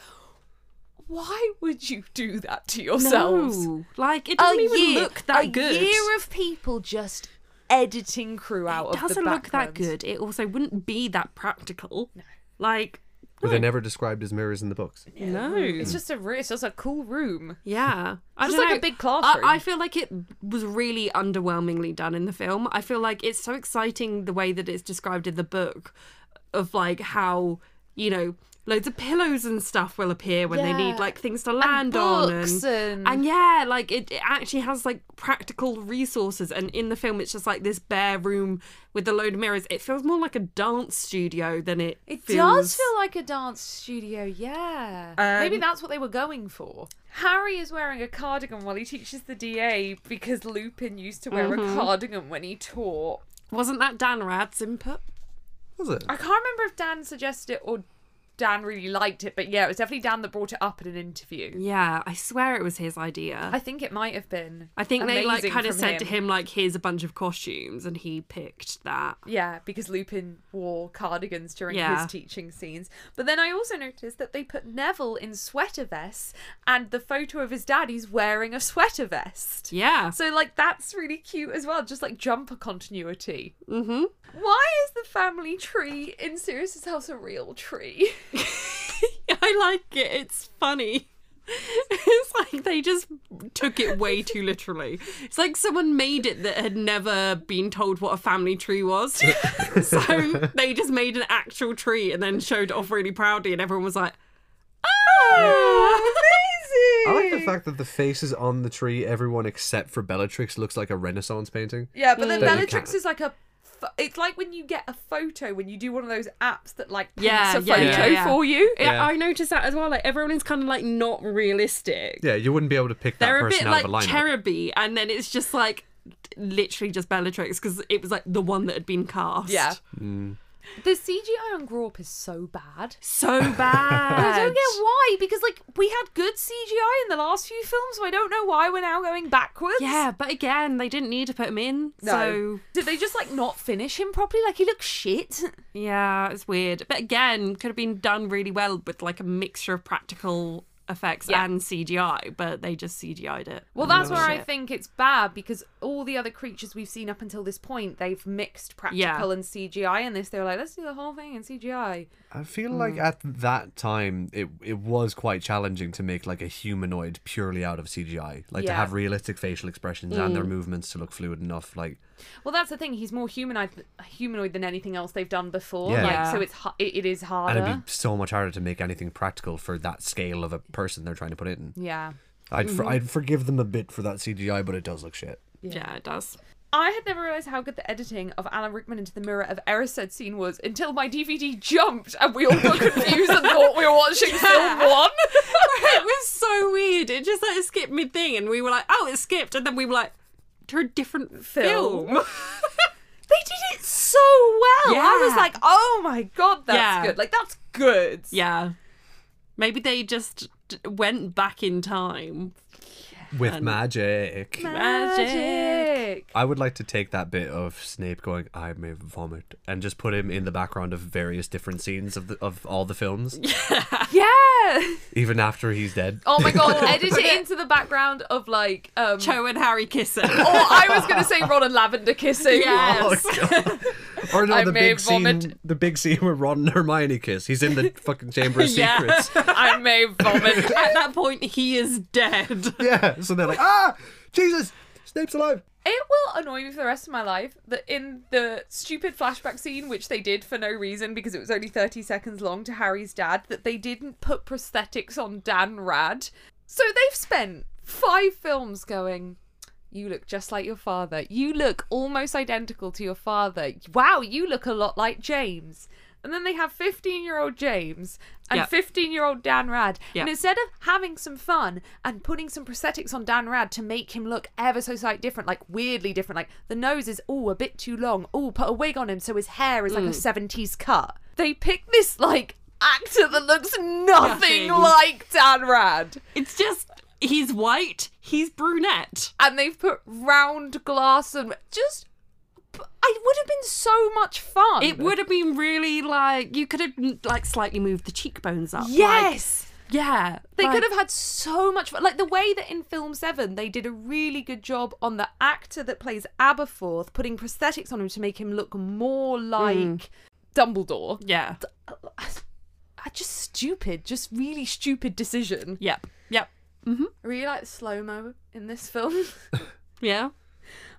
[SPEAKER 1] Why would you do that to yourselves?
[SPEAKER 2] No. Like it
[SPEAKER 1] A
[SPEAKER 2] doesn't even
[SPEAKER 1] year,
[SPEAKER 2] look that
[SPEAKER 1] a
[SPEAKER 2] good.
[SPEAKER 1] year of people just editing crew out
[SPEAKER 2] it
[SPEAKER 1] of the
[SPEAKER 2] doesn't look that
[SPEAKER 1] backgrounds.
[SPEAKER 2] good. It also wouldn't be that practical. Like
[SPEAKER 3] Were they never described as mirrors in the books?
[SPEAKER 2] no.
[SPEAKER 1] It's just a ru- it's just a cool room.
[SPEAKER 2] Yeah, I
[SPEAKER 1] Just
[SPEAKER 2] don't
[SPEAKER 1] like a
[SPEAKER 2] know.
[SPEAKER 1] big classroom.
[SPEAKER 2] I, I feel like it was really underwhelmingly done in the film. I feel like it's so exciting the way that it's described in the book, of like how you know loads of pillows and stuff will appear when they
[SPEAKER 1] Yeah.
[SPEAKER 2] need like things to land on
[SPEAKER 1] books and-
[SPEAKER 2] and yeah, like it, it actually has like practical resources. And in the film, it's just like this bare room with a load of mirrors. It feels more like a dance studio than it.
[SPEAKER 1] It
[SPEAKER 2] feels-
[SPEAKER 1] does feel like a dance studio, yeah. Maybe that's what they were going for. Harry is wearing a cardigan while he teaches the DA because Lupin used to wear
[SPEAKER 2] Mm-hmm.
[SPEAKER 1] a cardigan when he taught.
[SPEAKER 2] Wasn't that Dan Rad's input?
[SPEAKER 3] Was it?
[SPEAKER 1] I can't remember if Dan suggested it or Dan really liked it, but yeah, it was definitely Dan that brought it up in an interview.
[SPEAKER 2] Yeah, I swear it was his idea.
[SPEAKER 1] I think it might have been.
[SPEAKER 2] I think they like
[SPEAKER 1] Amazing
[SPEAKER 2] kind of
[SPEAKER 1] from
[SPEAKER 2] said to him like, "Here's a bunch of costumes," and he picked that.
[SPEAKER 1] Yeah, because Lupin wore cardigans during
[SPEAKER 2] Yeah.
[SPEAKER 1] his teaching scenes. But then I also noticed that they put Neville in sweater vests, and the photo of his daddy's wearing a sweater vest.
[SPEAKER 2] Yeah,
[SPEAKER 1] So like that's really cute as well, just like jumper continuity. Mm-hmm. Why is the family tree in Sirius's house a real tree?
[SPEAKER 2] I like it. It's funny. It's like they just took it way too literally. It's like someone made it that had never been told what a family tree was. so they just made an actual tree and then showed it off really proudly, and everyone was like, "Oh,
[SPEAKER 3] I like the fact that the faces on the tree, everyone except for Bellatrix, looks like a Renaissance painting.
[SPEAKER 1] yeah, but then
[SPEAKER 3] There you
[SPEAKER 1] Bellatrix
[SPEAKER 3] go.
[SPEAKER 1] is like a pho- it's like when you get a photo when you do one of those apps that like paints
[SPEAKER 2] Yeah,
[SPEAKER 1] a
[SPEAKER 2] yeah,
[SPEAKER 1] photo
[SPEAKER 2] yeah, yeah.
[SPEAKER 1] for you.
[SPEAKER 2] Yeah,
[SPEAKER 3] Yeah.
[SPEAKER 2] I noticed that as well. Like everyone is kind of like not realistic.
[SPEAKER 3] Yeah, you wouldn't be able to pick that
[SPEAKER 2] They're a
[SPEAKER 3] person
[SPEAKER 2] bit
[SPEAKER 3] out
[SPEAKER 2] like
[SPEAKER 3] of a lineup.
[SPEAKER 2] Cherubi, and then it's just like literally just Bellatrix because it was like the one that had been cast.
[SPEAKER 1] Yeah.
[SPEAKER 3] Mm.
[SPEAKER 1] The CGI on Grawp is so bad.
[SPEAKER 2] so
[SPEAKER 1] I
[SPEAKER 2] bad.
[SPEAKER 1] don't get why, because like we had good CGI in the last few films, so I don't know why we're now going backwards.
[SPEAKER 2] yeah, but again, they didn't need to put him in.
[SPEAKER 1] No.
[SPEAKER 2] So
[SPEAKER 1] Did they just like not finish him properly? Like he looks shit.
[SPEAKER 2] yeah, it's weird. But again, could have been done really well with like a mixture of practical effects
[SPEAKER 1] Yeah.
[SPEAKER 2] and CGI, but they just CGI'd it.
[SPEAKER 1] Well, that's where I
[SPEAKER 2] Shit.
[SPEAKER 1] think it's bad because all the other creatures we've seen up until this point, they've mixed practical and CGI in this. They were like, let's do the whole thing in CGI.
[SPEAKER 3] I feel like
[SPEAKER 1] Mm.
[SPEAKER 3] at that time it it was quite challenging to make like a humanoid purely out of CGI, like to
[SPEAKER 1] Yeah. Mm.
[SPEAKER 3] have realistic facial expressions and their movements to look fluid enough. Like
[SPEAKER 1] Well, that's the thing. He's more humanoid, humanoid than anything else they've done before.
[SPEAKER 3] Yeah.
[SPEAKER 1] Like,
[SPEAKER 2] Yeah.
[SPEAKER 1] so it's hu- it, it is
[SPEAKER 3] and
[SPEAKER 1] harder.
[SPEAKER 3] it'd be so much harder to make anything practical for that scale of a person they're trying to put in.
[SPEAKER 1] yeah.
[SPEAKER 3] I'd for,
[SPEAKER 1] Mm-hmm.
[SPEAKER 3] I'd forgive them a bit for that CGI, but it does look shit.
[SPEAKER 2] Yeah, it does.
[SPEAKER 1] I had never realized how good the editing of Alan Rickman into the mirror of Erised scene was until my DVD jumped and we all got confused and thought we were watching film one.
[SPEAKER 2] it was so weird. It just like it skipped mid thing, and we were like, "Oh, it skipped," and then we were like, "To a different film."
[SPEAKER 1] Film. They did it so well. I was
[SPEAKER 2] Yeah.
[SPEAKER 1] like, oh my god, that's
[SPEAKER 2] Yeah.
[SPEAKER 1] good. Like that's good.
[SPEAKER 2] yeah, maybe they just d- went back in time.
[SPEAKER 3] With magic.
[SPEAKER 1] Magic.
[SPEAKER 3] I would like to take that bit of Snape going, "I may vomit," and just put him in the background of various different scenes of the, of all the films,
[SPEAKER 1] Yeah.
[SPEAKER 3] even after he's dead.
[SPEAKER 1] Oh my god, edit it into the background of like um
[SPEAKER 2] Cho and Harry kissing.
[SPEAKER 1] Or I was gonna say Ron and Lavender kissing.
[SPEAKER 2] Yes.
[SPEAKER 3] Or no,
[SPEAKER 1] I
[SPEAKER 3] the
[SPEAKER 1] may
[SPEAKER 3] big scene,
[SPEAKER 1] vomit.
[SPEAKER 3] the big scene where Ron and Hermione kiss. He's in the fucking Chamber of
[SPEAKER 2] Yeah.
[SPEAKER 3] Secrets.
[SPEAKER 1] I may vomit.
[SPEAKER 2] At that point, he is dead.
[SPEAKER 3] Yeah. So they're like, ah, Jesus, Snape's alive.
[SPEAKER 1] It will annoy me for the rest of my life that in the stupid flashback scene, which they did for no reason because it was only 30 seconds long to Harry's dad, that they didn't put prosthetics on Dan Rad. So they've spent five films going, You look just like your father. You look almost identical to your father. Wow, you look a lot like James. And then they have 15 year old James and
[SPEAKER 2] Yep.
[SPEAKER 1] 15 year old Dan Rad.
[SPEAKER 2] Yep.
[SPEAKER 1] And instead of having some fun and putting some prosthetics on Dan Rad to make him look ever so slight different, like weirdly different, like the nose is, oh, a bit too long. Oh, put a wig on him so his hair is like a 70s cut. They pick this, like, actor that looks nothing,
[SPEAKER 2] Nothing.
[SPEAKER 1] like Dan Rad.
[SPEAKER 2] It's just he's white, he's brunette.
[SPEAKER 1] And they've put round glass and just. It would have been so much fun.
[SPEAKER 2] It would have been really like you could have like slightly moved the cheekbones up. like-
[SPEAKER 1] Yes.
[SPEAKER 2] yeah.
[SPEAKER 1] They
[SPEAKER 2] like-
[SPEAKER 1] could have had so much fun. Like the way that in film seven they did a really good job on the actor that plays Aberforth putting prosthetics on him to make him look more like Mm. Dumbledore.
[SPEAKER 2] Yeah.
[SPEAKER 1] Uh, Just stupid, just really stupid decision.
[SPEAKER 2] Yep. Yep.
[SPEAKER 1] I really like slow mo in this film.
[SPEAKER 2] Yeah.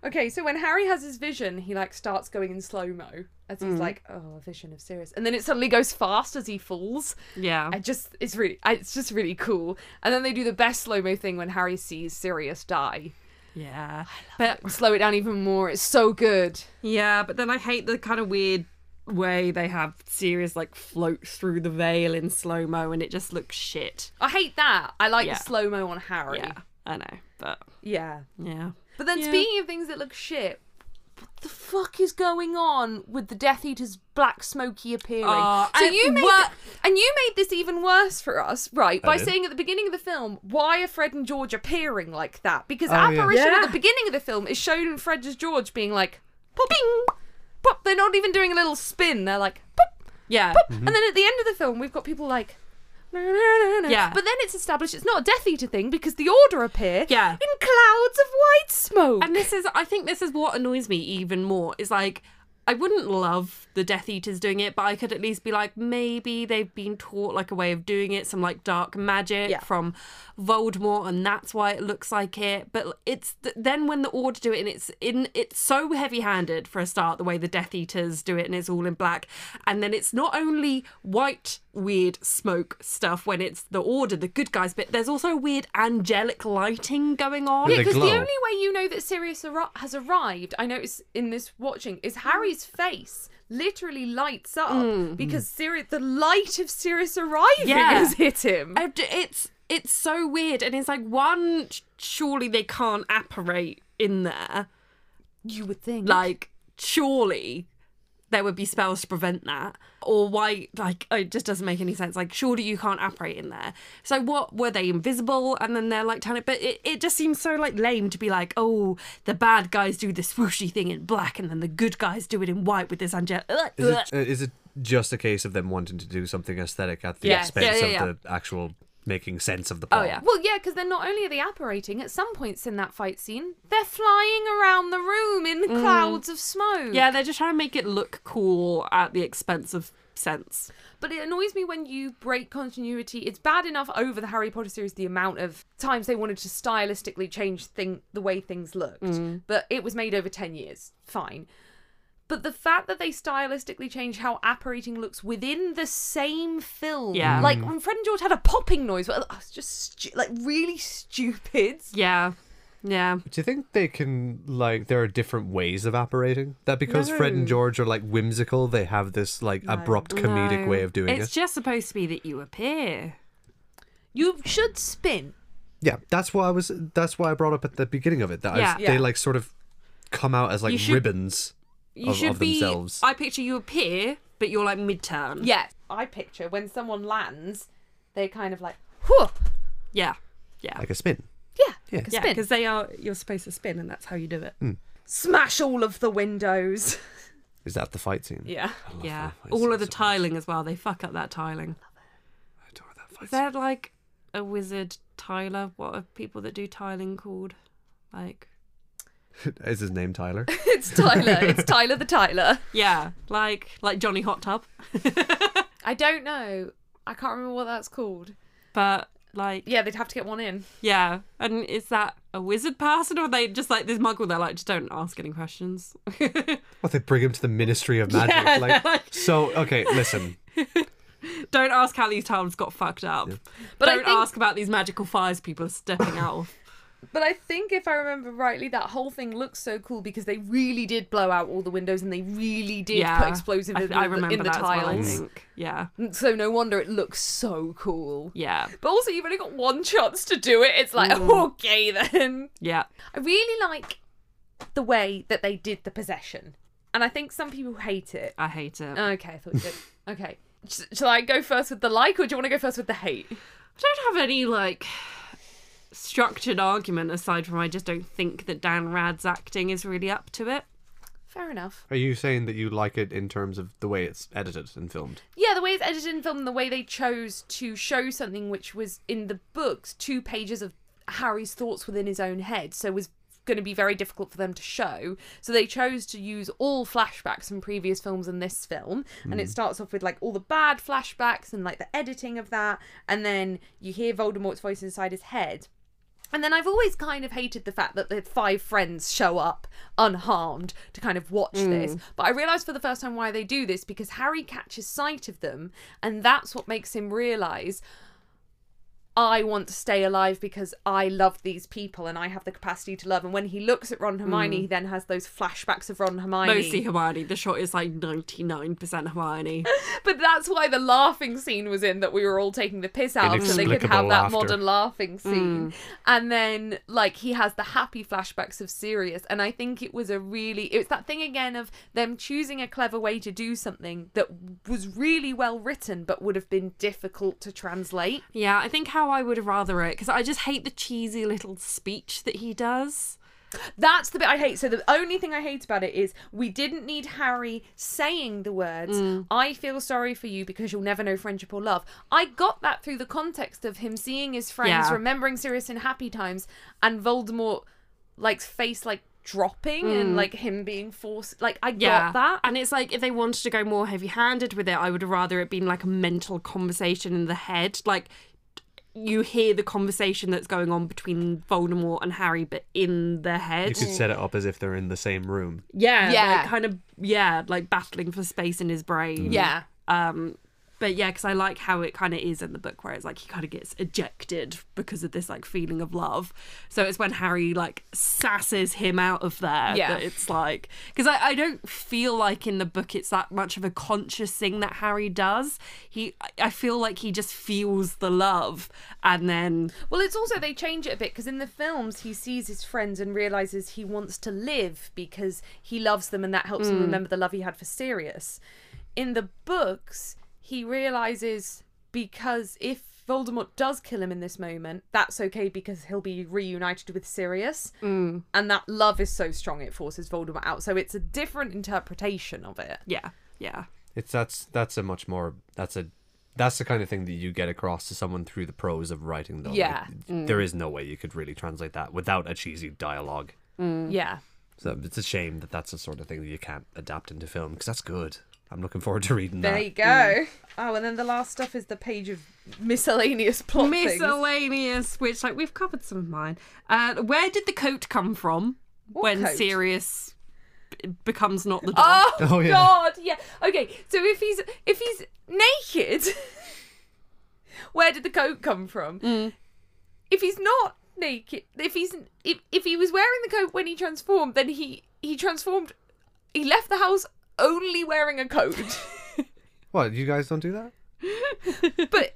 [SPEAKER 1] okay, so when Harry has his vision, he like starts going in slow mo as
[SPEAKER 2] Mm.
[SPEAKER 1] he's like, "Oh, a vision of Sirius," and then it suddenly goes fast as he falls.
[SPEAKER 2] Yeah.
[SPEAKER 1] I just it's really I- it's just really cool. And then they do the best slow mo thing when Harry sees Sirius die.
[SPEAKER 2] Yeah.
[SPEAKER 1] But slow it down even more. It's so good.
[SPEAKER 2] Yeah, but then I hate the kind of weird way they have Sirius like float through the veil in slow mo and it just looks shit.
[SPEAKER 1] I hate that. I like
[SPEAKER 2] Yeah.
[SPEAKER 1] the slow mo on Harry.
[SPEAKER 2] Yeah, I know, but
[SPEAKER 1] Yeah.
[SPEAKER 2] yeah.
[SPEAKER 1] But then
[SPEAKER 2] Yeah.
[SPEAKER 1] speaking of things that look shit, what the fuck is going on with the Death Eater's black smoky appearing?
[SPEAKER 2] Oh,
[SPEAKER 1] so
[SPEAKER 2] and
[SPEAKER 1] Ah, you made
[SPEAKER 2] what-
[SPEAKER 1] and you made this even worse for us, right? by
[SPEAKER 3] did.
[SPEAKER 1] saying at the beginning of the film, why are Fred and George appearing like that? Because
[SPEAKER 3] Oh, yeah.
[SPEAKER 1] apparition
[SPEAKER 2] Yeah.
[SPEAKER 1] at the beginning of the film is shown in Fred as George being like, popping, pop. They're not even doing a little spin. They're like, pop,
[SPEAKER 2] Yeah.
[SPEAKER 3] Mm-hmm.
[SPEAKER 1] And then at the end of the film, we've got people like. "Na, na, na, na."
[SPEAKER 2] Yeah.
[SPEAKER 1] But then it's established it's not a Death Eater thing because the Order appear
[SPEAKER 2] Yeah.
[SPEAKER 1] in clouds of white smoke.
[SPEAKER 2] And this is I think this is what annoys me even more. Is like I wouldn't love the Death Eaters doing it, but I could at least be like, maybe they've been taught like a way of doing it, some like dark magic
[SPEAKER 1] Yeah.
[SPEAKER 2] from Voldemort, and that's why it looks like it. But it's th- then when the Order do it, and it's in it's so heavy-handed for a start the way the Death Eaters do it, and it's all in black, and then it's not only white weird smoke stuff when it's the Order, the good guys, but there's also weird angelic lighting going on.
[SPEAKER 3] Yeah,
[SPEAKER 1] because the
[SPEAKER 3] glow.
[SPEAKER 1] only way you know that Sirius arri- has arrived, I notice in this watching, is Harry Joy's face literally lights up because Sirius, the light of Sirius arriving
[SPEAKER 2] Hmm. Yeah.
[SPEAKER 1] has hit him.
[SPEAKER 2] I d- It's it's so weird, and it's like one. sh- Surely they can't apparate in there.
[SPEAKER 1] you would think.
[SPEAKER 2] Like surely there would be spells to prevent that, or why? Like it just doesn't make any sense. Like surely you can't apparate in there. So what were they invisible? And then they're like telling it, but it, it just seems so like lame to be like, oh, the bad guys do the swooshy thing in black, and then the good guys do it in white with this angel.
[SPEAKER 3] Is it, uh, is it just a case of them wanting to do something aesthetic at the
[SPEAKER 1] Yes.
[SPEAKER 3] expense
[SPEAKER 2] Yeah, yeah, Oh,
[SPEAKER 3] of the actual making sense of the plot?
[SPEAKER 2] yeah.
[SPEAKER 1] well, yeah, because then not only are they apparating, at some points in that fight scene, they're flying around the room in clouds of smoke.
[SPEAKER 2] Hmm. Yeah, they're just trying to make it look cool at the expense of sense.
[SPEAKER 1] But it annoys me when you break continuity. It's bad enough over the Harry Potter series the amount of times they wanted to stylistically change thing the way things looked.
[SPEAKER 2] Mm.
[SPEAKER 1] But it was made over 10 years. Fine. But the fact that they stylistically change how apparating looks within the same film.
[SPEAKER 2] Yeah. Mm.
[SPEAKER 1] Like when Fred and George had a popping noise, well, I was just stu- like really stupid.
[SPEAKER 2] Yeah, yeah.
[SPEAKER 3] Do you think they can like there are different ways of operating? That because Fred and George are like whimsical, they have this like abrupt comedic
[SPEAKER 2] No.
[SPEAKER 3] way of doing
[SPEAKER 2] it's
[SPEAKER 3] it.
[SPEAKER 2] just supposed to be that you appear.
[SPEAKER 1] You should spin.
[SPEAKER 3] yeah, that's why I was. That's why I brought up at the beginning of it that I was-
[SPEAKER 2] Yeah.
[SPEAKER 1] Yeah.
[SPEAKER 3] they like sort of come out as like
[SPEAKER 2] You should-
[SPEAKER 3] ribbons.
[SPEAKER 2] You
[SPEAKER 3] Of-
[SPEAKER 2] should
[SPEAKER 3] of
[SPEAKER 2] be.
[SPEAKER 3] themselves.
[SPEAKER 2] I picture you appear, but you're like mid-turn.
[SPEAKER 1] Yes. I picture when someone lands, they're kind of like, whew,
[SPEAKER 2] yeah, yeah,
[SPEAKER 3] like a spin.
[SPEAKER 1] yeah, like a
[SPEAKER 2] yeah.
[SPEAKER 1] spin.
[SPEAKER 2] Because they are. You're supposed to spin, and that's how you do it.
[SPEAKER 3] Hmm.
[SPEAKER 1] Smash all of the windows.
[SPEAKER 3] Is that the fight scene?
[SPEAKER 1] Yeah.
[SPEAKER 3] I love
[SPEAKER 2] Yeah,
[SPEAKER 3] that fight
[SPEAKER 2] all
[SPEAKER 3] scene
[SPEAKER 2] of the
[SPEAKER 3] so much.
[SPEAKER 2] tiling as well. They fuck up that tiling.
[SPEAKER 3] I adore that fight
[SPEAKER 2] Is there like a wizard tiler? What are people that do tiling called? Like,
[SPEAKER 3] scene. Is his name Tyler?
[SPEAKER 1] It's Tyler. It's Tyler the Tyler.
[SPEAKER 2] yeah, like like Johnny Hot Tub,
[SPEAKER 1] I don't know. I can't remember what that's called.
[SPEAKER 2] but like
[SPEAKER 1] Yeah, they'd have to get one in.
[SPEAKER 2] Yeah, and is that a wizard person or are they just like this muggle? They're like, just don't ask any questions.
[SPEAKER 3] Well, they bring him to the Ministry of Magic.
[SPEAKER 2] Yeah,
[SPEAKER 3] like,
[SPEAKER 2] like-
[SPEAKER 3] so, okay, listen.
[SPEAKER 2] don't ask how these tiles got fucked up.
[SPEAKER 1] But I
[SPEAKER 2] don't
[SPEAKER 1] think-
[SPEAKER 2] ask about these magical fires people are stepping out of.
[SPEAKER 1] But I think if I remember rightly, that whole thing looks so cool because they really did blow out all the windows and they really did
[SPEAKER 2] Yeah,
[SPEAKER 1] put explosives
[SPEAKER 2] I,
[SPEAKER 1] in, the-
[SPEAKER 2] I remember
[SPEAKER 1] in the
[SPEAKER 2] that as well, I
[SPEAKER 1] tiles. Mm,
[SPEAKER 2] think. Yeah,
[SPEAKER 1] so no wonder it looks so cool.
[SPEAKER 2] yeah,
[SPEAKER 1] But also, you've only got one chance to do it. It's like, okay, then.
[SPEAKER 2] yeah.
[SPEAKER 1] I really like the way that they did the possession. And I think some people hate it.
[SPEAKER 2] I hate it.
[SPEAKER 1] Okay, I thought you did. Okay. Sh- Shall I go first with the like, or do you want to go first with the hate?
[SPEAKER 2] I don't have any like structured argument aside from I just don't think that Dan Rad's acting is really up to it.
[SPEAKER 1] Fair enough.
[SPEAKER 3] Are you saying that you like it in terms of the way it's edited and filmed?
[SPEAKER 1] Yeah, the way it's edited in film, the way they chose to show something which was in the books, two pages of Harry's thoughts within his own head, so was going to be very difficult for them to show. So they chose to use all flashbacks from previous films in this film, and it starts off with like all the bad flashbacks and like the editing of that, and then you hear Voldemort's voice inside his head. And then I've always kind of hated the fact that the five friends show up unharmed to kind of watch this. But I realised for the first time why they do this because Harry catches sight of them, and that's what makes him realise I want to stay alive because I love these people and I have the capacity to love. And when he looks at Ron and Hermione, he then has those flashbacks of Ron and Hermione.
[SPEAKER 2] Mostly Hermione. The shot is like 99% Hermione.
[SPEAKER 1] But that's why the laughing scene was in that we were all taking the piss out of so they could
[SPEAKER 3] Inexplicable
[SPEAKER 1] have that
[SPEAKER 3] laughter.
[SPEAKER 1] modern laughing scene. And then like he has the happy flashbacks of Sirius and I think it was a really it was that thing again of them choosing a clever way to do something that was really well written but would have been difficult to translate.
[SPEAKER 2] Yeah, I think how I would rather it because I just hate the cheesy little speech that he does.
[SPEAKER 1] That's the bit I hate. So the only thing I hate about it is we didn't need Harry saying the words,
[SPEAKER 2] Mm.
[SPEAKER 1] I feel sorry for you because you'll never know friendship or love. I got that through the context of him seeing his friends,
[SPEAKER 2] Yeah.
[SPEAKER 1] remembering Sirius in happy times, and Voldemort like face like dropping
[SPEAKER 2] Mm.
[SPEAKER 1] and like him being forced like I got that.
[SPEAKER 2] and it's like if they wanted to go more heavy-handed with it, I would rather it been like a mental conversation in the head, like you hear the conversation that's going on between Voldemort and Harry, but in their
[SPEAKER 3] You
[SPEAKER 2] head.
[SPEAKER 3] could set it up as if they're in the same room.
[SPEAKER 2] Yeah,
[SPEAKER 1] Yeah.
[SPEAKER 2] like kind of yeah, like battling for space in his brain.
[SPEAKER 1] Yeah.
[SPEAKER 2] um, But yeah, because I like how it kind of is in the book where it's like he kind of gets ejected because of this like feeling of love. So it's when Harry like sasses him out of there.
[SPEAKER 1] Yeah.
[SPEAKER 2] That it's like, because I, I don't feel like in the book it's that much of a conscious thing that Harry does. He, I- I feel like he just feels the love and then
[SPEAKER 1] Well, it's also they change it a bit because in the films he sees his friends and realizes he wants to live because he loves them and that helps him remember the love he had for Sirius. In the books, he realizes because if Voldemort does kill him in this moment, that's okay because he'll be reunited with Sirius, and that love is so strong it forces Voldemort out. So it's a different interpretation of it.
[SPEAKER 2] yeah, yeah.
[SPEAKER 3] It's that's that's a much more that's a that's the kind of thing that you get across to someone through the prose of writing though. Like,
[SPEAKER 1] Yeah. Mm.
[SPEAKER 3] There is no way you could really translate that without a cheesy dialogue.
[SPEAKER 1] Yeah.
[SPEAKER 3] So it's a shame that that's the sort of thing that you can't adapt into film because that's good. I'm looking forward to reading
[SPEAKER 1] There
[SPEAKER 3] that.
[SPEAKER 1] you go. Oh, and then the last stuff is the page of miscellaneous plot things.
[SPEAKER 2] miscellaneous, which like we've covered some of mine. Uh, where did the coat come from when
[SPEAKER 1] coat?
[SPEAKER 2] Sirius b- becomes not the dog?
[SPEAKER 1] Oh,
[SPEAKER 3] Oh, yeah.
[SPEAKER 1] God, yeah. Okay, so if he's if he's naked, where did the coat come from? If he's not naked, if he's if if he was wearing the coat when he transformed, then he he transformed. He left the house only wearing a coat,
[SPEAKER 3] What you guys don't do that?
[SPEAKER 1] but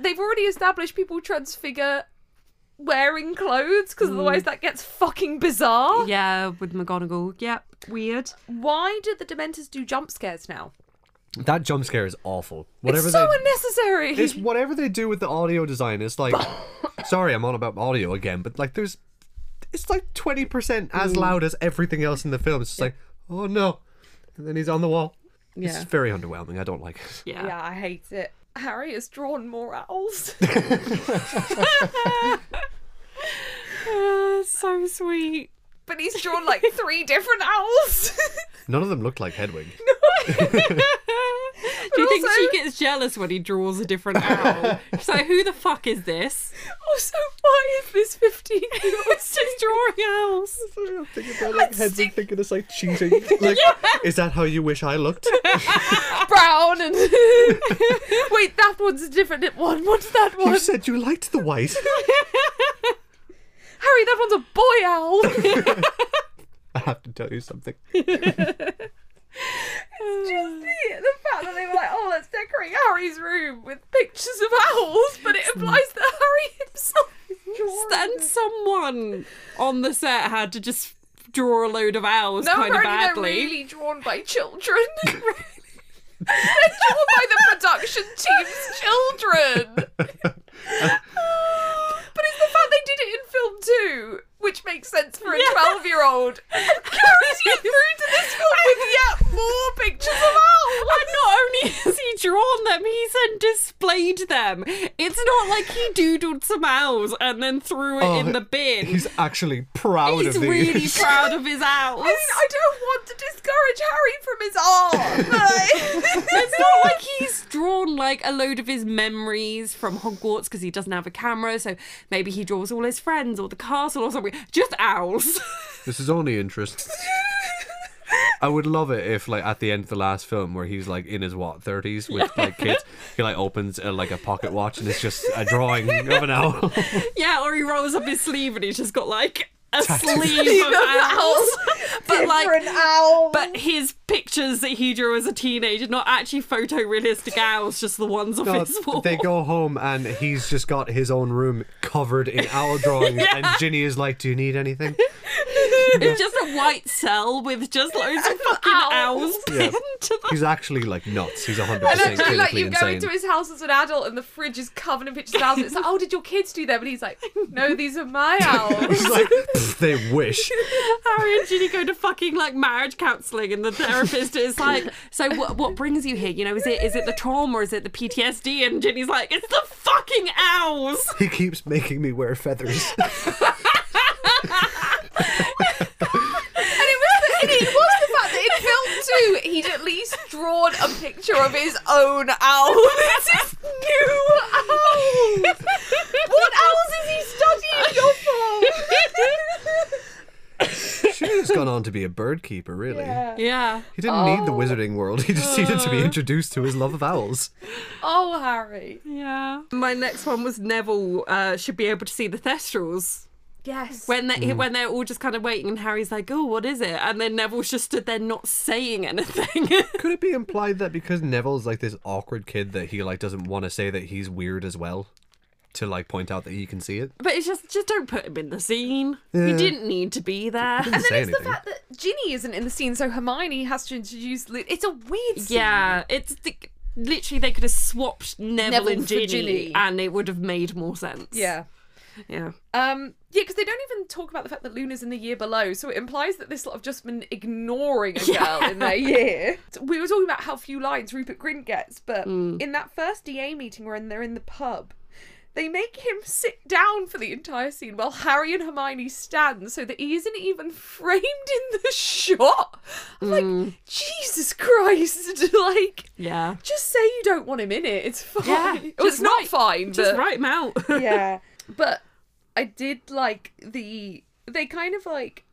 [SPEAKER 1] they've already established people transfigure wearing clothes because otherwise that gets fucking bizarre.
[SPEAKER 2] Yeah, with McGonagall. Yep, weird.
[SPEAKER 1] Why do the Dementors do jump scares now?
[SPEAKER 3] That jump scare is awful. Whatever
[SPEAKER 1] it's so
[SPEAKER 3] they,
[SPEAKER 1] unnecessary.
[SPEAKER 3] it's whatever they do with the audio design. It's like, sorry, I'm on about audio again, but like there's, it's like twenty percent as
[SPEAKER 2] Mm.
[SPEAKER 3] loud as everything else in the film. It's just like, oh no, and then he's on the wall.
[SPEAKER 2] Yeah.
[SPEAKER 3] It's very underwhelming. I don't like it.
[SPEAKER 2] Yeah.
[SPEAKER 1] Yeah, I hate it. Harry has drawn more owls.
[SPEAKER 2] Uh, so sweet.
[SPEAKER 1] but he's drawn like three different owls.
[SPEAKER 3] None of them look like Hedwig.
[SPEAKER 2] Do you think
[SPEAKER 1] also-
[SPEAKER 2] she gets jealous when he draws a different owl? She's like, who the fuck is this?
[SPEAKER 1] also, why is this 15
[SPEAKER 2] It's just drawing owls.
[SPEAKER 3] I'm thinking about like Hedwig thinking it's like cheating. Like, is that how you wish I looked?
[SPEAKER 1] brown and. Wait, that one's a different one. What's that one?
[SPEAKER 3] you said you liked the white.
[SPEAKER 1] Harry, that one's a boy owl.
[SPEAKER 3] I have to tell you something.
[SPEAKER 1] Just the, the fact that they were like, oh, let's decorate Harry's room with pictures of owls, but it implies that Harry himself is drawing.
[SPEAKER 2] And someone on the set had to just draw a load of owls
[SPEAKER 1] No,
[SPEAKER 2] kind of
[SPEAKER 1] apparently
[SPEAKER 2] badly.
[SPEAKER 1] they're really drawn by children. they're drawn by the production team's children. but it's the fact they did it in film too, which makes sense for a
[SPEAKER 2] Yeah.
[SPEAKER 1] 12 year old. And carries you through to this film with yet more pictures of owls.
[SPEAKER 2] Oh, And not only has he drawn them, he's then displayed them. It's not like he doodled some owls and then threw it
[SPEAKER 3] Oh,
[SPEAKER 2] in the bin.
[SPEAKER 3] He's actually proud
[SPEAKER 2] He's
[SPEAKER 3] of these.
[SPEAKER 2] really proud of his owls.
[SPEAKER 1] I mean, I don't want to discourage Harry from his art. but-
[SPEAKER 2] it's not like he's drawn like a load of his memories from Hogwarts because he doesn't have a camera, so maybe he draws all his friends or the castle or something. Just owls.
[SPEAKER 3] This is only interest. I would love it if, like, at the end of the last film, where he's like in his what thirties with like kids, he like opens uh, like a pocket watch and it's just a drawing of an owl.
[SPEAKER 2] yeah, or he rolls up his sleeve and he's just got like a sleeve
[SPEAKER 1] Sleeve
[SPEAKER 2] of
[SPEAKER 1] of
[SPEAKER 2] owls. but like
[SPEAKER 1] Different owl.
[SPEAKER 2] But his pictures that he drew as a teenager, not actually photorealistic owls, just the ones off his wall.
[SPEAKER 3] they go home and he's just got his own room covered in owl drawings, and Ginny is like, "Do you need anything?"
[SPEAKER 2] It's just a white cell with just loads of fucking
[SPEAKER 1] Owls.
[SPEAKER 2] owls pinned to the.
[SPEAKER 3] He's actually like nuts. He's hundred
[SPEAKER 1] And
[SPEAKER 3] percent
[SPEAKER 1] actually,
[SPEAKER 3] clinically
[SPEAKER 1] like you go
[SPEAKER 3] insane.
[SPEAKER 1] into his house as an adult, and the fridge is covered in pictures of owls. and It's like, oh, did your kids do that? And he's like, no, these are my owls.
[SPEAKER 3] He's like, "Pfft, they wish.
[SPEAKER 2] Harry and Ginny go to fucking like marriage counselling, and the therapist is like, "So what? What brings you here? You know, is it is it the trauma or is it the PTSD?" And Ginny's like, "It's the fucking owls."
[SPEAKER 3] He keeps making me wear feathers.
[SPEAKER 1] and it was, the, and it was the fact that in film two, he'd at least drawn a picture of his own owl.
[SPEAKER 2] Oh,
[SPEAKER 1] This is new owls. what owls is he studying? Your form.
[SPEAKER 3] She is just gone on to be a bird keeper, really.
[SPEAKER 2] Yeah.
[SPEAKER 3] He didn't need the wizarding world. He just needed to be introduced to his love of owls.
[SPEAKER 1] Oh, Harry.
[SPEAKER 2] Yeah. My next one was Neville uh, should be able to see the Thestrals.
[SPEAKER 1] Yes.
[SPEAKER 2] When they when they're all just kind of waiting, and Harry's like, "Oh, what is it?" And then Neville's just stood there not saying anything.
[SPEAKER 3] Could it be implied that because Neville's like this awkward kid that he like doesn't want to say that he's weird as well, to like point out that he can see it?
[SPEAKER 2] but it's just just don't put him in the scene.
[SPEAKER 3] Yeah.
[SPEAKER 2] He didn't need to be there.
[SPEAKER 3] Didn't say
[SPEAKER 1] it's the
[SPEAKER 3] anything.
[SPEAKER 1] fact that Ginny isn't in the scene, so Hermione has to introduce. Lu- it's a weird scene.
[SPEAKER 2] yeah, it's the, literally they could have swapped Neville,
[SPEAKER 1] Neville
[SPEAKER 2] and
[SPEAKER 1] for
[SPEAKER 2] Ginny,
[SPEAKER 1] Ginny.
[SPEAKER 2] and it would have made more sense.
[SPEAKER 1] Yeah.
[SPEAKER 2] yeah.
[SPEAKER 1] Um, yeah, because they don't even talk about the fact that Luna's in the year below, so it implies that this lot have just been ignoring a girl in their year. So we were talking about how few lines Rupert Grint gets, but
[SPEAKER 2] Mm.
[SPEAKER 1] in that first DA meeting when they're in the pub, they make him sit down for the entire scene while Harry and Hermione stand so that he isn't even framed in the shot. I'm like, Jesus Christ, like,
[SPEAKER 2] Mm. Yeah.
[SPEAKER 1] just say you don't want him in it. It's fine.
[SPEAKER 2] Yeah,
[SPEAKER 1] Well,
[SPEAKER 2] just
[SPEAKER 1] it's not
[SPEAKER 2] write-
[SPEAKER 1] fine,
[SPEAKER 2] Just
[SPEAKER 1] but
[SPEAKER 2] write him out.
[SPEAKER 1] yeah but i did like the they kind of like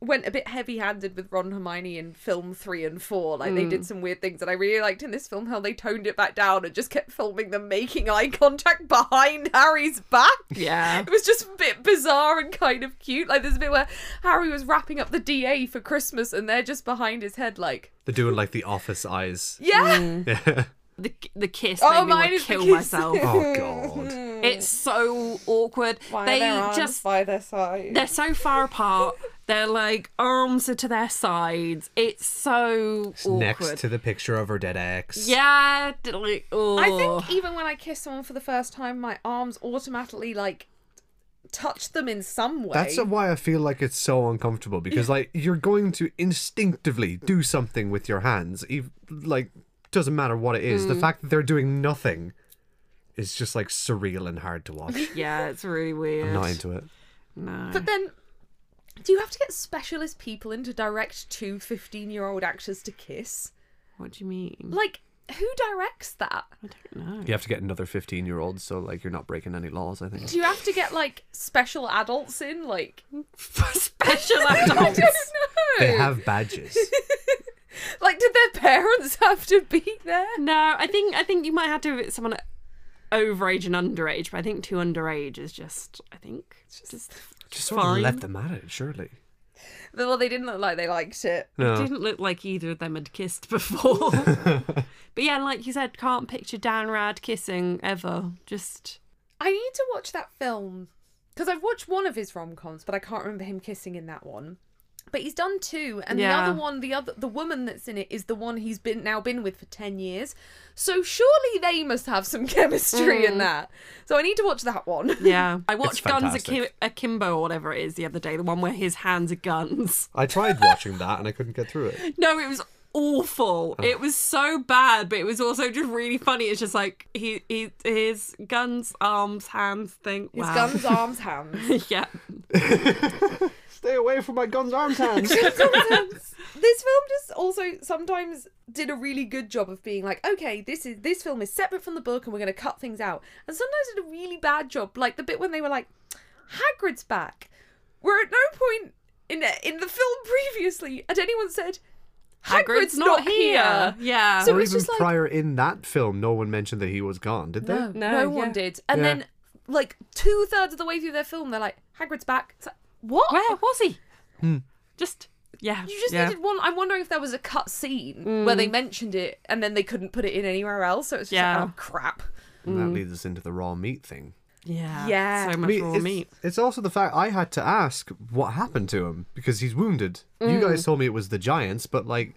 [SPEAKER 1] went a bit heavy-handed with ron and hermione in film three and four like they did some weird things and i really liked in this film how they toned it back down and just kept filming them making eye contact behind harry's back
[SPEAKER 2] yeah.
[SPEAKER 1] it was just a bit bizarre and kind of cute like there's a bit where harry was wrapping up the da for christmas and they're just behind his head like
[SPEAKER 3] They're doing like the office eyes.
[SPEAKER 1] yeah
[SPEAKER 3] Yeah.
[SPEAKER 2] The the kiss
[SPEAKER 1] Oh,
[SPEAKER 2] made me
[SPEAKER 1] mine
[SPEAKER 2] want
[SPEAKER 1] is
[SPEAKER 2] to
[SPEAKER 1] the
[SPEAKER 2] kill
[SPEAKER 1] kiss.
[SPEAKER 2] myself.
[SPEAKER 3] Oh god.
[SPEAKER 2] It's so awkward. they just
[SPEAKER 1] by their side
[SPEAKER 2] they're so far apart. They're like arms are to their sides. It's so awkward.
[SPEAKER 3] Next to the picture of her dead ex.
[SPEAKER 2] yeah, d- like oh.
[SPEAKER 1] I think even when I kiss someone for the first time, my arms automatically like touch them in some way.
[SPEAKER 3] That's why I feel like it's so uncomfortable because like you're going to instinctively do something with your hands, ev- like doesn't matter what it
[SPEAKER 1] Mm.
[SPEAKER 3] is. The fact that they're doing nothing is just like surreal and hard to watch.
[SPEAKER 2] yeah, it's really weird.
[SPEAKER 3] Not into it.
[SPEAKER 2] No.
[SPEAKER 1] But then, do you have to get specialist people in to direct two 15 year old actors to kiss?
[SPEAKER 2] What do you mean?
[SPEAKER 1] Like, who directs that?
[SPEAKER 2] I don't know.
[SPEAKER 3] You have to get another 15 year old, so like you're not breaking any laws, I think.
[SPEAKER 1] Do you have to get like special adults in? Like,
[SPEAKER 2] Special
[SPEAKER 1] I don't
[SPEAKER 2] adults.
[SPEAKER 1] know.
[SPEAKER 3] They have badges.
[SPEAKER 1] Like, did their parents have to be there?
[SPEAKER 2] no, I think I think you might have to have someone overage and underage, but I think too underage is just I think it's just,
[SPEAKER 3] Just sort
[SPEAKER 2] Fine.
[SPEAKER 3] of let them at it, surely.
[SPEAKER 1] Well, they didn't look like they liked it.
[SPEAKER 2] It didn't look like either of them had kissed before. but yeah, like you said, can't picture Dan Rad kissing ever. Just
[SPEAKER 1] I need to watch that film because I've watched one of his rom coms, but I can't remember him kissing in that one. But he's done two, and
[SPEAKER 2] Yeah.
[SPEAKER 1] the other one, the other the woman that's in it is the one he's been now been with for ten years. So surely they must have some chemistry in that. So I need to watch that one.
[SPEAKER 2] Mm. yeah. I watched Guns Akim-
[SPEAKER 3] fantastic.
[SPEAKER 2] Akimbo or whatever it is the other day, the one where his hands are guns.
[SPEAKER 3] I tried watching that and I couldn't get through it.
[SPEAKER 2] No, it was awful. It was so bad, but it was also just really funny. It's just like he, he his guns, arms, hands thing.
[SPEAKER 1] His
[SPEAKER 2] wow.
[SPEAKER 1] guns, arms, hands.
[SPEAKER 2] yeah.
[SPEAKER 3] Stay away from my guns arms hands.
[SPEAKER 1] this film just also sometimes did a really good job of being like, okay, this is this film is separate from the book, and we're going to cut things out. And sometimes did a really bad job, like the bit when they were like, Hagrid's back, where at no point in in the film previously had anyone said Hagrid's, not, here.
[SPEAKER 2] Yeah.
[SPEAKER 1] So
[SPEAKER 3] or
[SPEAKER 1] it's
[SPEAKER 3] even
[SPEAKER 1] just like
[SPEAKER 3] prior in that film, no one mentioned that he was gone, did they?
[SPEAKER 1] no,
[SPEAKER 2] No,
[SPEAKER 1] no one
[SPEAKER 2] yeah.
[SPEAKER 1] did. And
[SPEAKER 3] Yeah.
[SPEAKER 1] then like two thirds of the way through their film, they're like, Hagrid's back. It's like, what?
[SPEAKER 2] where was he?
[SPEAKER 3] Hmm.
[SPEAKER 2] Just yeah.
[SPEAKER 1] You just
[SPEAKER 2] yeah.
[SPEAKER 1] needed one. I'm wondering if there was a cut scene where they mentioned it and then they couldn't put it in anywhere else. So it's just
[SPEAKER 2] Yeah.
[SPEAKER 1] like, oh crap.
[SPEAKER 3] And that leads us into the raw meat thing.
[SPEAKER 2] Yeah.
[SPEAKER 1] Yeah.
[SPEAKER 2] So
[SPEAKER 1] I
[SPEAKER 2] much raw
[SPEAKER 3] it's,
[SPEAKER 2] meat.
[SPEAKER 3] it's also the fact I had to ask what happened to him because he's wounded. You guys told me it was the giants, but like,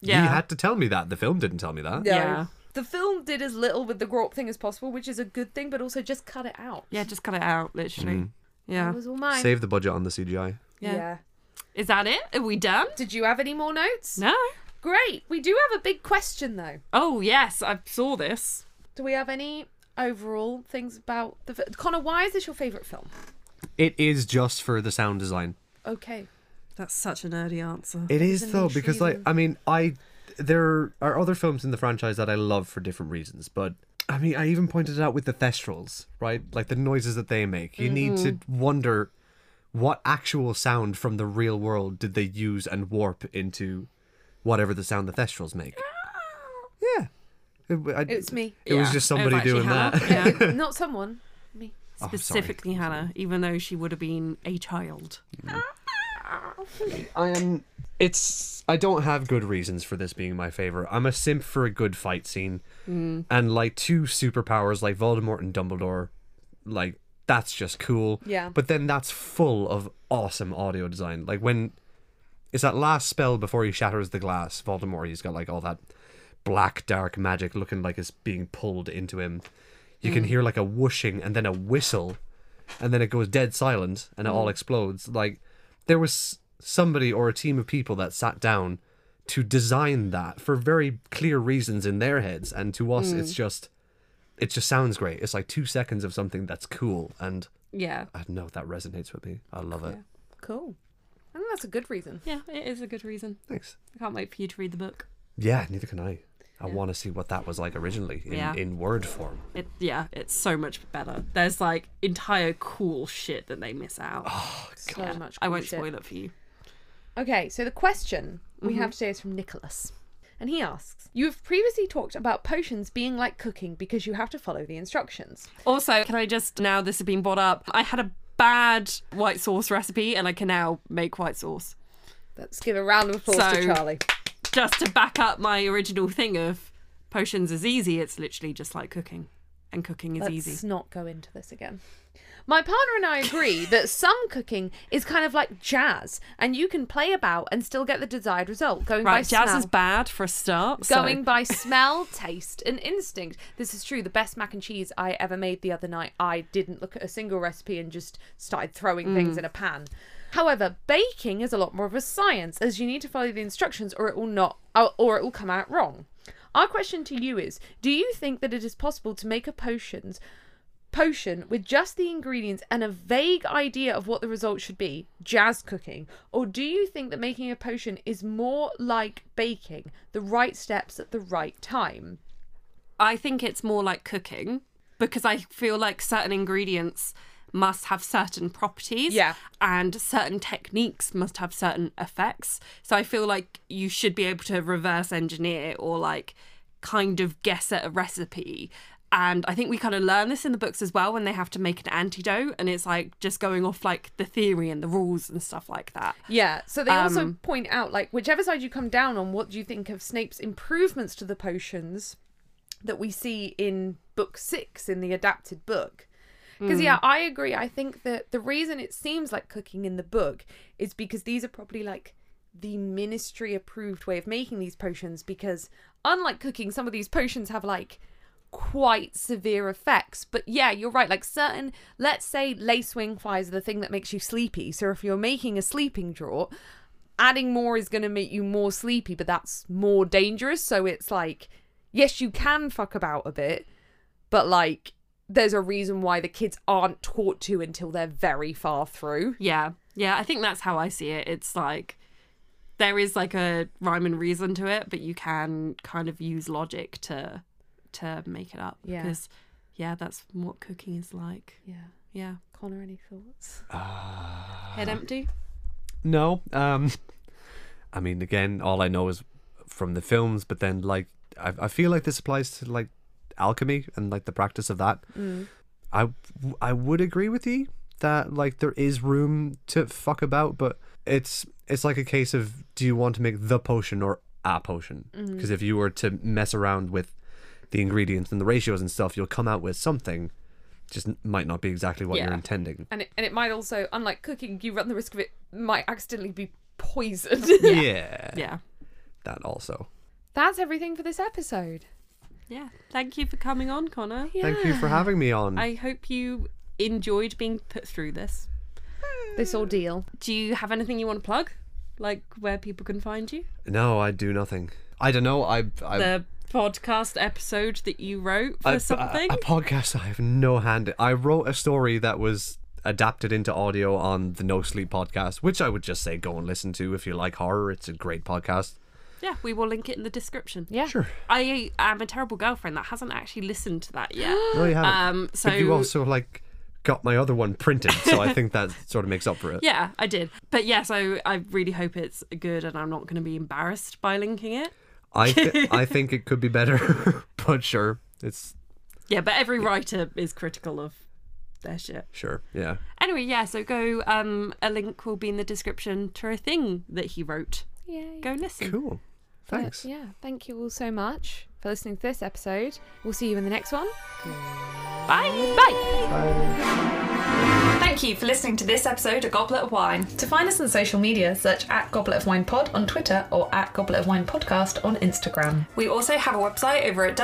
[SPEAKER 2] Yeah.
[SPEAKER 3] you had to tell me that. The film didn't tell me that.
[SPEAKER 1] No.
[SPEAKER 2] Yeah.
[SPEAKER 1] The film did as little with the grop thing as possible, which is a good thing, but also just cut it out.
[SPEAKER 2] yeah. Just cut it out, literally.
[SPEAKER 3] Hmm.
[SPEAKER 2] Yeah.
[SPEAKER 1] That was all mine.
[SPEAKER 3] Save the budget on the CGI.
[SPEAKER 1] yeah.
[SPEAKER 2] Is that it? Are we done?
[SPEAKER 1] Did you have any more notes?
[SPEAKER 2] No.
[SPEAKER 1] Great. We do have a big question though.
[SPEAKER 2] Oh yes, I saw this.
[SPEAKER 1] Do we have any overall things about the fi- Connor? Why is this your favorite film?
[SPEAKER 3] It is just for the sound design.
[SPEAKER 1] Okay.
[SPEAKER 2] That's such a nerdy answer.
[SPEAKER 3] It
[SPEAKER 1] a
[SPEAKER 3] is though,
[SPEAKER 1] niche
[SPEAKER 3] because like
[SPEAKER 1] reason.
[SPEAKER 3] I mean, I there are other films in the franchise that I love for different reasons, but I mean, I
[SPEAKER 1] Mm-hmm.
[SPEAKER 3] even pointed it out with the Thestrals, right? Like the noises that they make. You need to wonder what actual sound from the real world did they use and warp into whatever the sound the Thestrals make? Yeah. It- I-
[SPEAKER 1] Ah. It's me.
[SPEAKER 3] It was
[SPEAKER 2] Yeah.
[SPEAKER 3] just
[SPEAKER 2] It was
[SPEAKER 3] somebody
[SPEAKER 2] actually
[SPEAKER 3] doing
[SPEAKER 2] Hannah.
[SPEAKER 3] that.
[SPEAKER 2] Yeah.
[SPEAKER 1] Not someone. Me.
[SPEAKER 3] Oh, sorry.
[SPEAKER 2] Specifically Hannah, even though she would have been a child.
[SPEAKER 3] I am. um, It's. I don't have good reasons for this being my favorite. I'm a simp for a good fight scene, and like two superpowers like Voldemort and Dumbledore, like that's just cool.
[SPEAKER 1] Yeah.
[SPEAKER 3] But then that's full of awesome audio design. Like when it's that last spell before he shatters the glass. Voldemort, he's got like all that black dark magic looking like it's being pulled into him. You can hear like a whooshing and then a whistle, and then it goes dead silent and it all explodes. Like there was somebody or a team of people that sat down to design that for very clear reasons in their heads, and to us, it's just. It just sounds great. It's like two seconds of something that's cool, and
[SPEAKER 2] Yeah.
[SPEAKER 3] I don't know that resonates with me. I love it.
[SPEAKER 1] Cool. I think that's a good reason.
[SPEAKER 2] Yeah, it is a good reason.
[SPEAKER 3] Thanks.
[SPEAKER 2] I can't wait for you to read the book.
[SPEAKER 3] Yeah, neither can I. I want to see what that was like originally in,
[SPEAKER 2] Yeah.
[SPEAKER 3] in word form.
[SPEAKER 2] It yeah, it's so much better. There's like entire cool shit that they miss out.
[SPEAKER 1] So much
[SPEAKER 2] I
[SPEAKER 1] cool
[SPEAKER 2] won't
[SPEAKER 1] Oh, shit.
[SPEAKER 2] spoil it for you.
[SPEAKER 1] Okay, so the question we
[SPEAKER 2] Mm-hmm.
[SPEAKER 1] have today is from Nicholas. And he asks, You have previously talked about potions being like cooking because you have to follow the instructions.
[SPEAKER 2] Also, can I just now this has been brought up? I had a bad white sauce recipe and I can now make white sauce.
[SPEAKER 1] Let's give a round of applause to
[SPEAKER 2] So-
[SPEAKER 1] Charlie.
[SPEAKER 2] Just to back up my original thing of potions is easy, it's literally just like cooking. And cooking is
[SPEAKER 1] Let's
[SPEAKER 2] easy.
[SPEAKER 1] not go into this again. My partner and I agree that some cooking is kind of like jazz, and you can play about and still get the desired result. Going by
[SPEAKER 2] Right, jazz
[SPEAKER 1] smell.
[SPEAKER 2] is bad for a start. so-
[SPEAKER 1] Going by smell, taste, and instinct. This is true. The best mac and cheese I ever made the other night, I didn't look at a single recipe and just started throwing things in a pan. However, baking is a lot more of a science, as you need to follow the instructions, or it will not, or- or it will come out wrong. Our question to you is: Do you think that it is possible to make a potions potion with just the ingredients and a vague idea of what the result should be jazz cooking or do you think that making a potion is more like baking the right steps at the right time
[SPEAKER 2] I think it's more like cooking because I feel like certain ingredients must have certain properties
[SPEAKER 1] Yeah.
[SPEAKER 2] and certain techniques must have certain effects. So I feel like you should be able to reverse engineer or like kind of guess at a recipe. And I think we kind of learn this in the books as well when they have to make an antidote and it's like just going off like the theory and the rules and stuff like that.
[SPEAKER 1] yeah so they also point out like whichever side you come down on what do you think of snape's improvements to the potions that we see in book six in the adapted book because yeah i agree i think that the reason it seems like cooking in the book is because these are probably like the ministry approved way of making these potions because unlike cooking some of these potions have like quite severe effects but yeah you're right like certain let's say lacewing flies are the thing that makes you sleepy so if you're making a sleeping draught adding more is going to make you more sleepy but that's more dangerous so it's like yes you can fuck about a bit but like there's a reason why the kids aren't taught to until they're very far through
[SPEAKER 2] Yeah. Yeah, I think that's how I see it. It's like there is like a rhyme and reason to it, but you can kind of use logic to to make it up
[SPEAKER 1] Yeah.
[SPEAKER 2] because yeah, that's what cooking is like.
[SPEAKER 1] yeah
[SPEAKER 2] Yeah.
[SPEAKER 1] connor any thoughts
[SPEAKER 3] Ah.
[SPEAKER 2] Head empty?
[SPEAKER 3] No. Um, I mean, again, all I know is from the films, but then like I, I feel like this applies to like alchemy and like the practice of that. I I would agree with you that like there is room to fuck about, but it's it's like a case of do you want to make the potion or a potion? Because if you were to mess around with the ingredients and the ratios and stuff, you'll come out with something. Just might not be exactly what you're
[SPEAKER 2] Yeah.
[SPEAKER 3] intending.
[SPEAKER 1] and it, and it might also unlike cooking you run the risk of it might accidentally be poisoned
[SPEAKER 3] yeah.
[SPEAKER 2] Yeah.
[SPEAKER 3] That also.
[SPEAKER 1] that's everything for this episode
[SPEAKER 2] Yeah. Thank you for coming on, Connor.
[SPEAKER 3] Thank you for having me on.
[SPEAKER 2] I hope you enjoyed being put through this.
[SPEAKER 1] this ordeal
[SPEAKER 2] Do you have anything you want to plug? Like where people can find you?
[SPEAKER 3] No, I do nothing. I don't know. I I,
[SPEAKER 2] The podcast episode that you wrote for
[SPEAKER 3] Um, I-
[SPEAKER 2] something?
[SPEAKER 3] A, a podcast I have no hand. In. I wrote a story that was adapted into audio on the No Sleep podcast, which I would just say go and listen to if you like horror. It's a great podcast.
[SPEAKER 2] yeah, we will link it in the description.
[SPEAKER 1] yeah
[SPEAKER 3] Sure.
[SPEAKER 2] I am a terrible girlfriend that hasn't actually listened to that yet.
[SPEAKER 3] No, you haven't.
[SPEAKER 2] um, so
[SPEAKER 3] But you also like got my other one printed, so I think that sort of makes up for it.
[SPEAKER 2] Yeah, I did. But yes, I, I really hope it's good and I'm not going to be embarrassed by linking it.
[SPEAKER 3] I th- I think it could be better, but sure, it's
[SPEAKER 2] Yeah, but every writer is critical of their shit.
[SPEAKER 3] sure, yeah.
[SPEAKER 2] Anyway, yeah, so go, um, a link will be in the description to a thing that he wrote.
[SPEAKER 1] Yay.
[SPEAKER 2] Go listen.
[SPEAKER 3] Cool.
[SPEAKER 1] But,
[SPEAKER 3] Thanks.
[SPEAKER 1] yeah, thank you all so much for listening to this episode. We'll see you in the next one.
[SPEAKER 2] Bye. Bye.
[SPEAKER 4] Thank you for listening to this episode of Goblet of Wine.
[SPEAKER 5] To find us on social media, search at Goblet of Wine Pod on Twitter or at Goblet of Wine Podcast on Instagram.
[SPEAKER 4] We also have a website over at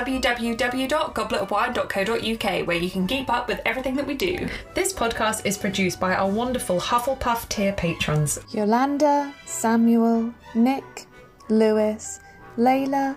[SPEAKER 4] www.gobletofwine.co.uk where you can keep up with everything that we do.
[SPEAKER 5] This podcast is produced by our wonderful Hufflepuff tier patrons.
[SPEAKER 6] Yolanda, Samuel, Nick, Lewis, Layla,